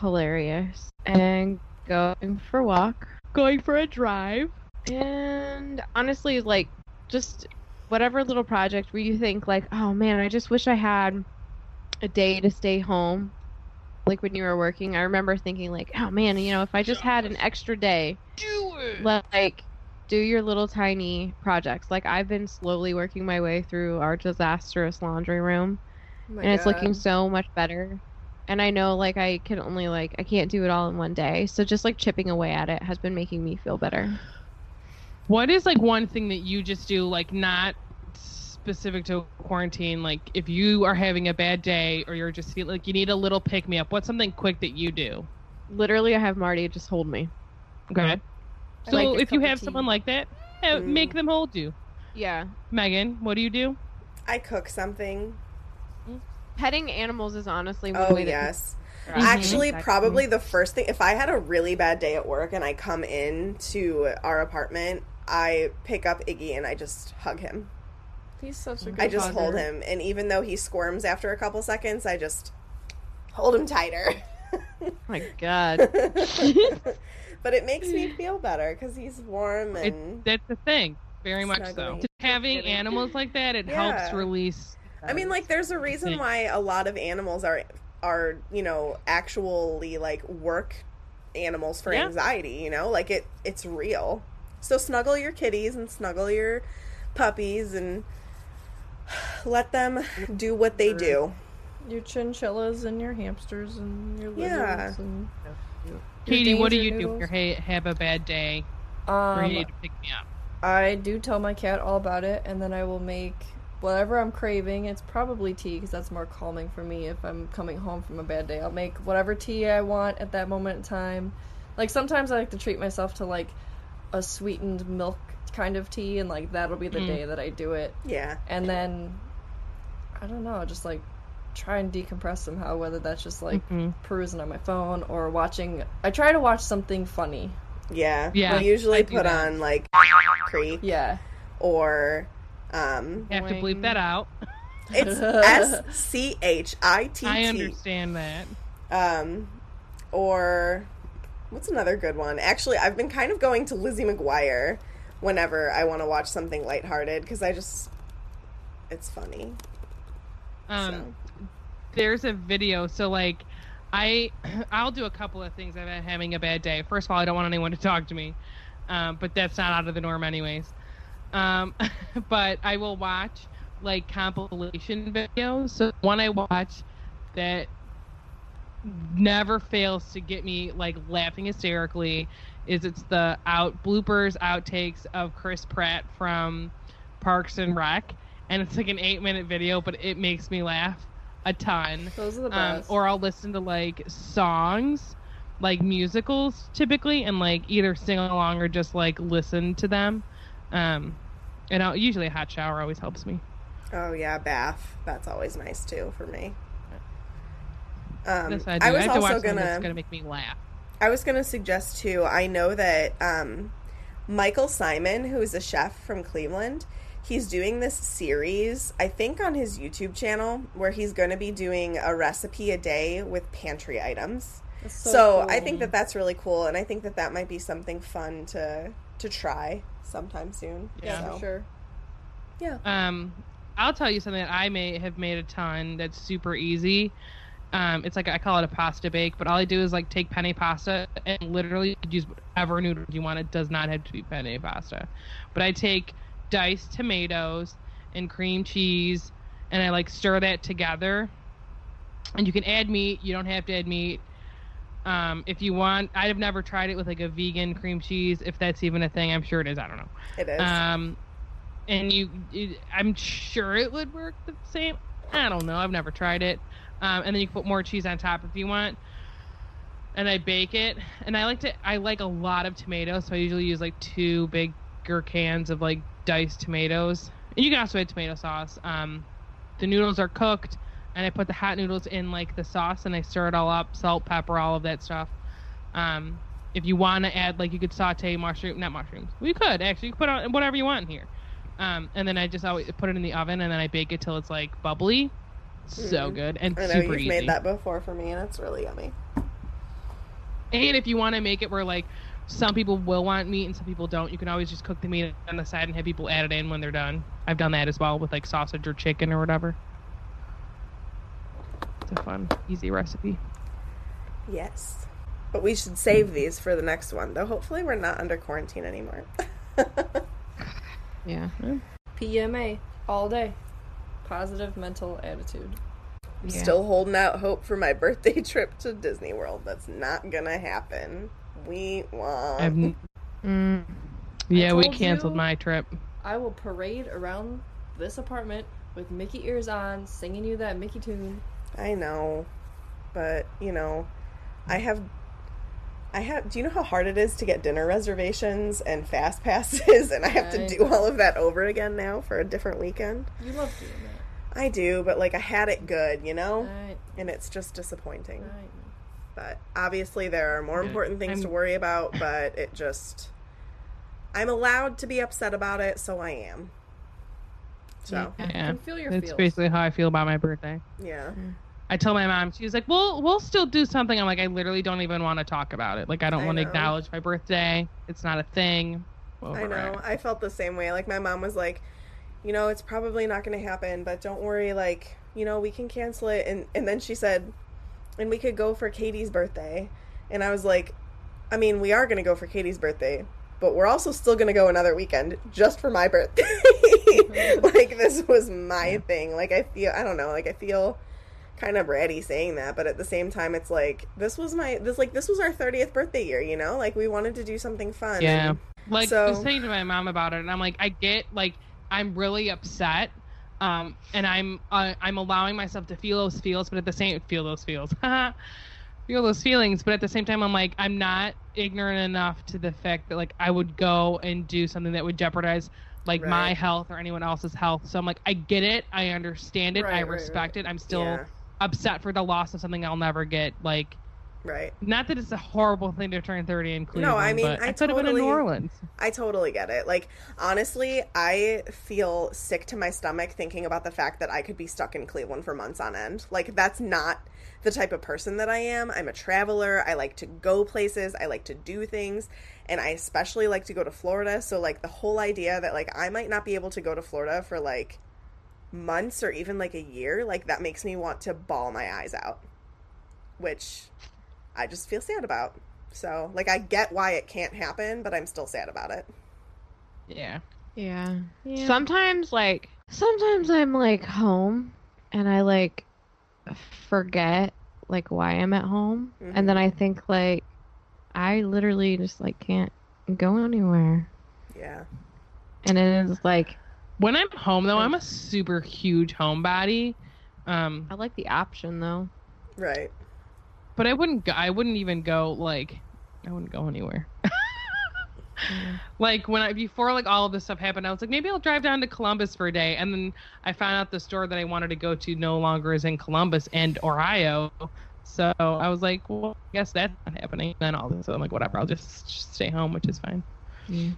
S1: hilarious. And going for a walk, going for a drive, and honestly, like just whatever little project where you think like, oh man, I just wish I had a day to stay home. Like when you were working, I remember thinking like, oh man, you know, if I just had an extra day,
S4: Do it.
S1: like do your little tiny projects. Like I've been slowly working my way through our disastrous laundry room
S5: Oh my
S1: and it's looking
S5: God.
S1: so much better. And I know like I can only like I can't do it all in one day. So just like chipping away at it has been making me feel better.
S4: What is like one thing that you just do, like not specific to quarantine? Like if you are having a bad day or you're just feel like you need a little pick me up, what's something quick that you do?
S1: Literally I have Marty just hold me.
S4: Okay.
S5: I
S4: So
S5: like a
S4: if you
S5: cup of
S4: have
S5: tea.
S4: someone like that, eh, make them hold you.
S1: Yeah.
S4: Megan, what do you do?
S7: I cook something.
S1: Petting animals is honestly one
S7: Oh,
S1: way that
S7: yes.
S1: people are
S7: Actually,
S1: affected.
S7: probably the first thing, if I had a really bad day at work and I come in to our apartment, I pick up Iggy and I just hug him.
S5: He's such a good
S7: I just
S5: father.
S7: hold him. And even though he squirms after a couple seconds, I just hold him tighter.
S1: Oh my god.
S7: but it makes me feel better because he's warm
S4: It,
S7: and.
S4: that's the thing. Very much
S7: Snuggling.
S4: so. Having animals like that, it helps
S7: Yeah.
S4: release.
S7: I mean, like, there's a reason
S4: Thanks.
S7: why a lot of animals are are you know actually like work animals for
S4: Yeah.
S7: anxiety. You know, like it it's real. So snuggle your kitties and snuggle your puppies and let them do what they do.
S5: Your chinchillas and your hamsters and your lizards
S7: Yeah.
S5: and
S4: Katie, what do
S5: danger
S4: you do if
S5: noodles.
S4: you hey, have a bad day or you
S5: um,
S4: need to pick me up?
S5: I do tell my cat all about it, and then I will make whatever I'm craving. It's probably tea because that's more calming for me if I'm coming home from a bad day. I'll make whatever tea I want at that moment in time. Like sometimes I like to treat myself to like a sweetened milk kind of tea, and like that'll be the
S4: Mm.
S5: day that I do it.
S7: Yeah,
S5: And then I don't know, just like try and decompress somehow. Whether that's just like perusing on my phone or watching. I try to watch something funny.
S7: yeah.
S4: Yeah,
S7: we usually
S4: I do
S7: put
S4: that.
S7: on like Creek
S5: Yeah.
S7: or um,
S4: Have to bleep that out.
S7: it's S C H I T
S4: I
S7: T.
S4: understand that.
S7: Um, or what's another good one? Actually, I've been kind of going to Lizzie McGuire whenever I want to watch something lighthearted because I just it's funny.
S4: Um, there's a video. So like, I I'll do a couple of things. if I'm having a bad day. First of all, I don't want anyone to talk to me, um, but that's not out of the norm anyways. Um, but I will watch like compilation videos. So one I watch that never fails to get me like laughing hysterically is it's the out bloopers outtakes of Chris Pratt from Parks and Rec, and it's like an eight minute video, but it makes me laugh a ton
S5: Those are the
S4: um,
S5: best.
S4: or I'll listen to like songs, like musicals typically, and like either sing along or just like listen to them. Um, and I'll, usually a hot shower always helps me.
S7: Oh yeah, Bath. That's always nice too for me. Um,
S4: That's what
S7: I,
S4: I, do. I
S7: was
S4: have to watch
S7: also
S4: something
S7: gonna,
S4: that's gonna make me laugh.
S7: I was gonna suggest too. I know that um, Michael Simon, who is a chef from Cleveland, he's doing this series. I think on his YouTube channel where he's going to be doing a recipe a day with pantry items.
S5: That's
S7: So,
S5: cool.
S7: I think that that's really cool, and I think that that might be something fun to to try sometime soon.
S5: yeah,
S7: So,
S5: for sure.
S4: Um, I'll tell you something that I may have made a ton that's super easy, um, it's like I call it a pasta bake, but all I do is like take penne pasta and literally use whatever noodles you want. It does not have to be penne pasta, but I take diced tomatoes and cream cheese, and I like stir that together. And you can add meat. You don't have to add meat. Um, if you want, I have never tried it with like a vegan cream cheese. If that's even a thing, I'm sure it is. I don't know.
S7: It is.
S4: Um, and you, it, I'm sure it would work the same. I don't know. I've never tried it. Um, and then you can put more cheese on top if you want. And I bake it. And I like to. I like a lot of tomatoes, so I usually use like two bigger cans of like diced tomatoes. And you can also add tomato sauce. Um, the noodles are cooked, and I put the hot noodles in like the sauce, and I stir it all up, salt, pepper, all of that stuff. Um, if you want to add, like, you could saute mushroom, not mushrooms. We could actually you could put on whatever you want here. Um, and then I just always put it in the oven and then I bake it till it's like bubbly. So
S2: Mm-hmm.
S4: good and
S7: I know
S4: super
S7: you've
S4: easy.
S7: made that before for me, and it's really yummy.
S4: And if you want to make it where like some people will want meat and some people don't, you can always just cook the meat on the side and have people add it in when they're done. I've done that as well with like sausage or chicken or whatever. It's a fun, easy recipe.
S7: Yes. But we should save these for the next one, though hopefully we're not under quarantine anymore.
S1: Yeah.
S5: PMA all day.
S2: Positive mental attitude.
S7: I'm still holding out hope for my birthday trip to Disney World. That's not gonna happen. We won't.
S4: I've n- yeah, we
S2: told
S4: canceled
S2: you.
S4: my trip.
S2: I will parade around this apartment with Mickey ears on, singing you that Mickey tune.
S7: I know, but you know, I have. I have. Do you know how hard it is to get dinner reservations and fast passes, and I have to
S2: Right.
S7: do all of that over again now for a different weekend?
S2: You love doing that.
S7: I do, but like I had it good, you know,
S4: Uh,
S2: Right,
S7: and it's just disappointing.
S2: right.
S7: But obviously, there are more important things to worry about. But it just, I'm allowed to be upset about it, so I am. So
S4: Yeah.
S2: And feel your
S4: That's
S2: feels.
S4: basically how I feel about my birthday.
S7: yeah,
S4: I told my mom, she was like, "Well, we'll still do something." I'm like, "I literally don't even want to talk about it. Like, I don't
S7: I
S4: want to
S7: know.
S4: acknowledge my birthday. It's not a thing." Over
S7: I know.
S4: it.
S7: I felt the same way. Like my mom was like, you know, it's probably not going to happen, but don't worry. Like you know, we can cancel it. And and then she said, and we could go for Katie's birthday. And I was like, I mean, we are going to go for Katie's birthday, but we're also still going to go another weekend just for my birthday. like this was my thing. Like I feel, I don't know. Like I feel kind of bratty saying that, but at the same time, it's like this was my this like this was our thirtieth birthday year. You know, like we wanted to do something fun.
S4: Yeah. Like I was
S7: So-
S4: saying to my mom about it, and I'm like, I get like I'm really upset, um, and I'm uh, I'm allowing myself to feel those feels, but at the same feel those feels, feel those feelings, but at the same time, I'm like I'm not ignorant enough to the fact that like I would go and do something that would jeopardize like my
S7: Right.
S4: health or anyone else's health. So I'm like, I get it, I understand it,
S2: Right,
S4: I
S2: right,
S4: respect it. I'm still
S7: Yeah.
S4: upset for the loss of something I'll never get. Like,
S7: Right.
S4: not that it's a horrible thing to turn 30 in Cleveland.
S7: I mean,
S4: but
S7: I
S4: I could have been in New
S7: totally-
S4: Orleans.
S7: I totally get it. Like, honestly, I feel sick to my stomach thinking about the fact that I could be stuck in Cleveland for months on end. Like, that's not the type of person that I am. I'm a traveler. I like to go places. I like to do things. And I especially like to go to Florida. So, like, the whole idea that, like, I might not be able to go to Florida for, like, months or even, like, a year, like, that makes me want to bawl my eyes out, which I just feel sad about. So, like, I get why it can't happen, but I'm still sad about it.
S4: Yeah.
S1: Yeah. Sometimes like sometimes I'm like home and I like forget like why I'm at home
S7: Mhm.
S1: and then I think like I literally just like can't go anywhere.
S7: Yeah.
S1: And it is like
S4: When I'm home though, I'm a super huge homebody. Um,
S1: I like the option though.
S7: Right.
S4: but I wouldn't go, I wouldn't even go like I wouldn't go anywhere. like when I before like all of this stuff happened, I was like maybe I'll drive down to Columbus for a day and then I found out the store that I wanted to go to no longer is in Columbus and Ohio. So I was like, well, I guess that's not happening. And then all this, so I'm like, whatever, I'll just, just stay home, which is fine.
S1: Yeah.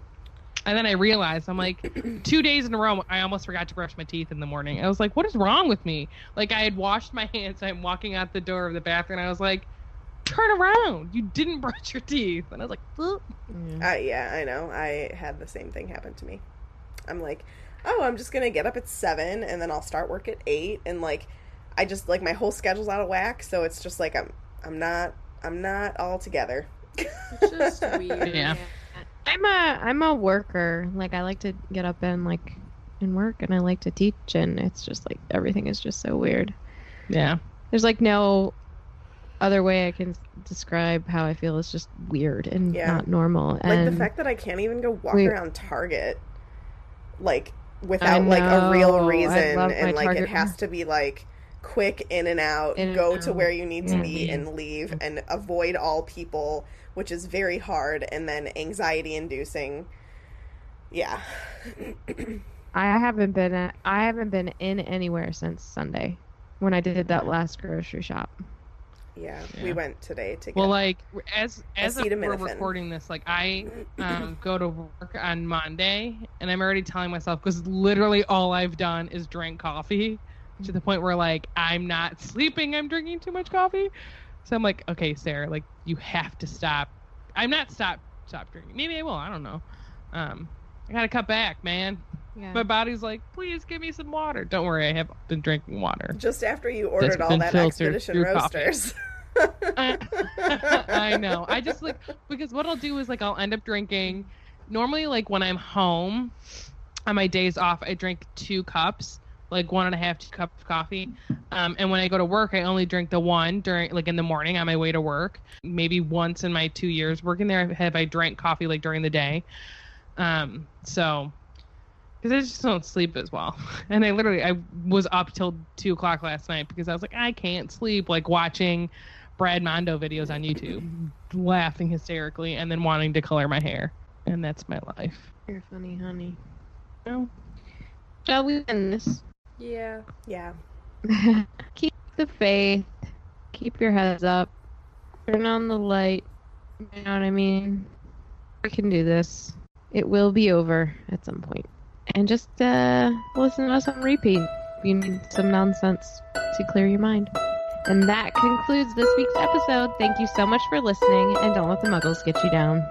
S4: And then I realized I'm like two days in a row I almost forgot to brush my teeth in the morning. I was like, what is wrong with me? Like I had washed my hands. I'm walking out the door of the bathroom. And I was like, turn around. You didn't brush your teeth. And I was like, "Oop."
S7: Uh, yeah, I know. I had the same thing happen to me. I'm like, oh, I'm just going to get up at seven and then I'll start work at eight. And like, I just like my whole schedule's out of whack, so it's just like I'm I'm not I'm not all together.
S5: Just weird.
S4: Yeah.
S1: I'm a I'm a worker. Like I like to get up and like and work and I like to teach and it's just like everything is just so weird.
S4: Yeah.
S1: There's like no other way I can s- describe how I feel. It's just weird and
S7: Yeah.
S1: not normal.
S7: Like
S1: and
S7: the fact that I can't even go walk
S1: we-
S7: around Target like
S1: I
S7: without like a real
S1: know. I
S7: reason
S1: love my
S7: and like it
S1: Target-
S7: has to be like quick in and out,
S1: In and
S7: go to
S1: out. Mm-hmm.
S7: where you need to
S1: Yeah.
S7: be and leave and avoid all people, which is very hard and then anxiety inducing. Yeah.
S1: I haven't been at, I haven't been in anywhere since Sunday when I did that last grocery shop.
S7: yeah.
S4: Yeah.
S7: We went today to get
S4: Well, like as as of we're
S7: Acetaminophen.
S4: recording this, like I um, go to work on Monday, and I'm already telling myself because literally all I've done is drink coffee to the point where like I'm not sleeping. I'm drinking too much coffee, so I'm like, okay, Sarah, like you have to stop. I'm not stop stop drinking. Maybe I will. I don't know. Um, I gotta cut back, man.
S1: Yeah.
S4: My body's like, please give me some water. Don't worry, I have been drinking water.
S7: just after you ordered all
S4: been
S7: that
S4: filtered
S7: expedition
S4: through coffee.
S7: roasters.
S4: I know. I just like because what I'll do is like I'll end up drinking. Normally, like when I'm home, on my days off, I drink two cups, like one and a half, two cups of coffee. Um, and when I go to work, I only drink the one during like in the morning on my way to work. Maybe once in my two years working there have I drank coffee like during the day. Um, so because I just don't sleep as well. And I literally I was up till two o'clock last night because I was like I can't sleep, like watching Brad Mondo videos on YouTube, laughing hysterically, and then wanting to color my hair. And that's my life.
S1: You're funny, honey.
S4: No.
S1: Shall we end this?
S5: Yeah.
S7: yeah.
S1: keep the faith. Keep your heads up. Turn on the light. You know what I mean? We can do this. It will be over at some point. And just uh, listen to us on repeat. if You need some nonsense to clear your mind. And that concludes this week's episode. Thank you so much for listening, and don't let the muggles get you down.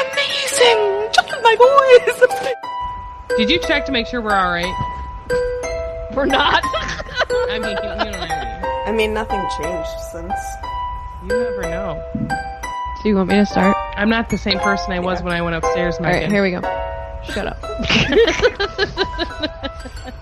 S3: Amazing! Just like always!
S4: Did you check to make sure we're all right?
S1: We're not.
S4: I mean, you, you know what I
S7: I mean nothing changed since
S4: mean. You never know.
S1: Do you want me to start?
S4: I'm not the same person I was when I went upstairs.
S1: All right,
S4: Megan.
S1: here we go. Shut up.